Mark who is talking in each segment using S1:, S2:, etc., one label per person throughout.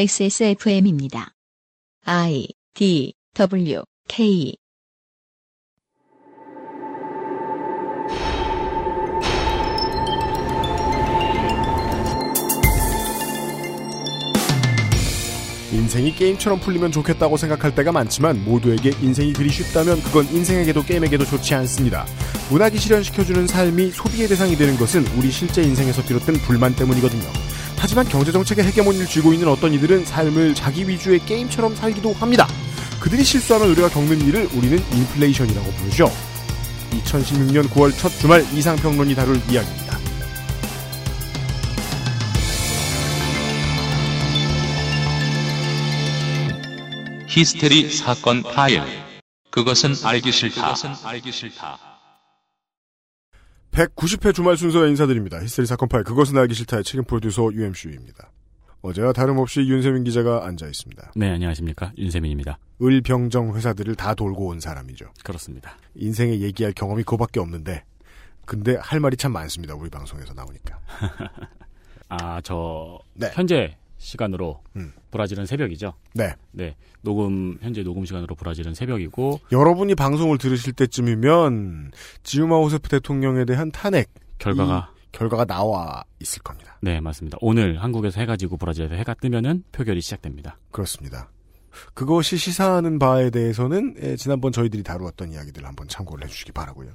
S1: XSFM입니다. I D W K
S2: 인생이 게임처럼 풀리면 좋겠다고 생각할 때가 많지만 모두에게 인생이 그리 쉽다면 그건 인생에게도 게임에게도 좋지 않습니다. 문학이 실현시켜주는 삶이 소비의 대상이 되는 것은 우리 실제 인생에서 비롯된 불만 때문이거든요. 하지만 경제정책의 헤게몬을 쥐고 있는 어떤 이들은 삶을 자기 위주의 게임처럼 살기도 합니다. 그들이 실수하면 우리가 겪는 일을 우리는 인플레이션이라고 부르죠. 2016년 9월 첫 주말 이상평론이 다룰 이야기입니다.
S3: 히스테리 사건 파일. 그것은 알기 싫다.
S2: 190회 주말 순서 인사드립니다. 히스테리 사건 파일 그것은 알기 싫다의 책임 프로듀서 UMCU입니다. 어제와 다름없이 윤세민 기자가 앉아 있습니다.
S4: 네, 안녕하십니까. 윤세민입니다.
S2: 을병정 회사들을 다 돌고 온 사람이죠.
S4: 그렇습니다.
S2: 인생에 얘기할 경험이 그밖에 없는데 근데 할 말이 참 많습니다. 우리 방송에서 나오니까.
S4: 아, 저,
S2: 네.
S4: 현재 시간으로,
S2: 음.
S4: 브라질은 새벽이죠.
S2: 네.
S4: 네, 녹음, 현재 녹음 시간으로 브라질은 새벽이고,
S2: 여러분이 방송을 들으실 때쯤이면 지우마호세프 대통령에 대한 탄핵
S4: 결과가,
S2: 결과가 나와 있을 겁니다.
S4: 네, 맞습니다. 오늘 한국에서 해가 지고 브라질에서 해가 뜨면은 표결이 시작됩니다.
S2: 그렇습니다. 그것이 시사하는 바에 대해서는 예, 지난번 저희들이 다루었던 이야기들을 한번 참고를 해주시기 바라고요.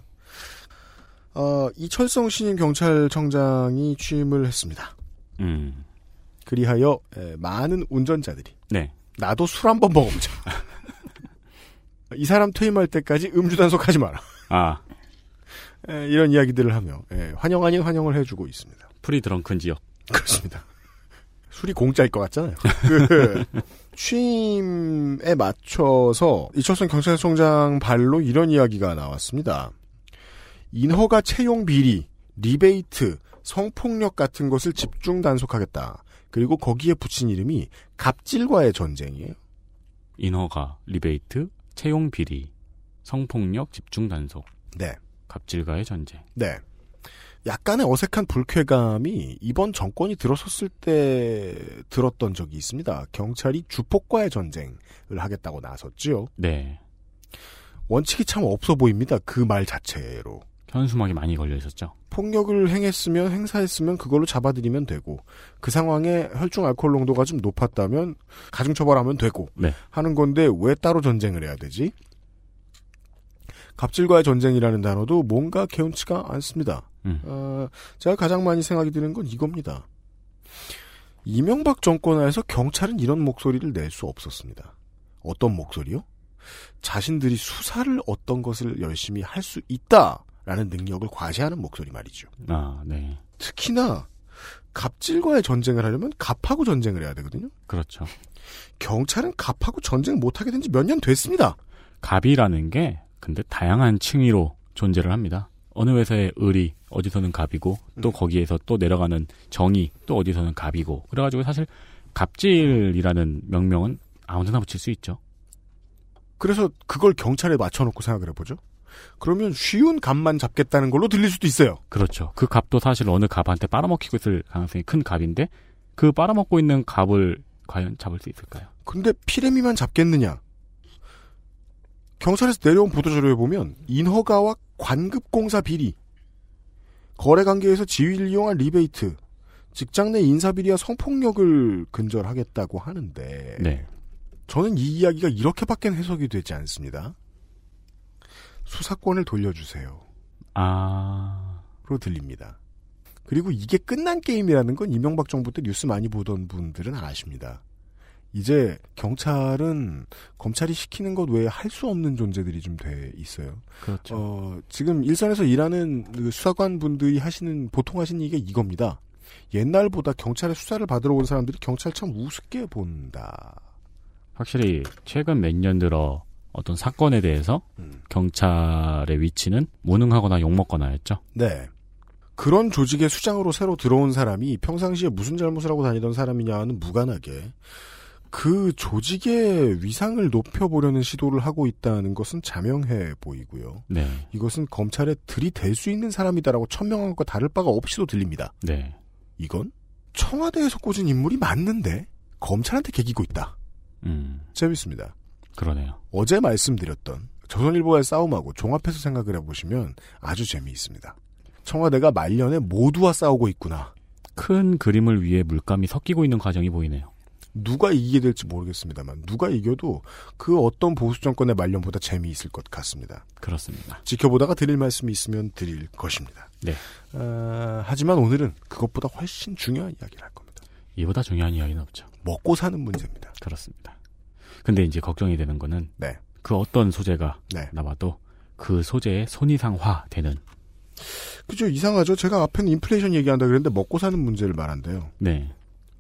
S2: 어, 이철성 신임 경찰청장이 취임을 했습니다.
S4: 음,
S2: 그리하여 예, 많은 운전자들이
S4: 네.
S2: 나도 술 한번 먹어보자. 이 사람 퇴임할 때까지 음주 단속하지 마라.
S4: 아,
S2: 예, 이런 이야기들을 하며 예, 환영 아닌 환영을 해주고 있습니다.
S4: 프리 드렁큰 지역.
S2: 그렇습니다. 아, 술이 공짜일 것 같잖아요. 그 취임에 맞춰서 이철성 경찰청장 발로 이런 이야기가 나왔습니다. 인허가 채용 비리, 리베이트, 성폭력 같은 것을 집중 단속하겠다. 그리고 거기에 붙인 이름이 갑질과의 전쟁이에요.
S4: 인허가, 리베이트, 채용 비리, 성폭력, 집중 단속,
S2: 네.
S4: 갑질과의 전쟁.
S2: 네. 약간의 어색한 불쾌감이 이번 정권이 들어섰을 때 들었던 적이 있습니다. 경찰이 주폭과의 전쟁을 하겠다고 나섰지요.
S4: 네.
S2: 원칙이 참 없어 보입니다. 그 말 자체로.
S4: 현수막이 많이 걸려 있었죠.
S2: 폭력을 행했으면 행사했으면 그걸로 잡아들이면 되고 그 상황에 혈중 알코올 농도가 좀 높았다면 가중 처벌하면 되고
S4: 네.
S2: 하는 건데 왜 따로 전쟁을 해야 되지? 갑질과의 전쟁이라는 단어도 뭔가 개운치가 않습니다.
S4: 음.
S2: 어, 제가 가장 많이 생각이 드는 건 이겁니다. 이명박 정권하에서 경찰은 이런 목소리를 낼 수 없었습니다. 어떤 목소리요? 자신들이 수사를 어떤 것을 열심히 할 수 있다라는 능력을 과시하는 목소리 말이죠.
S4: 아, 네.
S2: 특히나 갑질과의 전쟁을 하려면 갑하고 전쟁을 해야 되거든요.
S4: 그렇죠.
S2: 경찰은 갑하고 전쟁 못하게 된 지 몇 년 됐습니다.
S4: 갑이라는 게 근데 다양한 층위로 존재를 합니다. 어느 회사의 을이 어디서는 갑이고
S2: 음.
S4: 또 거기에서 또 내려가는 정이 또 어디서는 갑이고 그래가지고 사실 갑질이라는 명명은 아무데나 붙일 수 있죠.
S2: 그래서 그걸 경찰에 맞춰놓고 생각을 해보죠. 그러면 쉬운 갑만 잡겠다는 걸로 들릴 수도 있어요.
S4: 그렇죠. 그 갑도 사실 어느 갑한테 빨아먹히고 있을 가능성이 큰 갑인데 그 빨아먹고 있는 갑을 과연 잡을 수 있을까요?
S2: 근데 피레미만 잡겠느냐? 경찰에서 내려온 보도자료에 보면 인허가와 관급공사 비리, 거래관계에서 지위를 이용한 리베이트, 직장 내 인사비리와 성폭력을 근절하겠다고 하는데
S4: 네.
S2: 저는 이 이야기가 이렇게밖에 해석이 되지 않습니다. 수사권을 돌려주세요.
S4: 아
S2: 로 들립니다. 그리고 이게 끝난 게임이라는 건 이명박 정부 때 뉴스 많이 보던 분들은 아십니다. 이제 경찰은 검찰이 시키는 것 외에 할 수 없는 존재들이 좀 돼 있어요.
S4: 그렇죠.
S2: 어, 지금 일선에서 일하는 그 수사관 분들이 하시는 보통 하시는 이게 이겁니다. 옛날보다 경찰에 수사를 받으러 온 사람들이 경찰 참 우습게 본다.
S4: 확실히 최근 몇 년 들어 어떤 사건에 대해서
S2: 음.
S4: 경찰의 위치는 무능하거나 욕먹거나였죠.
S2: 네. 그런 조직의 수장으로 새로 들어온 사람이 평상시에 무슨 잘못을 하고 다니던 사람이냐는 무관하게 그 조직의 위상을 높여보려는 시도를 하고 있다는 것은 자명해 보이고요.
S4: 네.
S2: 이것은 검찰에 들이댈 수 있는 사람이다라고 천명한 것과 다를 바가 없이도 들립니다.
S4: 네.
S2: 이건 청와대에서 꽂은 인물이 맞는데 검찰한테 개기고 있다.
S4: 음,
S2: 재밌습니다.
S4: 그러네요.
S2: 어제 말씀드렸던 조선일보와의 싸움하고 종합해서 생각을 해보시면 아주 재미있습니다. 청와대가 말년에 모두와 싸우고 있구나.
S4: 큰 그림을 위해 물감이 섞이고 있는 과정이 보이네요.
S2: 누가 이기게 될지 모르겠습니다만 누가 이겨도 그 어떤 보수 정권의 말년보다 재미있을 것 같습니다.
S4: 그렇습니다.
S2: 지켜보다가 드릴 말씀이 있으면 드릴 것입니다.
S4: 네.
S2: 아, 하지만 오늘은 그것보다 훨씬 중요한 이야기를 할 겁니다.
S4: 이보다 중요한 이야기는 없죠.
S2: 먹고 사는 문제입니다.
S4: 그렇습니다. 근데 이제 걱정이 되는 거는
S2: 네.
S4: 그 어떤 소재가
S2: 네.
S4: 나와도 그 소재의 손이상화 되는
S2: 그죠? 이상하죠? 제가 앞에는 인플레이션 얘기한다 그랬는데 먹고 사는 문제를 말한대요.
S4: 네.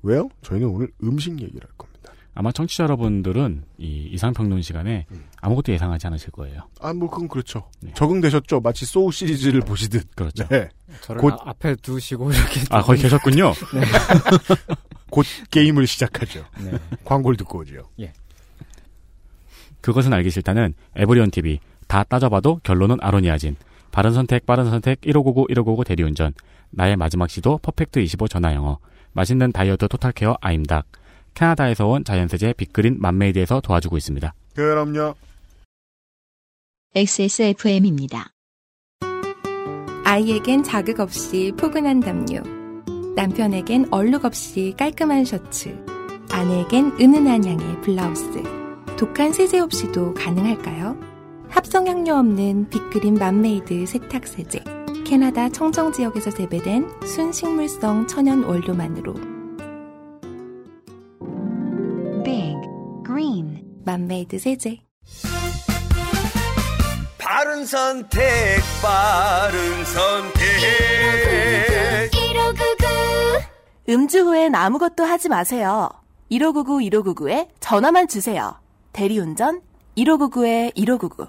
S2: 왜요? 저희는 오늘 음식 얘기를 할 겁니다.
S4: 아마 청취자 여러분들은 이 이상평론 시간에
S5: 음.
S4: 아무것도 예상하지 않으실 거예요.
S2: 아, 뭐, 그건 그렇죠.
S4: 네.
S2: 적응되셨죠? 마치 소우 시리즈를 보시듯.
S4: 그렇죠.
S2: 네.
S5: 저를
S2: 곧-
S5: 아- 앞에 두시고 이렇게
S4: 아, 거기 계셨군요.
S2: 곧 게임을 시작하죠.
S5: 네.
S2: 광고를 듣고 오죠.
S4: 그것은 알기 싫다는 에브리온 TV. 다 따져봐도 결론은 아로니아진. 바른 선택, 빠른 선택, 1599, 1599 대리운전. 나의 마지막 시도 퍼펙트 25 전화영어. 맛있는 다이어트 토탈케어 아임닭. 캐나다에서 온 자연세제 빅그린 맘메이드에서 도와주고 있습니다.
S2: 그럼요.
S1: XSFM입니다.
S6: 아이에겐 자극 없이 포근한 담요. 남편에겐 얼룩 없이 깔끔한 셔츠. 아내에겐 은은한 향의 블라우스. 독한 세제 없이도 가능할까요? 합성향료 없는 빅그린 맘메이드 세탁세제. 캐나다 청정 지역에서 재배된 순식물성 천연 원료만으로
S7: Big Green.
S6: 맘메이드 세제.
S8: 바른 선택, 바른 선택.
S9: 음주 후엔 아무것도 하지 마세요. 1599 1599에 전화만 주세요. 대리운전 1599에 1599.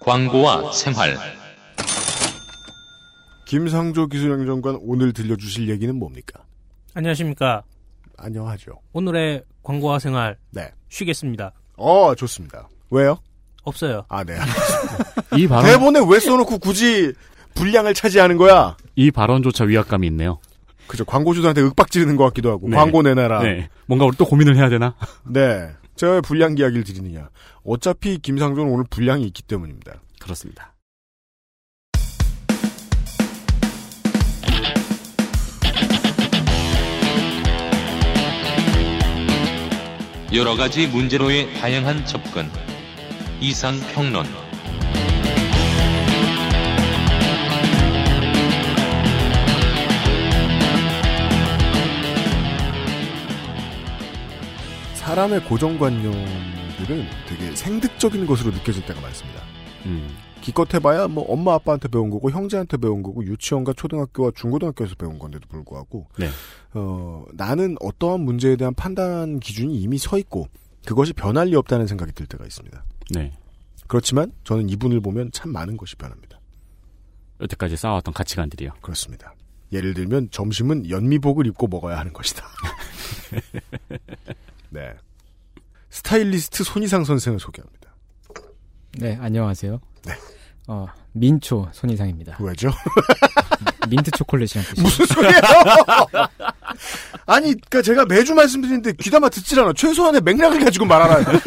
S3: 광고와 생활.
S2: 김상조 기술행정관 오늘 들려주실 얘기는 뭡니까?
S10: 안녕하십니까.
S2: 안녕하죠.
S10: 오늘의 광고와 생활
S2: 네.
S10: 쉬겠습니다.
S2: 어, 좋습니다. 왜요?
S10: 없어요.
S2: 아, 네.
S4: 이 발언,
S2: 대본에 왜 써놓고 굳이 분량을 차지하는 거야?
S4: 이 발언조차 위압감이 있네요.
S2: 그죠. 광고주들한테 윽박 지르는 것 같기도 하고.
S4: 네.
S2: 광고 내놔라. 네.
S4: 네. 뭔가 우리 또 고민을 해야 되나?
S2: 제가 왜 분량 이야기를 드리느냐. 어차피 김상조는 오늘 분량이 있기 때문입니다.
S4: 그렇습니다.
S3: 여러 가지 문제로의 다양한 접근. 이상 평론.
S2: 사람의 고정관념들은 되게 생득적인 것으로 느껴질 때가 많습니다.
S4: 음,
S2: 기껏 해봐야 뭐 엄마 아빠한테 배운 거고 형제한테 배운 거고 유치원과 초등학교와 중고등학교에서 배운 건데도 불구하고
S4: 네.
S2: 어, 나는 어떠한 문제에 대한 판단 기준이 이미 서 있고 그것이 변할 리 없다는 생각이 들 때가 있습니다.
S4: 네.
S2: 그렇지만 저는 이분을 보면 참 많은 것이 변합니다.
S4: 여태까지 쌓아왔던 가치관들이요.
S2: 그렇습니다. 예를 들면 점심은 연미복을 입고 먹어야 하는 것이다. 네. 스타일리스트 손희상 선생을 소개합니다.
S5: 네 안녕하세요.
S2: 네.
S5: 어 민초 손이상입니다.
S2: 왜죠?
S5: 민트 초콜릿이란 뜻이
S2: 무슨 소리예요? 아니, 그니까 제가 매주 말씀드리는데 귀담아 듣질 않아. 최소한의 맥락을 가지고 말하라.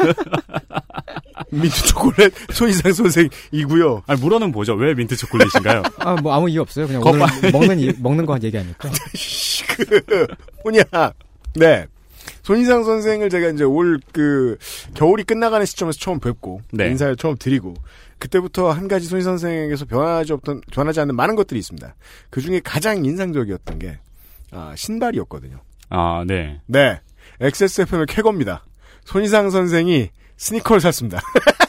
S2: 민트 초콜릿 손희상 선생이고요.
S4: 아니, 물어는 보죠. 왜 민트 초콜릿인가요?
S5: 아뭐 아무 이유 없어요. 그냥
S4: 거봐.
S5: 오늘 먹는 이- 먹는 거 얘기하니까.
S2: 씨, 그 뭐냐? 네. 손희상 선생을 제가 이제 올 그 겨울이 끝나가는 시점에서 처음 뵙고
S4: 네.
S2: 인사를 처음 드리고 그때부터 한 가지 손희 선생에게서 변하지 없던 변하지 않는 많은 것들이 있습니다. 그 중에 가장 인상적이었던 게 아, 신발이었거든요.
S4: 아, 네.
S2: 네. XSFM의 쾌거입니다. 손희상 선생이 스니커를 샀습니다.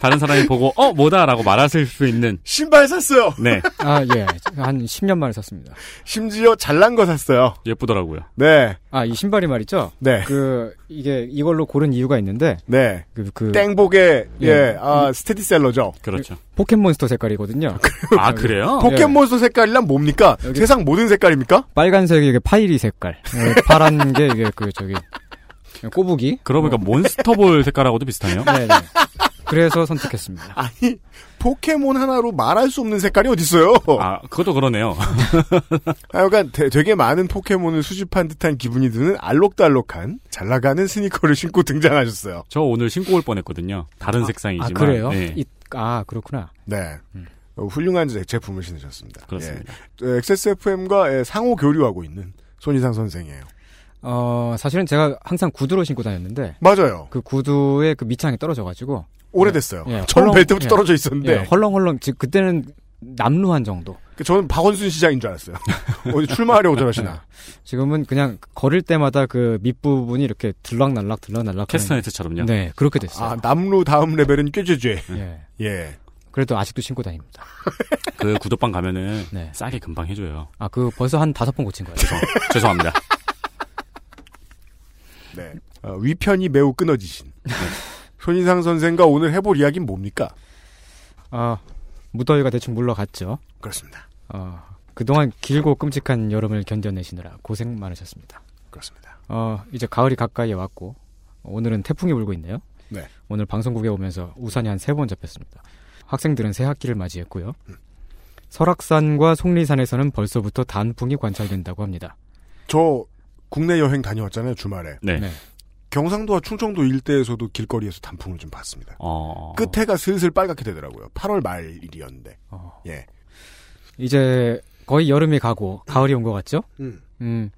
S4: 다른 사람이 보고, 어, 뭐다라고 말하실 수 있는.
S2: 신발 샀어요.
S4: 네.
S5: 아예한 10년 만에 샀습니다.
S2: 심지어 잘난 거 샀어요.
S4: 예쁘더라고요.
S2: 네.
S5: 아 이 신발이 말이죠.
S2: 네.
S5: 그 이게 이걸로 고른 이유가 있는데
S2: 네.
S5: 그, 그
S2: 땡복의 예.
S5: 예.
S2: 아, 스테디셀러죠.
S4: 그렇죠.
S5: 포켓몬스터 색깔이거든요.
S4: 아, 그래요?
S2: 포켓몬스터 색깔이란 뭡니까?
S5: 여기-
S2: 세상 모든 색깔입니까?
S5: 빨간색이 이게 파이리 색깔, 어, 파란 게 이게 그 저기 꼬부기.
S4: 그러고 보니까 몬스터볼 색깔하고도 비슷하네요.
S5: 네네. 그래서 선택했습니다.
S2: 아니 포켓몬 하나로 말할 수 없는 색깔이 어딨어요.
S4: 아, 그것도 그러네요.
S2: 하여간 되, 되게 많은 포켓몬을 수집한 듯한 기분이 드는 알록달록한 잘 나가는 스니커를 신고 등장하셨어요.
S4: 저 오늘 신고 올 뻔했거든요. 다른 색상이지만.
S5: 아, 그래요?
S4: 네,
S5: 이- 아, 그렇구나.
S2: 네. 어, 훌륭한 제- 제품을 신으셨습니다.
S4: 그렇습니다.
S2: 예. XSFM과 상호 교류하고 있는 손희상 선생이에요.
S5: 어, 사실은 제가 항상 구두로 신고 다녔는데,
S2: 맞아요.
S5: 그 구두에 그 밑창이 떨어져가지고,
S2: 오래됐어요.
S5: 예,
S2: 처음
S5: 헐렁-
S2: 뵐 때부터
S5: 예.
S2: 떨어져 있었는데
S5: 예, 헐렁헐렁, 즉, 그때는 남루한 정도.
S2: 그 저는 박원순 시장인 줄 알았어요. 어디 출마하려고 저러시나.
S5: 지금은 그냥 걸을 때마다 그 밑부분이 이렇게 들락날락, 들락날락.
S4: 캐스터네트처럼요.
S5: 하는- 네, 그렇게 됐어요.
S2: 아 남루 다음 레벨은 꾀죄죄.
S5: 예.
S2: 예.
S5: 그래도 아직도 신고 다닙니다.
S4: 그 구독방 가면은
S5: 네.
S4: 싸게 금방 해줘요.
S5: 아, 그 벌써 한 다섯 번 고친 거예요.
S4: 죄송, 죄송합니다.
S2: 네. 어, 위편이 매우 끊어지신 네. 손희상 선생과 오늘 해볼 이야기는 뭡니까?
S5: 아, 무더위가 대충 물러갔죠.
S2: 그렇습니다.
S5: 어, 그동안 길고 끔찍한 여름을 견뎌내시느라 고생 많으셨습니다.
S2: 그렇습니다.
S5: 어, 이제 가을이 가까이 왔고 오늘은 태풍이 불고 있네요.
S2: 네.
S5: 오늘 방송국에 오면서 우산이 한 세 번 잡혔습니다. 학생들은 새 학기를 맞이했고요. 설악산과 속리산에서는 벌써부터 단풍이 관찰된다고 합니다.
S2: 저 국내 여행 다녀왔잖아요 주말에.
S4: 네.
S5: 네.
S2: 경상도와 충청도 일대에서도 길거리에서 단풍을 좀 봤습니다.
S4: 어,
S2: 끝에가 슬슬 빨갛게 되더라고요. 8월 말일이었는데.
S5: 어.
S2: 예.
S5: 이제 거의 여름이 가고 가을이 온 것 같죠? 음,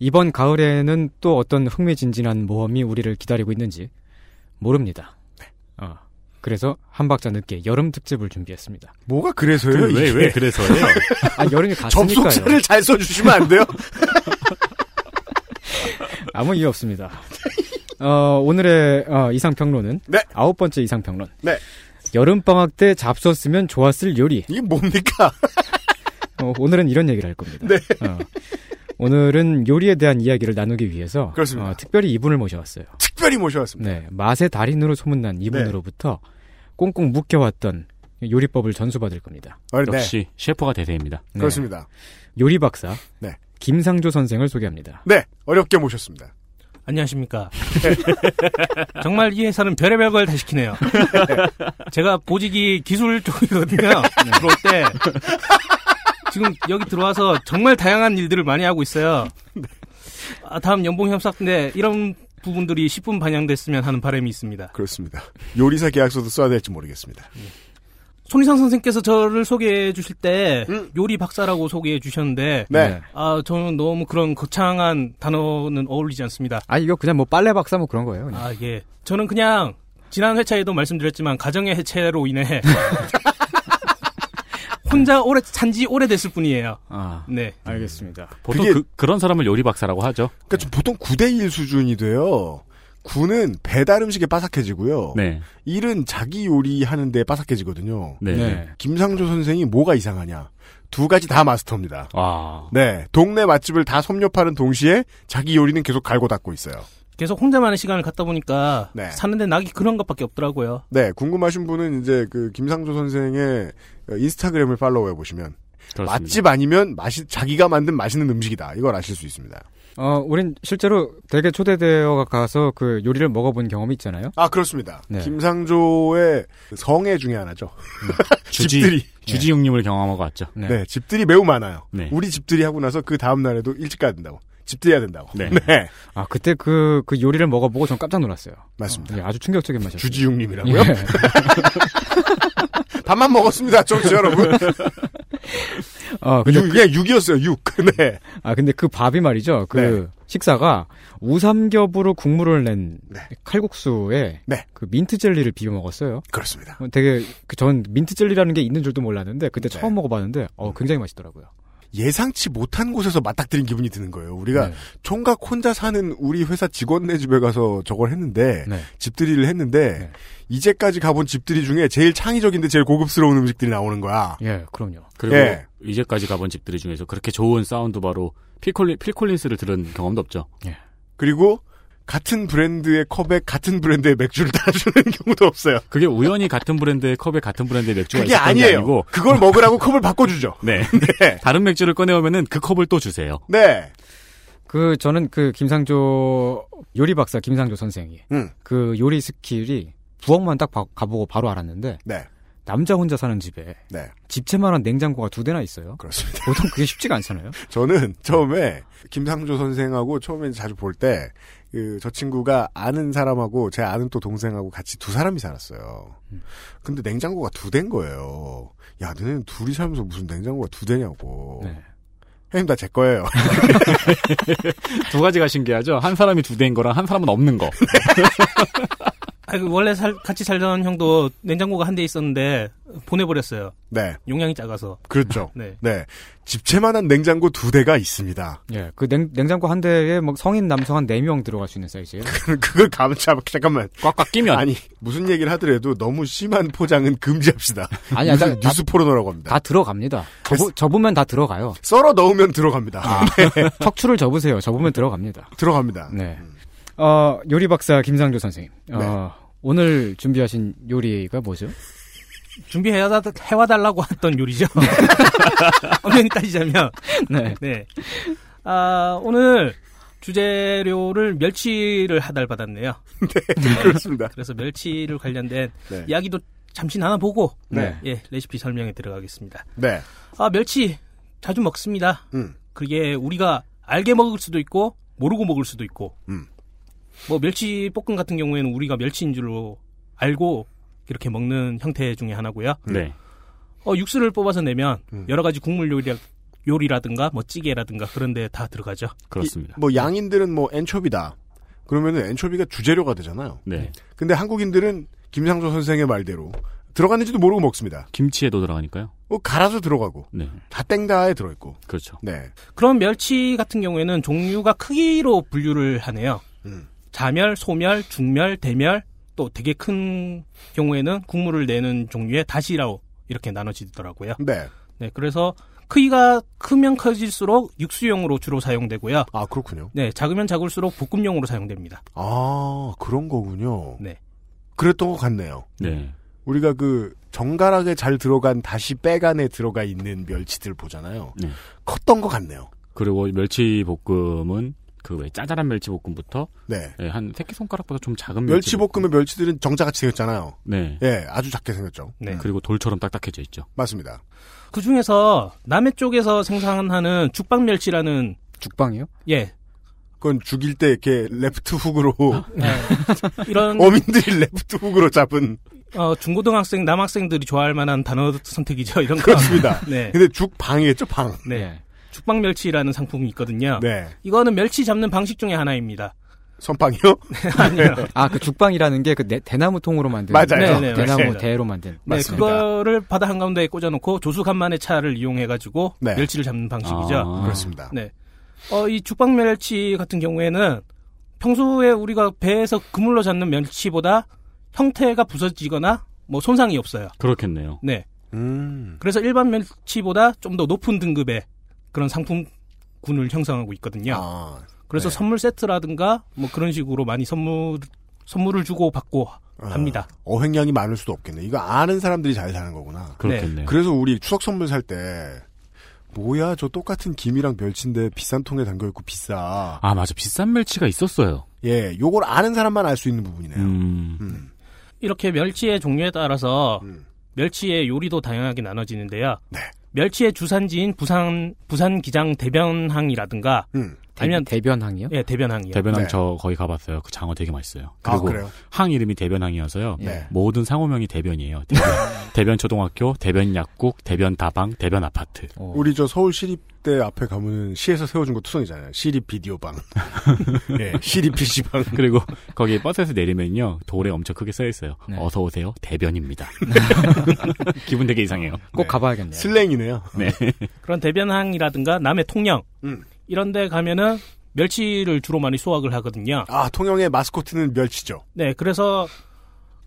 S5: 이번 가을에는 또 어떤 흥미진진한 모험이 우리를 기다리고 있는지 모릅니다.
S2: 네.
S5: 어, 그래서 한 박자 늦게 여름 특집을 준비했습니다.
S2: 뭐가 그래서요?
S4: 그 왜,
S2: 이게?
S4: 왜 그래서예요?
S5: 아, 여름이 갔으니까요.
S2: 접속사를 잘 써주시면 안 돼요?
S5: 아무 이유 없습니다. 어, 오늘의 어, 이상평론은
S2: 네.
S5: 아홉 번째 이상평론.
S2: 네.
S5: 여름방학 때 잡섰으면 좋았을 요리.
S2: 이게 뭡니까?
S5: 어, 오늘은 이런 얘기를 할 겁니다.
S2: 네.
S5: 어, 오늘은 요리에 대한 이야기를 나누기 위해서
S2: 그렇습니다.
S5: 어, 특별히 이분을 모셔왔어요.
S2: 특별히 모셔왔습니다.
S5: 네, 맛의 달인으로 소문난 이분으로부터
S2: 네.
S5: 꽁꽁 묶여왔던 요리법을 전수받을 겁니다.
S2: 아, 네.
S4: 역시 셰프가 대세입니다.
S5: 네,
S2: 그렇습니다.
S5: 요리 박사
S2: 네.
S5: 김상조 선생을 소개합니다.
S2: 네. 어렵게 모셨습니다.
S10: 안녕하십니까. 정말 이 회사는 별의별 걸 다 시키네요. 제가 보직이 기술 쪽이거든요. 들어올 때. 지금 여기 들어와서 정말 다양한 일들을 많이 하고 있어요. 아, 다음 연봉 협상 때 이런 부분들이 10분 반영됐으면 하는 바람이 있습니다.
S2: 그렇습니다. 요리사 계약서도 써야 될지 모르겠습니다.
S10: 손희상 선생께서 저를 소개해 주실 때 요리 박사라고 소개해 주셨는데
S2: 네.
S10: 아 저는 너무 그런 거창한 단어는 어울리지 않습니다.
S5: 아 이거 그냥 뭐 빨래 박사 뭐 그런 거예요. 그냥.
S10: 아, 예. 저는 그냥 지난 회차에도 말씀드렸지만 가정의 해체로 인해 혼자 오래 산지 오래됐을 뿐이에요.
S5: 아,
S10: 네.
S5: 알겠습니다.
S4: 보통
S2: 그게-
S4: 그, 그런 사람을 요리 박사라고 하죠.
S2: 그러니까 좀 보통 9대1 수준이 돼요. 군은 배달 음식에 바삭해지고요.
S4: 네.
S2: 일은 자기 요리하는 데 바삭해지거든요.
S4: 네.
S5: 네.
S2: 김상조 선생이 뭐가 이상하냐? 두 가지 다 마스터입니다.
S4: 아,
S2: 네, 동네 맛집을 다 섭렵하는 동시에 자기 요리는 계속 갈고 닦고 있어요.
S10: 계속 혼자만의 시간을 갖다 보니까
S2: 네.
S10: 사는데 낙이 그런 것밖에 없더라고요.
S2: 네, 궁금하신 분은 이제 그 김상조 선생의 인스타그램을 팔로우해 보시면
S4: 그렇습니다.
S2: 맛집 아니면 맛이 자기가 만든 맛있는 음식이다. 이걸 아실 수 있습니다.
S5: 어, 우린 실제로 되게 초대되어 가서 그 요리를 먹어본 경험이 있잖아요.
S2: 아 그렇습니다.
S5: 네.
S2: 김상조의 성애 중에 하나죠.
S4: 주지,
S2: 집들이.
S4: 주지용님을 경험하고 왔죠.
S5: 네.
S2: 네, 집들이 매우 많아요.
S4: 네.
S2: 우리 집들이 하고 나서 그 다음 날에도 일찍 가야 된다고. 집들이 해야 된다고.
S4: 네.
S5: 아 그때 그, 그 요리를 먹어보고 전 깜짝 놀랐어요.
S2: 맞습니다.
S5: 예, 아주 충격적인 맛이었어요.
S2: 주지웅님이라고요?
S4: 네.
S5: 예.
S2: 밥만 먹었습니다, 청취자 여러분.
S5: 어, 근데
S2: 육, 그냥 육이었어요, 육. 네.
S5: 아 근데 그 밥이 말이죠. 그
S2: 네.
S5: 식사가 우삼겹으로 국물을 낸
S2: 네.
S5: 칼국수에
S2: 네.
S5: 그 민트 젤리를 비벼 먹었어요.
S2: 그렇습니다.
S5: 어, 되게 그 전 민트 젤리라는 게 있는 줄도 몰랐는데 그때
S2: 네.
S5: 처음 먹어봤는데 어 굉장히 맛있더라고요.
S2: 예상치 못한 곳에서 맞닥뜨린 기분이 드는 거예요. 우리가
S5: 네.
S2: 총각 혼자 사는 우리 회사 직원네 집에 가서 저걸 했는데,
S5: 네.
S2: 집들이를 했는데,
S5: 네.
S2: 이제까지 가본 집들이 중에 제일 창의적인데 제일 고급스러운 음식들이 나오는 거야.
S5: 예, 그럼요.
S4: 그리고
S2: 예.
S4: 이제까지 가본 집들이 중에서 그렇게 좋은 사운드 바로 필콜린, 필콜린스를 들은 경험도 없죠.
S2: 그리고, 같은 브랜드의 컵에 같은 브랜드의 맥주를 따주는 경우도 없어요.
S4: 그게 우연히 같은 브랜드의 컵에 같은 브랜드의 맥주가
S2: 그게
S4: 있었던 게
S2: 아니에요.
S4: 아니고
S2: 그걸 먹으라고 컵을 바꿔주죠.
S4: 네.
S2: 네.
S4: 다른 맥주를 꺼내오면은 그 컵을 또 주세요.
S2: 네.
S5: 그 저는 그 김상조 요리 박사 김상조 선생이
S2: 음.
S5: 그 요리 스킬이 부엌만 딱 봐- 가보고 바로 알았는데
S2: 네.
S5: 남자 혼자 사는 집에 집채만한 냉장고가 두 대나 있어요.
S2: 그렇습니다.
S5: 보통 그게 쉽지가 않잖아요.
S2: 저는 처음에 김상조 선생하고 처음에 자주 볼 때 그 저 친구가 아는 사람하고 제 아는 또 동생하고 같이 두 사람이 살았어요. 근데 냉장고가 두 대인 거예요. 야, 너네는 둘이 살면서 무슨 냉장고가 두 대냐고. 형님 다 제 거예요.
S4: 두 가지가 신기하죠. 한 사람이 두 대인 거랑 한 사람은 없는 거.
S10: 아니, 그 원래 살- 같이 살던 형도 냉장고가 한 대 있었는데 보내버렸어요.
S2: 네.
S10: 용량이 작아서.
S2: 그렇죠.
S10: 네.
S2: 집채만한 냉장고 두 대가 있습니다.
S5: 예, 그 냉, 냉장고 한 대에 뭐 성인 남성 한 네 명 들어갈 수 있는 사이즈예요.
S2: 그걸 감자 잠깐만.
S4: 꽉꽉 끼면
S2: 아니 무슨 얘기를 하더라도 너무 심한 포장은 금지합시다.
S5: 아니,
S2: 뉴스,
S5: 다-
S2: 뉴스 포르노라고 합니다.
S5: 다 들어갑니다. 접으, 접으면 다 들어가요.
S2: 썰어 넣으면 들어갑니다. 네.
S5: 척추를 접으세요. 접으면 들어갑니다.
S2: 들어갑니다.
S5: 네. 어, 요리 박사 김상조 선생님. 어,
S10: 네.
S5: 오늘 준비하신 요리가 뭐죠?
S10: 준비해와 해와달라고 했던 요리죠. 엄연히 따지자면.
S5: 네.
S10: 아, 오늘 주재료를 멸치를 하달받았네요. 네,
S2: 그렇습니다.
S10: 그래서 멸치를 관련된
S2: 네.
S10: 이야기도 잠시 나눠보고
S2: 네.
S10: 예, 레시피 설명에 들어가겠습니다.
S2: 네.
S10: 아, 멸치 자주 먹습니다.
S2: 음.
S10: 그게 우리가 알게 먹을 수도 있고 모르고 먹을 수도 있고
S2: 음.
S10: 뭐 멸치 볶음 같은 경우에는 우리가 멸치인 줄로 알고 이렇게 먹는 형태 중에 하나고요.
S2: 음.
S4: 네.
S10: 어, 육수를 뽑아서 내면 여러 가지 국물 요리 요리라든가 뭐 찌개라든가 그런 데 다 들어가죠.
S4: 그렇습니다.
S2: 뭐 양인들은 뭐 엔초비다. 그러면은 엔초비가 주재료가 되잖아요.
S4: 네.
S2: 근데 한국인들은 김상조 선생의 말대로 들어갔는지도 모르고 먹습니다.
S4: 김치에도 들어가니까요.
S2: 뭐 갈아서 들어가고
S4: 네.
S2: 다 땡다에 들어있고.
S4: 그렇죠.
S2: 네.
S10: 그런 멸치 같은 경우에는 종류가 크기로 분류를 하네요.
S2: 음.
S10: 자멸, 소멸, 중멸, 대멸 또 되게 큰 경우에는 국물을 내는 종류의 다시라고 이렇게 나눠지더라고요.
S2: 네.
S10: 네, 그래서 크기가 크면 커질수록 육수용으로 주로 사용되고요.
S2: 아 그렇군요.
S10: 네, 작으면 작을수록 볶음용으로 사용됩니다.
S2: 아 그런 거군요.
S10: 네.
S2: 그랬던 것 같네요.
S4: 네.
S2: 우리가 그 정갈하게 잘 들어간 다시 빼간에 들어가 있는 멸치들 보잖아요.
S4: 네.
S2: 컸던 것 같네요.
S4: 그리고 멸치 볶음은 그 왜 짜잘한 멸치 볶음부터
S2: 네.
S4: 예, 한 새끼 손가락보다 좀 작은 멸치 볶음.
S2: 멸치볶음의 멸치들은 정자같이 생겼잖아요.
S4: 네.
S2: 예, 아주 작게 생겼죠.
S10: 네.
S4: 그리고 돌처럼 딱딱해져 있죠.
S2: 맞습니다.
S10: 그 중에서 남해 쪽에서 생산하는 죽방멸치라는
S5: 죽방이요?
S10: 예
S2: 그건 죽일 때 이렇게 레프트 훅으로
S4: 아,
S10: 이런
S2: 어민들이 레프트 훅으로 잡은
S10: 어, 중고등학생 남학생들이 좋아할 만한 단어 선택이죠. 이런 거.
S4: 아,
S2: 그렇습니다.
S10: 네.
S2: 근데 죽방이겠죠, 방.
S5: 예.
S10: 네. 죽방멸치라는 상품이
S4: 아.
S10: 있거든요.
S2: 네.
S10: 이거는 멸치 잡는 방식 중에 하나입니다.
S2: 선빵이요?
S10: 아니요.
S5: 아, 그 죽방이라는 게 그 대나무 통으로 만든.
S2: 맞아요.
S10: 네, 네,
S5: 대나무
S10: 맞습니다.
S5: 대로 만든.
S10: 네, 그거를 바다 한가운데에 꽂아놓고 조수 간만의 차를 이용해가지고
S2: 네.
S10: 멸치를 잡는 방식이죠.
S4: 아.
S2: 그렇습니다.
S10: 네. 어, 이 죽방멸치 같은 경우에는 평소에 우리가 배에서 그물로 잡는 멸치보다 형태가 부서지거나 뭐 손상이 없어요.
S4: 그렇겠네요.
S10: 네.
S2: 음.
S10: 그래서 일반 멸치보다 좀 더 높은 등급의 그런 상품군을 형성하고 있거든요.
S2: 아,
S10: 그래서
S2: 네.
S10: 선물 세트라든가 뭐 그런 식으로 많이 선물 선물을 주고 받고 합니다.
S2: 어획량이 많을 수도 없겠네. 이거 아는 사람들이 잘 사는 거구나.
S4: 그렇겠네요.
S2: 그래서 우리 추석 선물 살 때, 뭐야, 저 똑같은 김이랑 멸치인데 비싼 통에 담겨있고 비싸.
S4: 아, 맞아. 비싼 멸치가 있었어요.
S2: 예, 요걸 아는 사람만 알 수 있는 부분이네요.
S4: 음.
S2: 음.
S10: 이렇게 멸치의 종류에 따라서
S2: 음.
S10: 멸치의 요리도 다양하게 나눠지는데요.
S2: 네.
S10: 멸치의 주산지인 부산 부산 기장 대변항이라든가
S2: 음.
S5: 대,
S10: 아니면-
S5: 대변항이요?
S10: 예 대변항이요.
S4: 대변항
S2: 네.
S4: 저 거기 가봤어요. 그 장어 되게 맛있어요.
S2: 아,
S4: 그리고 예.
S2: 그래요?
S4: 항 이름이 대변항이어서요.
S10: 예.
S2: 네.
S4: 모든 상호명이 대변이에요. 대변, 대변 초등학교, 대변 약국, 대변 다방, 대변 아파트.
S5: 어.
S2: 우리 저 서울 시립대 앞에 가면은 시에서 세워준 거 투성이잖아요. 시립 비디오방. 예, 시립 PC방.
S4: 그리고 거기 버스에서 내리면요. 돌에 엄청 크게 써 있어요.
S5: 네.
S4: 어서 오세요. 대변입니다. 기분 되게 이상해요.
S5: 꼭
S2: 네.
S5: 가봐야겠네요.
S2: 슬랭이네요.
S4: 네.
S10: 그런 대변항이라든가 남해 통영
S2: 음.
S10: 이런데 가면은 멸치를 주로 많이 소확을 하거든요.
S2: 아, 통영의 마스코트는 멸치죠.
S10: 네, 그래서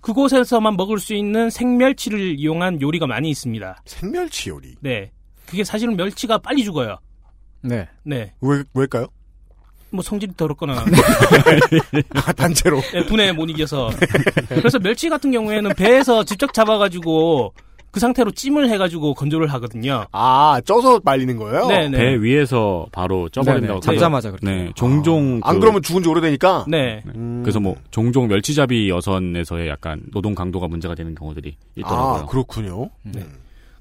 S10: 그곳에서만 먹을 수 있는 생멸치를 이용한 요리가 많이 있습니다.
S2: 생멸치 요리.
S10: 네, 그게 사실은 멸치가 빨리 죽어요.
S5: 네.
S10: 네,
S2: 왜, 왜일까요?
S10: 뭐 성질이 더럽거나 예,
S2: 아, 단체로.
S10: 네, 분해에 못 이겨서 그래서 멸치 같은 경우에는 배에서 직접 잡아가지고 그 상태로 찜을 해가지고 건조를 하거든요.
S2: 아, 쪄서 말리는 거예요?
S10: 네네.
S4: 배 위에서 바로 쪄버린다고.
S10: 네네, 잡자마자 그렇죠.
S4: 그래요. 네, 종종.
S2: 아, 안 그러면 죽은 지 오래되니까. 음.
S10: 네.
S4: 그래서 뭐 종종 멸치잡이 여선에서의 약간 노동 강도가 문제가 되는 경우들이 있더라고요.
S2: 아, 그렇군요. 음,
S10: 네.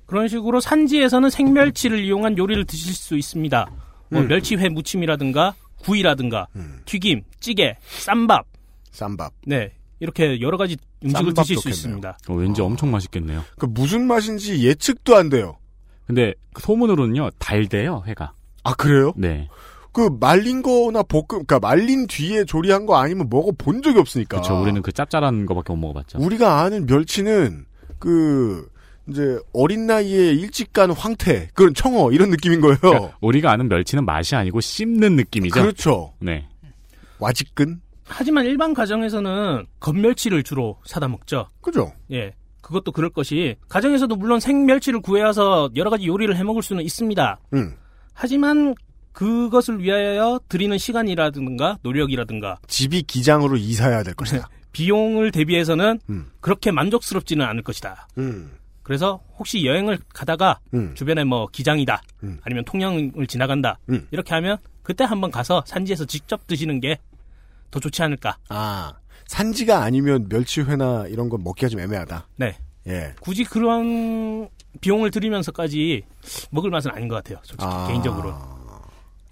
S10: 그런 식으로 산지에서는 생멸치를 이용한 요리를 드실 수 있습니다. 뭐
S2: 음.
S10: 멸치회 무침이라든가 구이라든가 튀김, 찌개, 쌈밥.
S2: 쌈밥.
S10: 네. 이렇게 여러 가지 음식을
S2: 쌈밥
S10: 드실 수
S2: 좋겠네요.
S10: 있습니다.
S4: 어, 왠지 엄청 맛있겠네요.
S2: 그 무슨 맛인지 예측도 안 돼요.
S4: 근데 그 소문으로는요 달대요 회가.
S2: 아, 그래요?
S4: 네.
S2: 그 말린 거나 볶음, 그러니까 말린 뒤에 조리한 거 아니면 먹어본 적이 없으니까.
S4: 그렇죠. 우리는 그 짭짤한 거밖에 못 먹어봤죠.
S2: 아. 우리가 아는 멸치는 그 이제 어린 나이에 일찍 간 황태 그런 청어 이런 느낌인 거예요.
S4: 그러니까 우리가 아는 멸치는 맛이 아니고 씹는 느낌이죠.
S2: 그렇죠.
S4: 네.
S2: 와직근.
S10: 하지만 일반 가정에서는 건멸치를 주로 사다 먹죠.
S2: 그죠?
S10: 예. 그것도 그럴 것이 가정에서도 물론 생멸치를 구해와서 여러 가지 요리를 해 먹을 수는 있습니다.
S2: 음.
S10: 하지만 그것을 위하여 드리는 시간이라든가 노력이라든가
S2: 집이 기장으로 이사해야 될 것이다.
S10: 비용을 대비해서는
S2: 음.
S10: 그렇게 만족스럽지는 않을 것이다.
S4: 네.
S2: 음.
S10: 그래서 혹시 여행을 가다가
S2: 음.
S10: 주변에 뭐 기장이다
S2: 음.
S10: 아니면 통영을 지나간다
S2: 음.
S10: 이렇게 하면 그때 한번 가서 산지에서 직접 드시는 게 더 좋지 않을까.
S2: 아 산지가 아니면 멸치회나 이런 건 먹기가 좀 애매하다.
S10: 네,
S2: 예.
S10: 굳이 그런 비용을 들이면서까지 먹을 맛은 아닌 것 같아요. 솔직히
S2: 아.
S10: 개인적으로.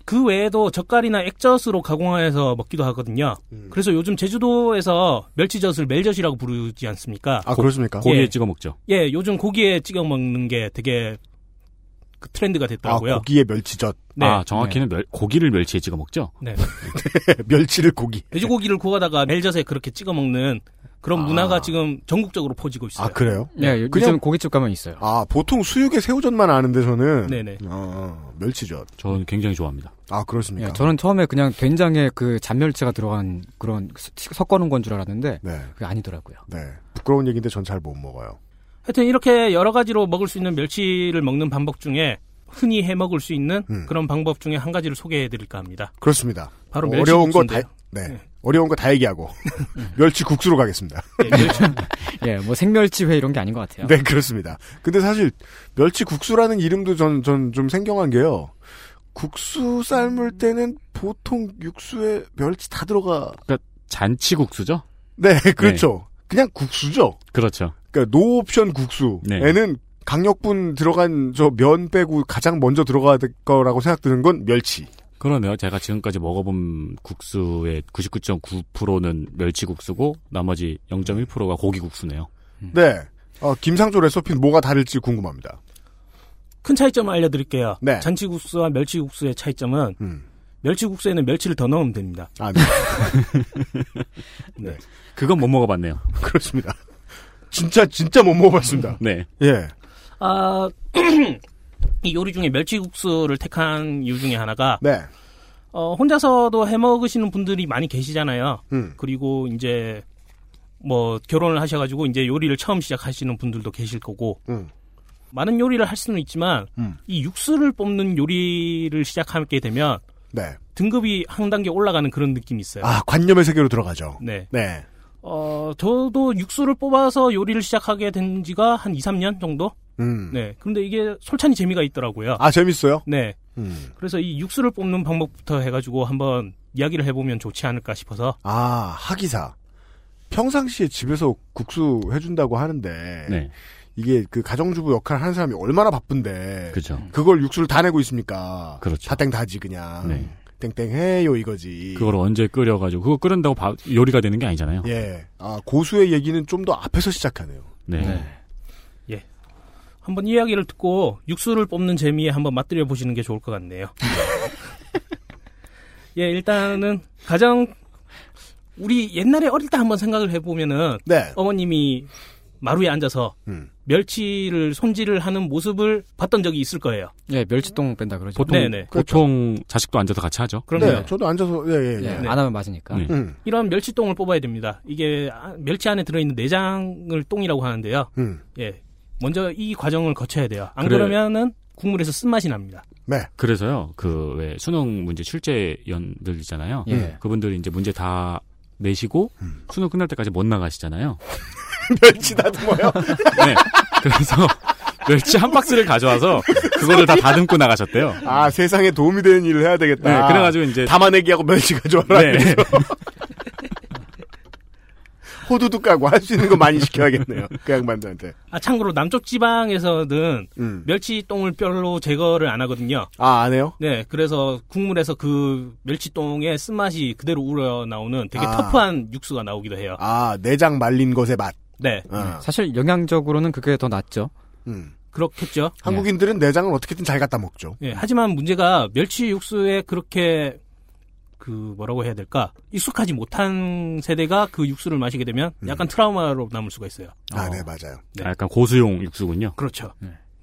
S10: 그 외에도 젓갈이나 액젓으로 가공하여서 먹기도 하거든요.
S2: 음.
S10: 그래서 요즘 제주도에서 멸치젓을 멜젓이라고 부르지 않습니까?
S2: 아 그렇습니까?
S4: 고기에
S10: 예.
S4: 찍어 먹죠.
S10: 예, 요즘 고기에 찍어 먹는 게 되게 그 트렌드가
S2: 아
S10: 됐더라고요.
S2: 고기에 멸치젓,
S10: 네.
S4: 아 정확히는 멸- 고기를 멸치에 찍어 먹죠.
S10: 네.
S2: 예, 멸치를 고기.
S10: 돼지고기를 구하다가 멜젓에 그렇게 찍어 먹는 그런
S2: 아.
S10: 문화가 지금 전국적으로 퍼지고 있어요.
S2: 아 그래요?
S5: 네, 요즘
S2: 그냥-
S5: 고깃집 가면 있어요.
S2: 아 보통 수육에 새우젓만 아는데 저는
S10: 네네.
S2: 어, 어, 멸치젓.
S4: 저는 굉장히 좋아합니다.
S2: 아 그렇습니까?
S4: 네,
S5: 예, 저는 처음에 그냥 된장에 그 잔멸치가 들어간 그런 스- 섞어놓은 건 줄 알았는데
S2: 네,
S5: 그게 아니더라고요.
S2: 네. 부끄러운 얘기인데 전 잘 못 먹어요.
S10: 하여튼 이렇게 여러 가지로 먹을 수 있는 멸치를 먹는 방법 중에 흔히 해 먹을 수 있는
S2: 음.
S10: 그런 방법 중에 한 가지를 소개해 드릴까 합니다.
S2: 그렇습니다. 뭐
S10: 바로 멸치
S2: 어려운 거 다,
S10: 국수인데요.
S2: 네.
S10: 네.
S2: 어려운 거 다 얘기하고 멸치 국수로 가겠습니다.
S10: 예, 멸치-
S5: 예, 뭐 생멸치회 이런 게 아닌 것 같아요.
S2: 네, 그렇습니다. 근데 사실 멸치 국수라는 이름도 전 전 좀 생경한 게요. 국수 삶을 때는 보통 육수에 멸치 다 들어가.
S4: 잔치국수죠.
S2: 네, 그렇죠. 그냥 국수죠.
S4: 그렇죠.
S2: 그러니까 노옵션
S10: 네.
S2: 국수에는 강력분 들어간 저 면 빼고 가장 먼저 들어가야 될 거라고 생각드는 건 멸치.
S4: 그러네요. 제가 지금까지 먹어본 국수의 99.9%는 멸치국수고 나머지 0.1%가 고기국수네요.
S10: 음.
S2: 네. 어, 김상조 레시피는 뭐가 다를지 궁금합니다.
S10: 큰 차이점을 알려드릴게요.
S2: 네.
S10: 잔치국수와 멸치국수의 차이점은
S2: 음.
S10: 멸치국수에는 멸치를 더 넣으면 됩니다.
S2: 아, 네.
S4: 그건 못 먹어봤네요.
S2: 그렇습니다. 네. 진짜 진짜 못 먹어봤습니다.
S4: 네.
S2: 예.
S10: 아, 이 요리 중에 멸치국수를 택한 이유 중에 하나가
S2: 네.
S10: 어, 혼자서도 해 먹으시는 분들이 많이 계시잖아요.
S2: 음.
S10: 그리고 이제 뭐 결혼을 하셔가지고 이제 요리를 처음 시작하시는 분들도 계실 거고
S2: 음.
S10: 많은 요리를 할 수는 있지만
S2: 음.
S10: 이 육수를 뽑는 요리를 시작하게 되면
S2: 네.
S10: 등급이 한 단계 올라가는 그런 느낌이 있어요.
S2: 아, 관념의 세계로 들어가죠.
S10: 네.
S2: 네.
S10: 어, 저도 육수를 뽑아서 요리를 시작하게 된 지가 한 2, 3년 정도?
S2: 음.
S10: 네. 그런데 이게 솔찬히 재미가 있더라고요.
S2: 아, 재밌어요?
S10: 네.
S2: 음.
S10: 그래서 이 육수를 뽑는 방법부터 해가지고 한번 이야기를 해보면 좋지 않을까 싶어서
S2: 아, 하기사. 평상시에 집에서 국수 해준다고 하는데
S4: 네.
S2: 이게 그 가정주부 역할을 하는 사람이 얼마나 바쁜데
S4: 그죠.
S2: 그걸 육수를 다 내고 있습니까?
S4: 그렇죠.
S2: 다땡 다지 그냥
S4: 네.
S2: 땡땡해요 이거지.
S4: 그걸 언제 끓여가지고 그거 끓인다고 밥- 요리가 되는 게 아니잖아요.
S2: 예. 아 고수의 얘기는 좀 더 앞에서 시작하네요.
S4: 네.
S10: 한번 이야기를 듣고 육수를 뽑는 재미에 한번 맛들여 보시는 게 좋을 것 같네요. 예, 일단은 가장 우리 옛날에 어릴 때 한번 생각을 해보면은
S2: 네.
S10: 어머님이 마루에 앉아서
S2: 음.
S10: 멸치를 손질을 하는 모습을 봤던 적이 있을 거예요.
S5: 예, 멸치똥 뺀다 그러죠.
S4: 보통
S10: 네네.
S4: 보통 자식도 앉아서 같이 하죠.
S10: 그럼요.
S2: 네. 저도 앉아서 예 예.
S5: 예,
S2: 예.
S10: 네.
S5: 안 하면 맞으니까.
S4: 네.
S2: 음.
S10: 이런 멸치똥을 뽑아야 됩니다. 이게 아- 멸치 안에 들어있는 내장을 똥이라고 하는데요.
S2: 음.
S10: 예, 먼저 이 과정을 거쳐야 돼요. 안
S4: 그래.
S10: 그러면은 국물에서 쓴맛이 납니다.
S2: 네.
S4: 그래서요 그 왜 수능 문제 출제위원들 있잖아요.
S5: 예.
S2: 음.
S4: 그분들이 이제 문제 다 내시고 수능 끝날 때까지 못 나가시잖아요.
S2: 멸치 다듬어요?
S4: 네. 그래서 멸치 한 박스를 가져와서 그거를 다 다듬고 나가셨대요.
S2: 아, 세상에 도움이 되는 일을 해야 되겠다.
S4: 네, 그래가지고 이제-
S2: 담아내기하고 멸치 가져와라.
S4: 네.
S2: 이러면서. 호두도 까고 할 수 있는 거 많이 시켜야겠네요. 그 양반들한테.
S10: 아 참고로 남쪽 지방에서는
S2: 음.
S10: 멸치 똥을 뼈로 제거를 안 하거든요.
S2: 아, 안 해요?
S10: 네, 그래서 국물에서 그 멸치 똥의 쓴맛이 그대로 우러 나오는 되게
S2: 아.
S10: 터프한 육수가 나오기도 해요.
S2: 아, 내장 말린 것의 맛.
S10: 네,
S2: 어.
S5: 사실 영양적으로는 그게 더 낫죠.
S2: 음.
S10: 그렇겠죠.
S2: 한국인들은 내장을 어떻게든 잘 갖다 먹죠.
S10: 예, 하지만 문제가 멸치 육수에 그렇게 그 뭐라고 해야 될까 익숙하지 못한 세대가 그 육수를 마시게 되면 약간 트라우마로 남을 수가 있어요.
S2: 아, 네, 맞아요.
S10: 네.
S4: 아, 약간 고수용 육수군요.
S10: 그렇죠.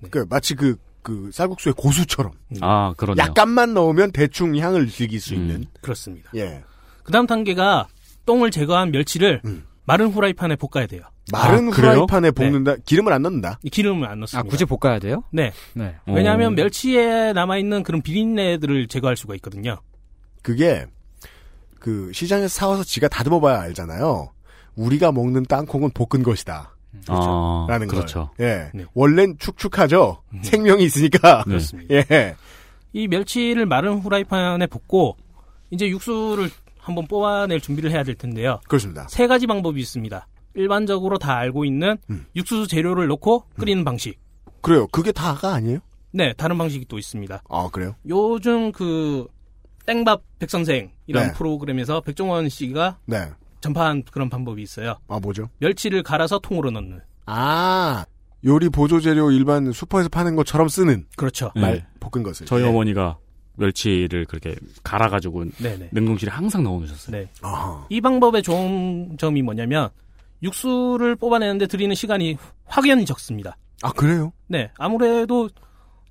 S2: 그, 마치 그, 그, 쌀국수의 고수처럼.
S4: 아,
S2: 음.
S4: 그러네요. 음.
S2: 약간만 넣으면 대충 향을 즐길 수 있는.
S10: 그렇습니다.
S2: 예.
S10: 그다음 단계가 똥을 제거한 멸치를 마른 후라이팬에 볶아야 돼요.
S2: 마른
S4: 아, 그래요?
S2: 후라이판에 볶는다. 기름을 안 넣는다.
S10: 이 기름을 안 넣습니다.
S5: 아, 굳이 볶아야 돼요?
S10: 네.
S5: 네.
S10: 왜냐하면
S4: 오.
S10: 멸치에 남아 있는 그런 비린내들을 제거할 수가 있거든요.
S2: 그게 그 시장에서 사와서 지가 다듬어봐야 알잖아요. 우리가 먹는 땅콩은 볶은 것이다.
S4: 아,
S2: 라는 거.
S4: 그렇죠.
S2: 예.
S10: 네.
S2: 원래는 축축하죠. 생명이 있으니까.
S4: 네.
S10: 그렇습니다.
S2: 예.
S10: 이 멸치를 마른 후라이팬에 볶고 이제 육수를 한번 뽑아낼 준비를 해야 될 텐데요.
S2: 그렇습니다.
S10: 세 가지 방법이 있습니다. 일반적으로 다 알고 있는
S2: 음.
S10: 육수 재료를 넣고 끓이는 방식.
S2: 그래요. 그게 다가 아니에요?
S10: 네, 다른 방식이 또 있습니다.
S2: 아, 그래요?
S10: 요즘 그 땡밥 백선생이라는
S2: 네.
S10: 프로그램에서 백종원 씨가
S2: 네.
S10: 전파한 그런 방법이 있어요.
S2: 아, 뭐죠?
S10: 멸치를 갈아서 통으로 넣는.
S2: 아, 요리 보조 재료 일반 슈퍼에서 파는 것처럼 쓰는
S10: 그렇죠.
S4: 네.
S2: 말 볶은 것을.
S4: 저희
S2: 예.
S4: 어머니가 멸치를 그렇게 갈아가지고
S10: 네네.
S4: 냉동실에 항상 넣어놓으셨어요.
S10: 네.
S2: 아하.
S10: 이 방법의 좋은 점이 뭐냐면 육수를 뽑아내는데 들이는 시간이 확연히 적습니다.
S2: 아, 그래요?
S10: 네, 아무래도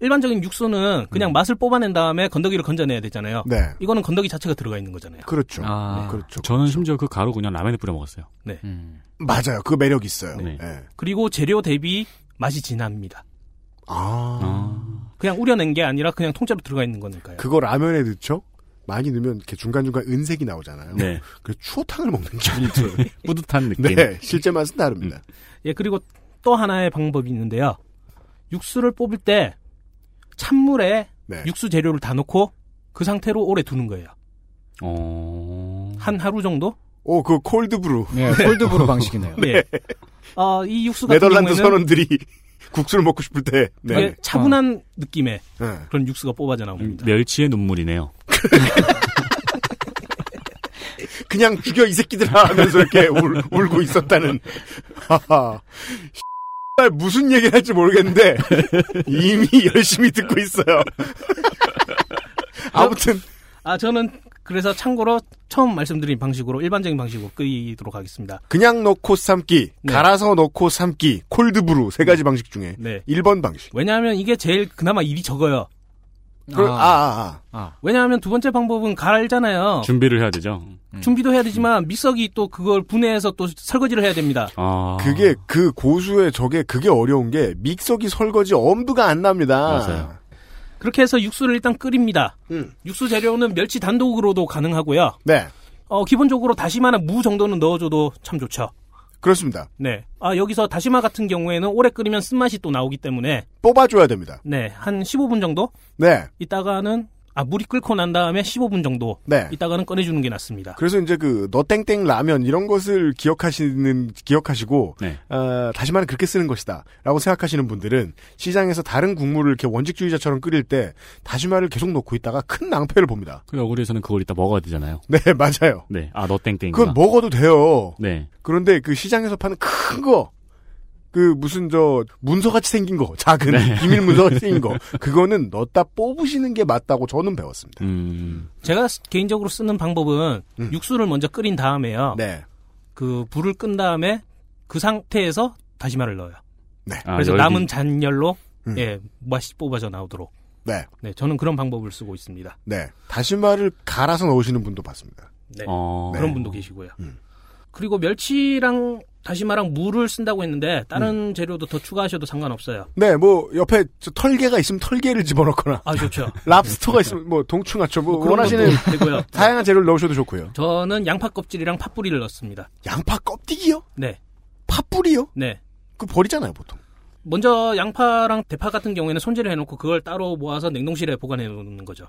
S10: 일반적인 육수는 그냥 맛을 뽑아낸 다음에 건더기를 건져내야 되잖아요.
S2: 음. 네.
S10: 이거는 건더기 자체가 들어가 있는 거잖아요.
S2: 그렇죠.
S5: 아.
S2: 네, 그렇죠.
S4: 저는 심지어 그 가루 그냥 라면에 뿌려 먹었어요.
S5: 음.
S2: 맞아요. 그 매력 있어요.
S4: 네.
S2: 예.
S10: 그리고 재료 대비 맛이 진합니다.
S2: 아.
S4: 아.
S10: 그냥 우려낸 게 아니라 그냥 통째로 들어가 있는 거니까요.
S2: 그거 라면에 넣죠? 많이 넣으면 이렇게 중간중간 은색이 나오잖아요.
S4: 네.
S2: 그래서 추어탕을 먹는 기분이
S10: 그렇죠.
S2: 들어요.
S4: 뿌듯한 느낌.
S2: 네, 실제 맛은 다릅니다.
S10: 예, 그리고 또 하나의 방법이 있는데요. 육수를 뽑을 때 찬물에
S2: 네.
S10: 육수 재료를 다 넣고 그 상태로 오래 두는 거예요.
S4: 어.
S10: 한 하루 정도?
S2: 오, 그 콜드브루.
S5: 네, 콜드브루 방식이네요.
S10: 네. 어, 이 육수 같은
S2: 네덜란드
S10: 경우에는
S2: 선원들이 국수를 먹고 싶을 때. 네.
S10: 되게 차분한 느낌의
S2: 네.
S10: 그런 육수가 뽑아져
S4: 음.
S10: 나옵니다.
S4: 멸치의 눈물이네요.
S2: 그냥 죽여 이 새끼들아 하면서 이렇게 울, 울고 있었다는. 하하. 발 무슨 얘기를 할지 모르겠는데 이미 열심히 듣고 있어요. 아무튼
S10: 아, 저는 그래서 참고로 처음 말씀드린 방식으로 일반적인 방식으로 끓이도록 하겠습니다.
S2: 그냥 넣고 삶기,
S10: 네.
S2: 갈아서 넣고 삶기, 콜드브루 세 가지 방식 중에
S10: 네.
S2: 1번 방식.
S10: 왜냐하면 이게 제일 그나마 일이 적어요.
S2: 그럼- 아, 아, 아.
S10: 왜냐하면 두 번째 방법은 갈잖아요. 음.
S4: 준비를 해야 되죠.
S10: 준비도 해야 되지만 믹서기 또 그걸 분해해서 또 설거지를 해야 됩니다.
S4: 아.
S2: 그게 그 고수의 저게 그게 어려운 게 믹서기 설거지 엄두가 안 납니다.
S4: 맞아요.
S10: 그렇게 해서 육수를 일단 끓입니다.
S2: 음.
S10: 육수 재료는 멸치 단독으로도 가능하고요.
S2: 네.
S10: 어, 기본적으로 다시마나 무 정도는 넣어줘도 참 좋죠.
S2: 그렇습니다.
S10: 네. 아, 여기서 다시마 같은 경우에는 오래 끓이면 쓴맛이 또 나오기 때문에
S2: 뽑아줘야 됩니다.
S10: 네. 한 15분 정도?
S2: 네.
S10: 이따가는 아, 물이 끓고 난 다음에 15분 정도
S2: 네.
S10: 이따가는 꺼내주는 게 낫습니다.
S2: 그래서 이제 그 너땡땡 라면 이런 것을 기억하시는 기억하시고
S4: 네.
S2: 어, 다시마는 그렇게 쓰는 것이다라고 생각하시는 분들은 시장에서 다른 국물을 이렇게 원칙주의자처럼 끓일 때 다시마를 계속 넣고 있다가 큰 낭패를 봅니다.
S4: 그 얼굴에서는 그걸 이따 먹어야 되잖아요.
S2: 네 맞아요.
S4: 네. 아, 너 땡땡.
S2: 그건 먹어도 돼요.
S4: 네.
S2: 그런데 그 시장에서 파는 큰 거, 그 무슨 저 문서같이 생긴 거, 작은 비밀 문서같이 생긴 거, 그거는 넣다 뽑으시는 게 맞다고 저는 배웠습니다.
S4: 음.
S10: 제가 스- 개인적으로 쓰는 방법은
S2: 음.
S10: 육수를 먼저 끓인 다음에요.
S2: 네.
S10: 그 불을 끈 다음에 그 상태에서 다시마를 넣어요.
S4: 아,
S10: 그래서
S4: 열기-
S10: 남은 잔열로
S2: 음.
S10: 예, 맛이 뽑아져 나오도록.
S2: 네.
S10: 네, 저는 그런 방법을 쓰고 있습니다.
S2: 네. 다시마를 갈아서 넣으시는 분도 봤습니다.
S10: 네.
S4: 어.
S10: 그런 분도 계시고요.
S2: 음.
S10: 그리고 멸치랑 다시마랑 무를 쓴다고 했는데 다른
S2: 음.
S10: 재료도 더 추가하셔도 상관없어요.
S2: 네, 뭐, 옆에 저 털개가 있으면 털개를 집어넣거나,
S10: 아 좋죠.
S2: 랍스터가 있으면 뭐, 동충하초, 뭐,
S10: 그런
S2: 원하시는
S10: 것도 되고요.
S2: 다양한 재료를 넣으셔도 좋고요.
S10: 저는 양파 껍질이랑 팥뿌리를 넣습니다.
S2: 양파 껍데기요?
S10: 네.
S2: 팥불이요?
S10: 네.
S2: 그 버리잖아요, 보통.
S10: 먼저 양파랑 대파 같은 경우에는 손질을 해놓고 그걸 따로 모아서 냉동실에 보관해 놓는 거죠.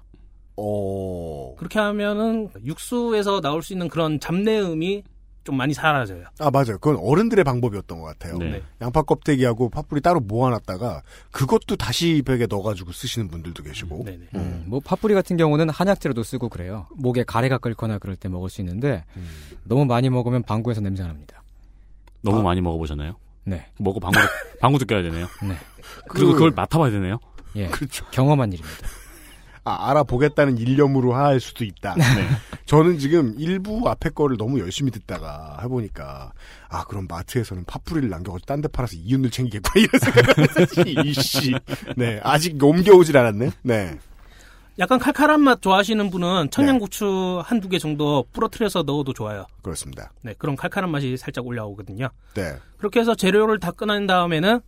S2: 어.
S10: 그렇게 하면은 육수에서 나올 수 있는 그런 잡내음이 좀 많이 사라져요.
S2: 아, 맞아요. 그건 어른들의 방법이었던 것 같아요.
S10: 네.
S2: 양파 껍데기하고 팥불이 따로 모아놨다가 그것도 다시 벽에 넣어가지고 쓰시는 분들도 계시고.
S5: 음, 뭐 파뿌리 같은 경우는 한약재로도 쓰고 그래요. 목에 가래가 끓거나 그럴 때 먹을 수 있는데 너무 많이 먹으면 방구에서 냄새가 납니다.
S10: 아.
S4: 너무 많이 먹어보셨나요?
S5: 네.
S4: 먹어 방구 방구도 껴야 되네요.
S5: 네.
S4: 그리고
S2: 그-
S4: 그걸 맡아봐야 되네요.
S5: 예.
S2: 그렇죠.
S5: 경험한 일입니다.
S2: 아, 알아보겠다는 일념으로 할 수도 있다. 네. 저는 지금 일부 앞에 거를 너무 열심히 듣다가 해보니까, 아, 그럼 마트에서는 파프리를 남겨가지고 딴 데 팔아서 이윤을 챙기겠구나, 이런 생각을 이씨. 네, 아직 옮겨오질 않았네? 네.
S10: 약간 칼칼한 맛 좋아하시는 분은 청양고추 한두 개 정도 부러뜨려서 넣어도 좋아요.
S2: 그렇습니다.
S10: 네, 그럼 칼칼한 맛이 살짝 올라오거든요.
S2: 네.
S10: 그렇게 해서 재료를 다 꺼낸 다음에는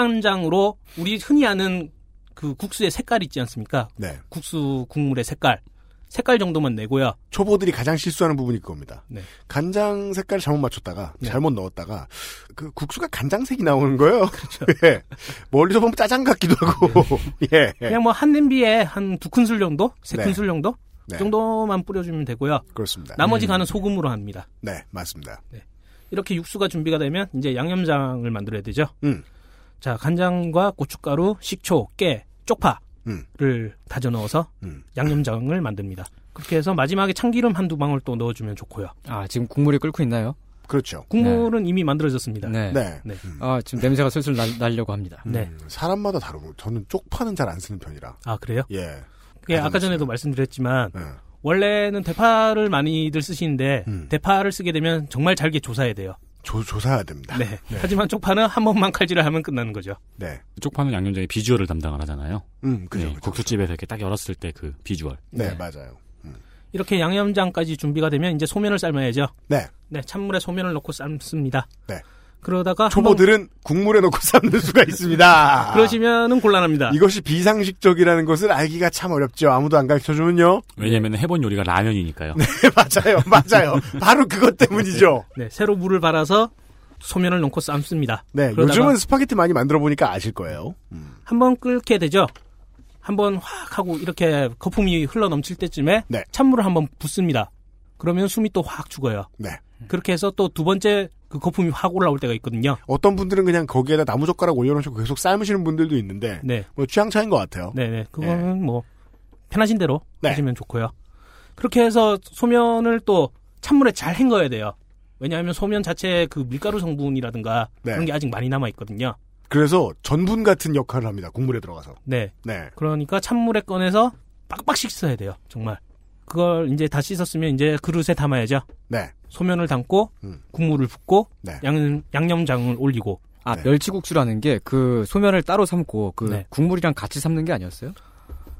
S10: 국간장으로 우리 흔히 아는 그 국수의 색깔 있지 않습니까?
S2: 네.
S10: 국수 국물의 색깔. 색깔 정도만 내고요.
S2: 초보들이 가장 실수하는 부분이 그겁니다.
S10: 네.
S2: 간장 색깔 잘못 맞췄다가 잘못 넣었다가 그 국수가 간장색이 나오는 거예요.
S10: 그렇죠.
S2: 예. 멀리서 보면 짜장 같기도 하고. 예.
S10: 그냥 뭐 한 냄비에 한 두 큰술 정도, 세
S2: 네.
S10: 큰술 정도 그
S2: 네.
S10: 정도만 뿌려주면 되고요.
S2: 그렇습니다.
S10: 나머지
S2: 음.
S10: 간은 소금으로 합니다.
S2: 네, 맞습니다.
S10: 이렇게 육수가 준비가 되면 이제 양념장을 만들어야 되죠.
S2: 음.
S10: 자, 간장과 고춧가루, 식초, 깨, 쪽파를
S2: 음.
S10: 다져 넣어서 양념장을 만듭니다. 그렇게 해서 마지막에 참기름 한두 방울 또 넣어주면 좋고요.
S5: 아, 지금 국물이 끓고 있나요?
S2: 그렇죠.
S10: 국물은 이미 만들어졌습니다.
S5: 네.
S2: 네. 음.
S5: 아, 지금 냄새가 슬슬 날, 날려고 합니다.
S10: 네.
S2: 사람마다 다르고 저는 쪽파는 잘 안 쓰는 편이라.
S10: 아, 그래요?
S2: 예.
S10: 그게 아까 전에도 말씀드렸지만
S2: 네.
S10: 원래는 대파를 많이들 쓰시는데
S2: 음.
S10: 대파를 쓰게 되면 정말 잘게 조사해야 돼요.
S2: 조, 조사해야 됩니다.
S10: 네. 하지만 쪽파는 한 번만 칼질을 하면 끝나는 거죠.
S2: 네.
S4: 쪽파는 양념장의 비주얼을 담당을 하잖아요.
S2: 음,
S10: 네,
S4: 그죠. 국수집에서 이렇게 딱 열었을 때 그 비주얼.
S2: 네, 맞아요.
S10: 이렇게 양념장까지 준비가 되면 이제 소면을 삶아야죠.
S2: 네.
S10: 네, 찬물에 소면을 넣고 삶습니다.
S2: 네.
S10: 그러다가
S2: 초보들은 국물에 넣고 삶는 수가 있습니다.
S10: 그러시면은 곤란합니다.
S2: 이것이 비상식적이라는 것을 알기가 참 어렵죠. 아무도 안 가르쳐 주면요. 네,
S10: 네.
S4: 왜냐면 해본 요리가 라면이니까요.
S2: 맞아요, 맞아요. 바로 그것 때문이죠.
S10: 네, 새로 물을 발아서 소면을 넣고 삶습니다.
S2: 네,
S10: 그러다가
S2: 요즘은 스파게티 많이 만들어 보니까 아실 거예요.
S10: 한번 끓게 되죠. 한번 확 하고 이렇게 거품이 흘러 넘칠 때쯤에
S2: 네.
S10: 찬물을 한번 붓습니다. 그러면 숨이 또 확 죽어요.
S2: 네.
S10: 그렇게 해서 또 두 번째 그 거품이 확 올라올 때가 있거든요.
S2: 어떤 분들은 그냥 거기에다 나무젓가락 올려놓으시고 계속 삶으시는 분들도 있는데,
S10: 네.
S2: 뭐 취향 차인 것 같아요.
S10: 네네. 그거는 뭐 편하신 대로
S2: 네.
S10: 하시면 좋고요. 그렇게 해서 소면을 또 찬물에 잘 헹궈야 돼요. 왜냐하면 소면 자체에 그 밀가루 성분이라든가
S2: 네.
S10: 그런 게 아직 많이 남아 있거든요.
S2: 그래서 전분 같은 역할을 합니다. 국물에 들어가서.
S10: 네.
S2: 네.
S10: 그러니까 찬물에 꺼내서 빡빡 씻어야 돼요. 정말. 그걸 이제 다 씻었으면 이제 그릇에 담아야죠.
S2: 네.
S10: 소면을 담고 국물을 붓고
S2: 네.
S10: 양, 양념장을 올리고
S5: 아, 멸치국수라는 게 그 소면을 따로 삶고 그
S10: 네.
S5: 국물이랑 같이 삶는 게 아니었어요?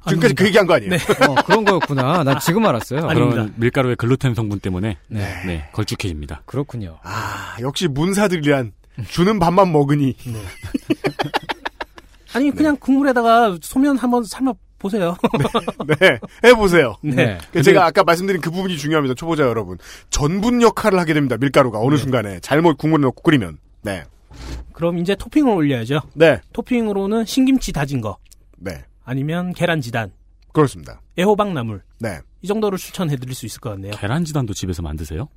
S10: 지금까지 그
S2: 얘기한 거 아니에요?
S5: 어, 그런 거였구나. 나 지금 알았어요.
S4: 그러면 밀가루의 글루텐 성분 때문에
S5: 네.
S4: 네. 걸쭉해집니다.
S5: 그렇군요.
S2: 아, 역시 문사들이란 주는 밥만 먹으니.
S10: 아니 그냥 국물에다가 소면 한번 삶아 보세요.
S2: 네. 해보세요.
S10: 네.
S2: 그 제가 아까 말씀드린 그 부분이 중요합니다. 초보자 여러분. 전분 역할을 하게 됩니다. 밀가루가 어느 순간에. 잘못 국물에 넣고 끓이면. 네.
S10: 그럼 이제 토핑을 올려야죠.
S2: 네.
S10: 토핑으로는 신김치 다진 거
S2: 네.
S10: 아니면 계란 지단,
S2: 그렇습니다.
S10: 애호박나물
S2: 네.
S10: 이 정도를 추천해드릴 수 있을 것 같네요.
S4: 계란지단도 집에서 만드세요?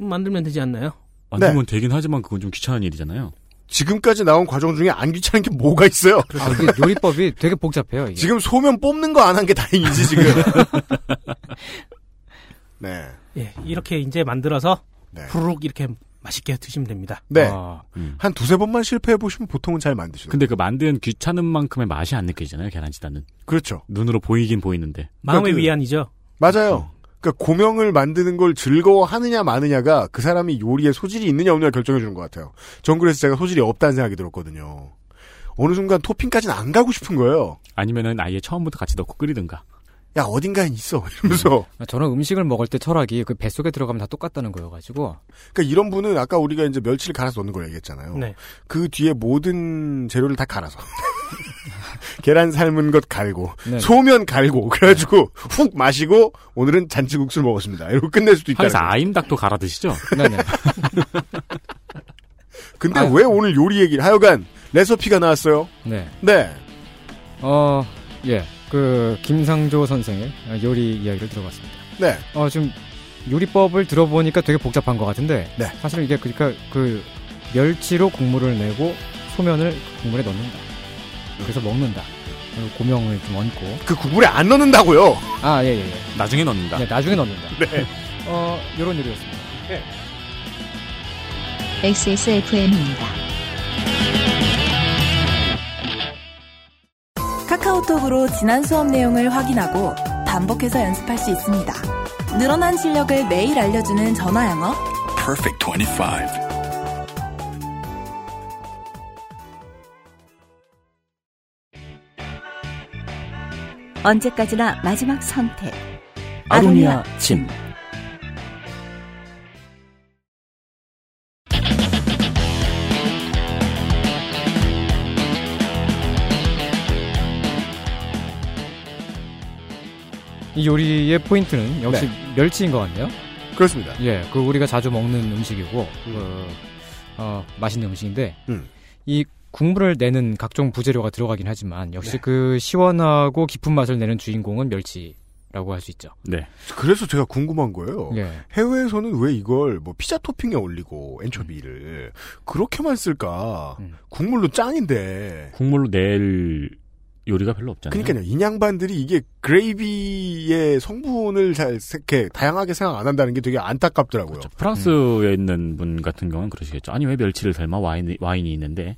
S10: 음, 만들면 되지 않나요?
S4: 만들면
S2: 네.
S4: 되긴 하지만 그건 좀 귀찮은 일이잖아요.
S2: 지금까지 나온 과정 중에 안 귀찮은 게 뭐가 있어요?
S5: 아, 이게 요리법이 되게 복잡해요. 이게.
S2: 지금 소면 뽑는 거 안 한 게 다행이지, 지금. 네.
S10: 예, 이렇게 이제 만들어서
S2: 네.
S10: 후루룩 이렇게 맛있게 드시면 됩니다.
S2: 네.
S5: 아,
S2: 한 두세 번만 실패해보시면 보통은 잘 만드시죠.
S4: 음. 근데 그 만든 귀찮은 만큼의 맛이 안 느껴지잖아요, 계란지단은.
S2: 그렇죠.
S4: 눈으로 보이긴 보이는데.
S10: 마음의
S2: 그러니까 그-
S10: 위안이죠.
S2: 맞아요. 그러니까 고명을 만드는 걸 즐거워하느냐 마느냐가 그 사람이 요리에 소질이 있느냐 없느냐 결정해 주는 것 같아요. 전 그래서 제가 소질이 없다는 생각이 들었거든요. 어느 순간 토핑까지는 안 가고 싶은 거예요.
S4: 아니면은 아예 처음부터 같이 넣고 끓이든가.
S2: 야 어딘가엔 있어 이러면서.
S5: 아, 저는 음식을 먹을 때 철학이 그 뱃속에 들어가면 다 똑같다는 거여가지고
S2: 그러니까 이런 분은 아까 우리가 이제 멸치를 갈아서 넣는 걸 얘기했잖아요.
S10: 네.
S2: 그 뒤에 모든 재료를 다 갈아서 계란 삶은 것 갈고
S5: 네.
S2: 소면 갈고 그래가지고 훅 마시고 오늘은 잔치국수를 먹었습니다. 이러고 끝낼 수도 있다.
S5: 네,
S4: 항상 아임닭도 갈아 드시죠?
S5: 네네.
S2: 근데 왜 오늘 요리 얘기를 하여간 레서피가 나왔어요.
S5: 네.
S2: 네.
S5: 어, 예. 그, 김상조 선생의 요리 이야기를 들어봤습니다.
S2: 네.
S5: 어, 지금 요리법을 들어보니까 되게 복잡한 것 같은데.
S2: 네.
S5: 사실 이게 그러니까 그 멸치로 국물을 내고 소면을 국물에 넣는다. 그래서 먹는다. 그리고 고명을 좀 얹고.
S2: 그 국물에 안 넣는다고요?
S5: 아, 예, 예, 예.
S4: 나중에 넣는다.
S5: 네, 나중에 넣는다.
S2: 네.
S5: 어, 요런 요리였습니다.
S1: XSFM입니다.
S9: 카카오톡으로 지난 수업 내용을 확인하고 반복해서 연습할 수 있습니다. 늘어난 실력을 매일 알려주는 전화 영어.
S11: Perfect 25.
S12: 언제까지나 마지막 선택.
S13: 아로니아 침.
S5: 이 요리의 포인트는 역시 멸치인 것 같네요.
S2: 그렇습니다.
S5: 예, 그 우리가 자주 먹는 음식이고 그, 어, 맛있는 음식인데
S2: 음.
S5: 이 국물을 내는 각종 부재료가 들어가긴 하지만 역시 그 시원하고 깊은 맛을 내는 주인공은 멸치라고 할 수 있죠.
S4: 네.
S2: 그래서 제가 궁금한 거예요.
S5: 예.
S2: 해외에서는 왜 이걸 뭐 피자 토핑에 올리고 엔초비를 그렇게만
S5: 어.
S2: 쓸까?
S5: 음.
S2: 국물로 짱인데.
S4: 국물로 낼 요리가 별로 없잖아요.
S2: 그러니까요. 인양반들이 이게 그레이비의 성분을 잘 이렇게 다양하게 생각 안 한다는 게 되게 안타깝더라고요.
S4: 프랑스에 있는 분 같은 경우는 그러시겠죠. 아니 왜 멸치를 삶아 와인이, 와인이 있는데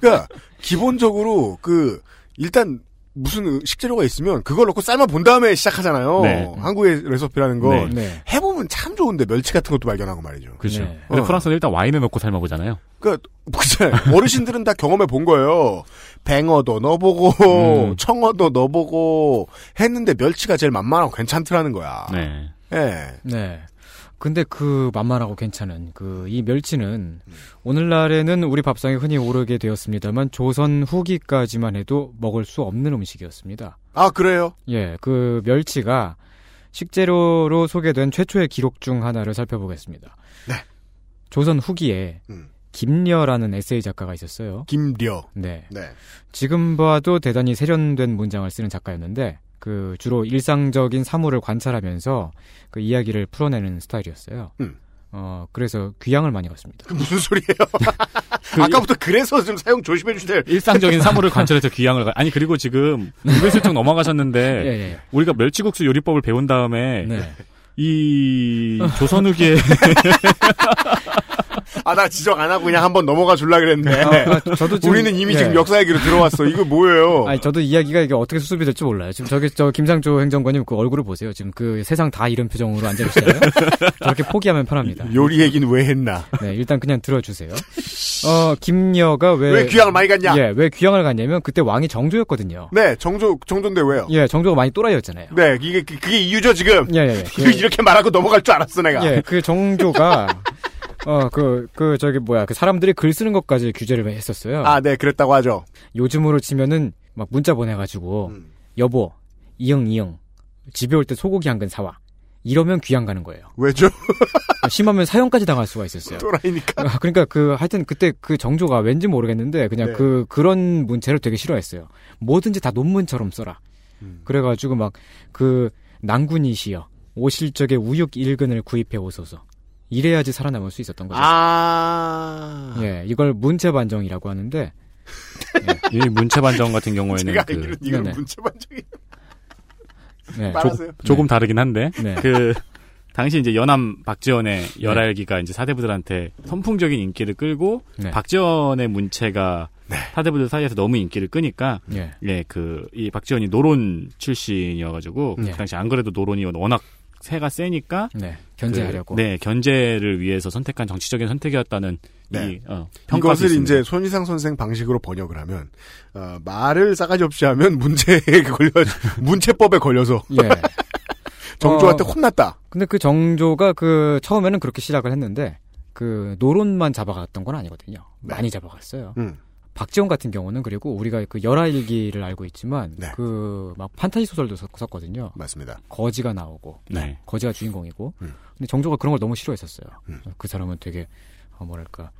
S2: 그러니까 기본적으로 그 일단 무슨 식재료가 있으면 그걸 넣고 삶아 본 다음에 시작하잖아요.
S4: 네.
S2: 한국의 레시피라는 건
S4: 네. 네.
S2: 해보면 참 좋은데 멸치 같은 것도 발견하고 말이죠.
S4: 그렇죠.
S2: 네.
S4: 근데
S2: 어.
S4: 프랑스는 일단 와인에 넣고 삶아 보잖아요.
S2: 그러니까 그렇잖아요. 어르신들은 다 경험해 본 거예요. 뱅어도
S5: 음.
S2: 넣어보고 청어도 넣어보고 했는데 멸치가 제일 만만하고 괜찮더라는 거야.
S4: 네.
S2: 예.
S5: 네. 근데 그 만만하고 괜찮은 그 이 멸치는 오늘날에는 우리 밥상에 흔히 오르게 되었습니다만 조선 후기까지만 해도 먹을 수 없는 음식이었습니다.
S2: 아 그래요?
S5: 예, 그 멸치가 식재료로 소개된 최초의 기록 중 하나를 살펴보겠습니다.
S2: 네. 음.
S5: 조선 후기에 김려라는 에세이 작가가 있었어요.
S2: 김려.
S5: 네.
S2: 네.
S5: 지금 봐도 대단히 세련된 문장을 쓰는 작가였는데 그 주로 일상적인 사물을 관찰하면서 그 이야기를 풀어내는 스타일이었어요.
S2: 음.
S5: 어 그래서 귀향을 많이 갔습니다.
S2: 무슨 소리예요? 아까부터 그래서 좀 사용 조심해 주세요.
S4: 일상적인 사물을 관찰해서 귀향을 가. 아니 그리고 지금 입을 슬쩍 넘어가셨는데
S5: 예. 네.
S4: 우리가 멸치국수 요리법을 배운 다음에
S2: 네.
S4: 이 조선 후기에
S2: 아, 나 지적 안 하고 그냥 한번 넘어가 줄라 그랬는데.
S5: 아, 아, 저도 지금-
S2: 우리는 이미
S5: 예.
S2: 지금 역사 얘기로 들어왔어. 이거 뭐예요?
S5: 아니 저도 이야기가 이게 어떻게 수습이 될지 몰라요. 지금 저기 저 김상조 행정관님 그 얼굴을 보세요. 지금 그 세상 다 이런 표정으로 앉아 계시잖아요. 저렇게 포기하면 편합니다.
S2: 요리 얘기는 왜 했나?
S5: 네, 일단 그냥 들어주세요. 어, 김여가 왜.
S2: 왜 귀향을 많이 갔냐?
S5: 예, 왜 귀향을 갔냐면 그때 왕이 정조였거든요.
S2: 네, 정조, 정조인데 왜요?
S5: 예, 정조가 많이 또라이였잖아요.
S2: 네, 이게, 그- 그게 이유죠, 지금.
S5: 예, 예,
S2: 이거 이렇게 말하고 넘어갈 줄 알았어, 내가.
S5: 예, 그 정조가. 어, 그, 그, 저기, 뭐야, 그 사람들이 글 쓰는 것까지 규제를 했었어요.
S2: 아, 네, 그랬다고 하죠.
S5: 요즘으로 치면은, 막 문자 보내가지고,
S2: 음.
S5: 여보, 이응, 이응, 집에 올 때 소고기 한 근 사와. 이러면 귀향 가는 거예요. 아,
S2: 왜죠?
S5: 심하면 사형까지 당할 수가
S4: 네.
S5: 있었어요.
S2: 또라이니까.
S5: 아, 그러니까 그 하여튼 그때 그 정조가 왠지 모르겠는데 그냥
S2: 네.
S5: 그 그런 문체를 되게 싫어했어요. 뭐든지 다 논문처럼 써라.
S2: 음.
S5: 그래가지고 막 그 난군이시여 오실 적에 우육 일근을 구입해 오소서. 이래야지 살아남을 수 있었던 거죠.
S2: 아.
S5: 예, 이걸 문체 반정이라고 하는데
S4: 이 문체 반정 같은 경우에는
S2: 제가
S4: 그
S2: 알기로는 이건
S5: 네네.
S2: 문체 반정이.
S5: 네.
S2: 말하세요.
S4: 조, 금 다르긴 한데
S5: 네.
S4: 그 당시 이제 연암 박지원의 열알기가 이제 사대부들한테 선풍적인 인기를 끌고
S5: 네.
S4: 박지원의 문체가
S2: 네.
S4: 사대부들 사이에서 너무 인기를 끄니까
S5: 예.
S4: 예, 그, 이 박지원이 노론 출신이어가지고,
S5: 예.
S4: 그 당시 안 그래도 노론이 워낙 세가 세니까,
S5: 네, 견제하려고.
S4: 그, 네, 견제를 위해서 선택한 정치적인 선택이었다는 이, 어, 평가도
S2: 네. 이것을
S4: 있습니다.
S2: 이제 손희상 선생 방식으로 번역을 하면, 어, 말을 싸가지 없이 하면 문제에 걸려, 문체법에 걸려서.
S5: 예.
S2: 정조한테
S5: 어,
S2: 혼났다.
S5: 근데 그 정조가 그 처음에는 그렇게 시작을 했는데 그 노론만 잡아갔던 건 아니거든요. 많이 잡아갔어요.
S2: 음.
S5: 박지원 같은 경우는 그리고 우리가 그 열하일기를 알고 있지만 그 막 판타지 소설도 섞- 썼거든요.
S2: 맞습니다.
S5: 거지가 나오고
S4: 네.
S5: 거지가 주인공이고
S2: 음.
S5: 근데 정조가 그런 걸 너무 싫어했었어요. 그 사람은 되게 어, 뭐랄까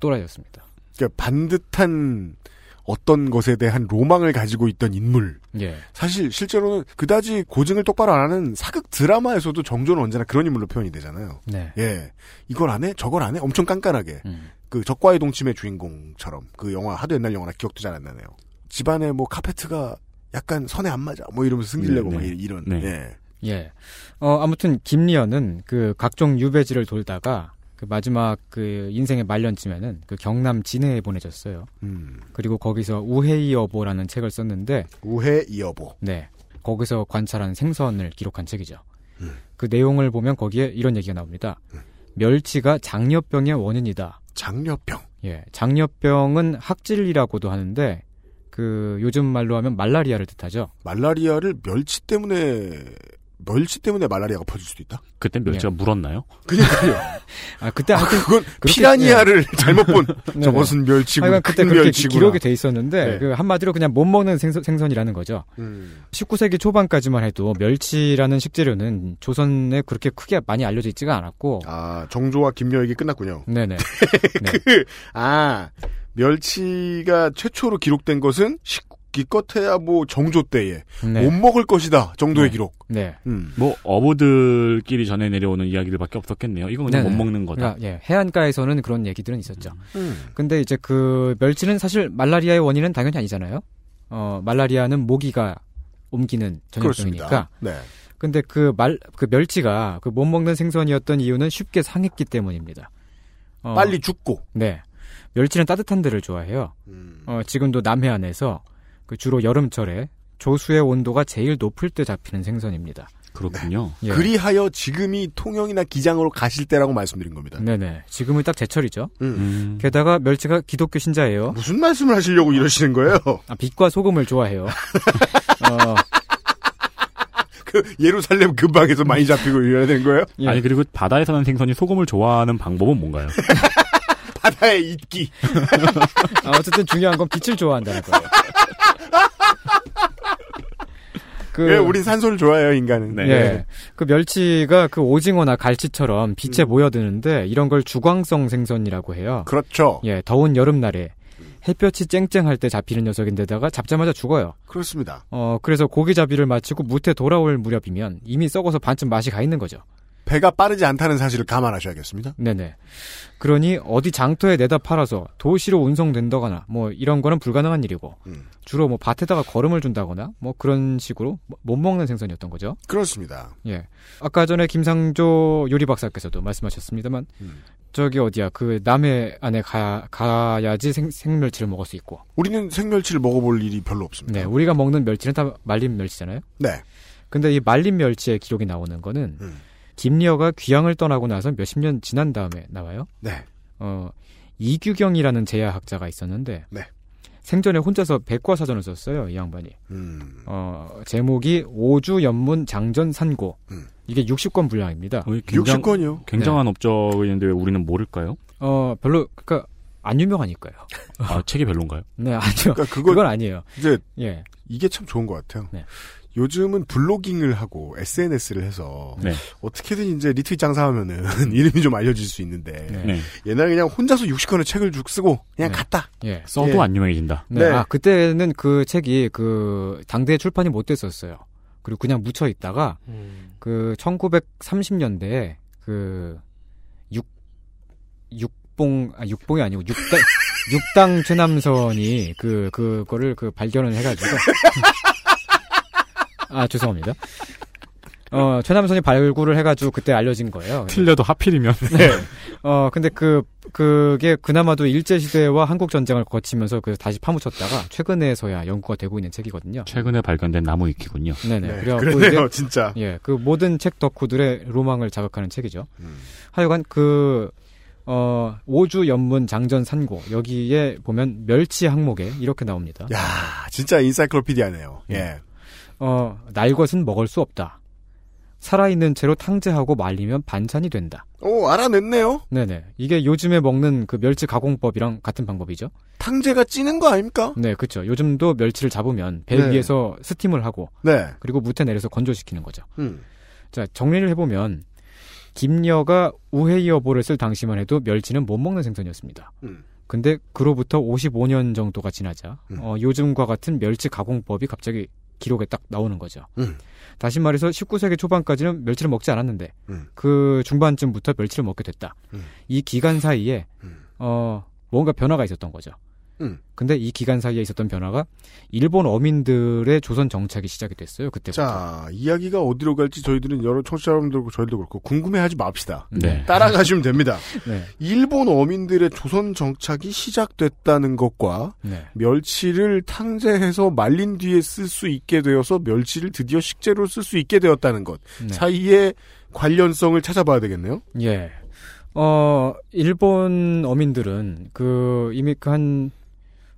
S5: 또라이였습니다.
S2: 그러니까 반듯한 어떤 것에 대한 로망을 가지고 있던 인물.
S5: 예.
S2: 사실 실제로는 그다지 고증을 똑바로 안 하는 사극 드라마에서도 정조는 언제나 그런 인물로 표현이 되잖아요.
S5: 네.
S2: 예. 이걸 안 해? 저걸 안 해? 엄청 깐깐하게.
S5: 음.
S2: 그 적과의 동침의 주인공처럼 그 영화 하도 옛날 영화라 기억도 잘 안 나네요. 집안에 뭐 카페트가 약간 선에 안 맞아 뭐 이러면서 승질내고
S5: 네,
S2: 막
S5: 네.
S2: 이- 이런
S4: 네.
S2: 예.
S5: 예. 어, 아무튼 김리현은 그 각종 유배지를 돌다가 그 마지막 그 인생의 말년쯤에는 그 경남 진해에 보내졌어요.
S2: 음.
S5: 그리고 거기서 우회이어보라는 책을 썼는데
S2: 우회 이어보.
S5: 네. 거기서 관찰한 생선을 기록한 책이죠.
S2: 음.
S5: 그 내용을 보면 거기에 이런 얘기가 나옵니다. 멸치가 장려병의 원인이다.
S2: 장려병.
S5: 예. 장려병은 학질이라고도 하는데 그 요즘 말로 하면 말라리아를 뜻하죠.
S2: 말라리아를 멸치 때문에 멸치 때문에 말라리아가 퍼질 수도 있다.
S4: 그때 멸치가
S5: 예.
S4: 물었나요?
S2: 그러니까요.
S5: 아 그때
S2: 아,
S5: 하여튼
S2: 그건
S5: 그렇게- 예.
S2: 피라니아를 잘못 본
S5: 네네.
S2: 저것은 멸치고
S5: 하여간 그때
S2: 큰
S5: 그렇게 기-
S2: 멸치고
S5: 기록이 돼 있었는데
S2: 네.
S5: 그 한마디로 그냥 못 먹는 생선, 생선이라는 거죠.
S2: 음.
S5: 19세기 초반까지만 해도 멸치라는 식재료는 조선에 그렇게 크게 많이 알려져 있지가 않았고
S2: 아 정조와 김여에게 끝났군요.
S5: 네네.
S2: 그, 아 멸치가 최초로 기록된 것은 식- 기껏해야 뭐 정조 때에
S5: 네.
S2: 못 먹을 것이다 정도의
S5: 네.
S2: 기록.
S5: 네.
S2: 음.
S4: 뭐 어부들끼리 전해 내려오는 이야기들밖에 없었겠네요. 이건 그냥
S5: 네네.
S4: 못 먹는 거다.
S5: 그러니까, 예, 해안가에서는 그런 얘기들은 있었죠.
S2: 음.
S5: 근데 이제 그 멸치는 사실 말라리아의 원인은 당연히 아니잖아요. 어, 말라리아는 모기가 옮기는 전염병이니까.
S2: 그렇습니다. 네.
S5: 근데 그 말, 그 멸치가 그 못 먹는 생선이었던 이유는 쉽게 상했기 때문입니다. 어,
S2: 빨리 죽고.
S5: 네. 멸치는 따뜻한 데를 좋아해요. 어, 지금도 남해안에서 그 주로 여름철에 조수의 온도가 제일 높을 때 잡히는 생선입니다.
S4: 그렇군요.
S5: 예.
S2: 그리하여 지금이 통영이나 기장으로 가실 때라고 말씀드린 겁니다.
S5: 네네. 지금은 딱 제철이죠.
S2: 네.
S4: 음.
S5: 게다가 멸치가 기독교 신자예요.
S2: 무슨 말씀을 하시려고 이러시는 거예요?
S5: 아, 빛과 소금을 좋아해요. 어,
S2: 그 예루살렘 근방에서 많이 잡히고 이래야 되는 거예요?
S5: 예.
S4: 음. 아니 그리고 바다에 사는 생선이 소금을 좋아하는 방법은 뭔가요?
S2: 바다에 있기.
S5: 아, 어쨌든 중요한 건 빛을 좋아한다는 거예요. 그,
S2: 예, 우린 산소를 좋아해요 인간은.
S4: 네.
S5: 예. 그 멸치가 그 오징어나 갈치처럼 빛에 모여드는데 이런 걸 주광성 생선이라고
S2: 음.
S5: 해요.
S2: 그렇죠.
S5: 예, 더운 여름날에 햇볕이 쨍쨍할 때 잡히는 녀석인데다가 잡자마자 죽어요.
S2: 그렇습니다.
S5: 어, 그래서 고기잡이를 마치고 무태 돌아올 무렵이면 이미 썩어서 반쯤 맛이 가 있는 거죠.
S2: 배가 빠르지 않다는 사실을 감안하셔야겠습니다.
S5: 네네. 그러니 어디 장터에 내다 팔아서 도시로 운송된다거나 뭐 이런 거는 불가능한 일이고
S2: 음.
S5: 주로 뭐 밭에다가 걸음을 준다거나 뭐 그런 식으로 뭐- 못 먹는 생선이었던 거죠.
S2: 그렇습니다.
S5: 예. 아까 전에 김상조 요리 박사께서도 말씀하셨습니다만
S2: 음.
S5: 저기 어디야 그 남해 안에 가, 가야지 생, 생멸치를 먹을 수 있고
S2: 우리는 생멸치를 먹어볼 일이 별로 없습니다.
S5: 네 우리가 먹는 멸치는 다 말린 멸치잖아요.
S2: 네.
S5: 근데 이 말린 멸치의 기록이 나오는 거는
S2: 음.
S5: 김리어가 귀향을 떠나고 나서 몇십 년 지난 다음에 나와요.
S2: 네.
S5: 어, 이규경이라는 제야학자가 있었는데
S2: 네.
S5: 생전에 혼자서 백과사전을 썼어요 이 양반이.
S2: 음.
S5: 어, 제목이 오주 연문 장전 산고.
S2: 음.
S5: 이게 60권 분량입니다.
S4: 어, 굉장,
S2: 60건이요.
S4: 굉장한 업적인데 왜 우리는 모를까요?
S5: 어, 별로 그러니까 안 유명하니까요.
S4: 아 책이 별론가요?
S5: 네, 아니요.
S2: 그러니까 그거
S5: 그건 아니에요.
S2: 이제
S5: 예.
S2: 이게 참 좋은 것 같아요.
S5: 네.
S2: 요즘은 블로깅을 하고 SNS를 해서
S4: 네.
S2: 어떻게든 이제 리트윗 장사하면은 이름이 좀 알려질 수 있는데
S5: 네.
S4: 네.
S2: 옛날에 그냥 혼자서 60권의 책을 쭉 쓰고 그냥
S5: 네.
S2: 갔다.
S5: 예.
S4: 써도
S2: 예.
S4: 안 유명해진다.
S5: 네.
S2: 네.
S5: 아, 그때는 그 책이 그 당대에 출판이 못 됐었어요. 그리고 그냥 묻혀 있다가 그 1930년대에 그 육, 육봉, 아, 육봉이 아니고 육당, 육당 최남선이 그, 그거를 그 발견을 해가지고. 아, 죄송합니다. 어, 최남선이 발굴을 해가지고 그때 알려진 거예요.
S4: 틀려도 하필이면.
S5: 어, 근데 그, 그게 그나마도 일제시대와 한국전쟁을 거치면서 그 다시 파묻혔다가 최근에서야 연구가 되고 있는 책이거든요.
S4: 최근에 발견된 나무 위키군요.
S5: 네네.
S2: 네,
S5: 그래갖고 이제
S2: 그러네요, 진짜.
S5: 예, 그 모든 책 덕후들의 로망을 자극하는 책이죠.
S2: 음.
S5: 하여간 그, 어, 오주 연문 장전 산고, 여기에 보면 멸치 항목에 이렇게 나옵니다.
S2: 야, 진짜 인사이클로피디아네요. 예.
S5: 어, 날것은 먹을 수 없다. 살아있는 채로 탕제하고 말리면 반찬이 된다.
S2: 오, 알아냈네요.
S5: 네네. 이게 요즘에 먹는 그 멸치 가공법이랑 같은 방법이죠.
S2: 탕제가 찌는 거 아닙니까?
S5: 네, 그쵸. 요즘도 멸치를 잡으면 배
S2: 네.
S5: 위에서 스팀을 하고,
S2: 네.
S5: 그리고 무태 내려서 건조시키는 거죠.
S2: 음.
S5: 자, 정리를 해보면, 김여가 우회이어보를 쓸 당시만 해도 멸치는 못 먹는 생선이었습니다.
S2: 음.
S5: 근데 그로부터 55년 정도가 지나자 어, 요즘과 같은 멸치 가공법이 갑자기 기록에 딱 나오는 거죠.
S2: 음.
S5: 다시 말해서 19세기 초반까지는 멸치를 먹지 않았는데
S2: 음.
S5: 그 중반쯤부터 멸치를 먹게 됐다.
S2: 음.
S5: 이 기간 사이에 어, 뭔가 변화가 있었던 거죠.
S2: 음.
S5: 근데 이 기간 사이에 있었던 변화가 일본 어민들의 조선 정착이 시작이 됐어요. 그때부터.
S2: 자, 이야기가 어디로 갈지 저희들은 여러 청취자 여러분들고 저희도 그렇고 궁금해하지 맙시다.
S5: 네.
S2: 따라가시면 됩니다.
S5: 네.
S2: 일본 어민들의 조선 정착이 시작됐다는 것과
S5: 네.
S2: 멸치를 탕제해서 말린 뒤에 쓸 수 있게 되어서 멸치를 드디어 식재로 쓸 수 있게 되었다는 것
S5: 네.
S2: 사이의 관련성을 찾아봐야 되겠네요.
S5: 예. 어, 일본 어민들은 그 이미 그 한,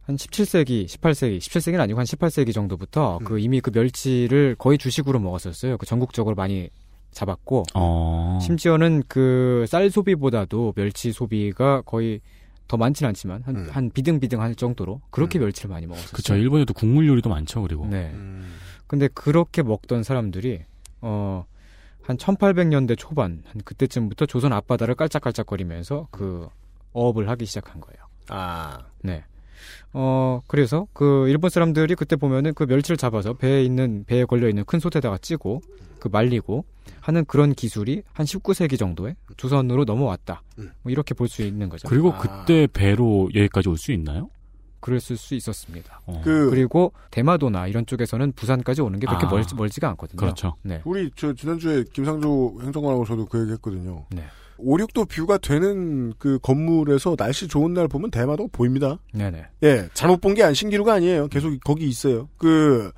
S5: 한 17세기, 18세기, 17세기는 아니고 한 18세기
S4: 음.
S5: 정도부터 그 이미 그 멸치를 거의 주식으로 먹었었어요. 그 전국적으로 많이 잡았고.
S4: 어.
S5: 심지어는 그 쌀 소비보다도 멸치 소비가 거의 더 많진 않지만 한, 한 비등비등 할 정도로 그렇게 멸치를 많이 먹었어요.
S4: 음. 그쵸. 일본에도 국물 요리도 많죠, 그리고.
S5: 네. 근데 그렇게 먹던 사람들이 어. 한 1800년대 초반 한 그때쯤부터 조선 앞바다를 깔짝깔짝거리면서 그 어업을 하기 시작한 거예요.
S2: 아.
S5: 네. 어, 그래서 그 일본 사람들이 그때 보면은 그 멸치를 잡아서 배에 있는 배에 걸려 있는 큰 솥에다가 찌고 그 말리고 하는 그런 기술이 한 19세기 정도에 조선으로 넘어왔다. 뭐 이렇게 볼 수 있는 거죠.
S4: 그리고 그때 배로 여기까지 올 수 있나요? 어.
S5: 그랬을 수 있었습니다.
S2: 그-
S5: 그, 리고 대마도나 이런 쪽에서는 부산까지 오는 게 그렇게
S2: 아. 그
S5: 멀지, 멀지가 않거든요.
S4: 그렇죠.
S5: 네.
S2: 우리 저 지난주에 김상조 행정관하고 저도 그 얘기했거든요.
S5: 네.
S2: 오륙도 뷰가 되는 그 건물에서 날씨 좋은 날 보면 대마도 보입니다.
S5: 네네.
S2: 예, 잘못 본 게 안 신기루가 아니에요. 계속 거기 있어요. 그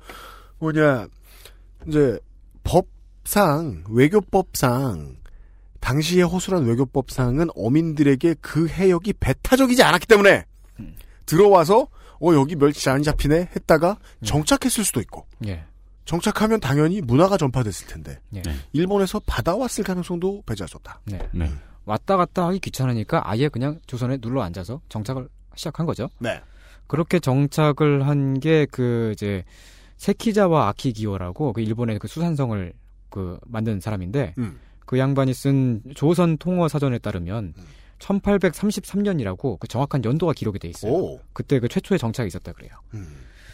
S2: 뭐냐 이제 법상 외교법상 당시의 허술한 외교법상은 어민들에게 그 해역이 배타적이지 않았기 때문에 들어와서 어 여기 멸치 안 잡히네 했다가 정착했을 수도 있고
S5: 예.
S2: 정착하면 당연히 문화가 전파됐을 텐데
S5: 예.
S2: 일본에서 받아왔을 가능성도 배제할 수 없다.
S5: 네. 왔다 갔다 하기 귀찮으니까 아예 그냥 조선에 눌러 앉아서 정착을 시작한 거죠.
S2: 네.
S5: 그렇게 정착을 한 게 그 이제 세키자와 아키기오라고 그 일본의 그 수산성을 그 만든 사람인데
S2: 음.
S5: 그 양반이 쓴 조선 통어 사전에 따르면 1833년이라고 그 정확한 연도가 기록이 돼 있어요. 그때 그 최초의 정착이 있었다 그래요.
S2: 음.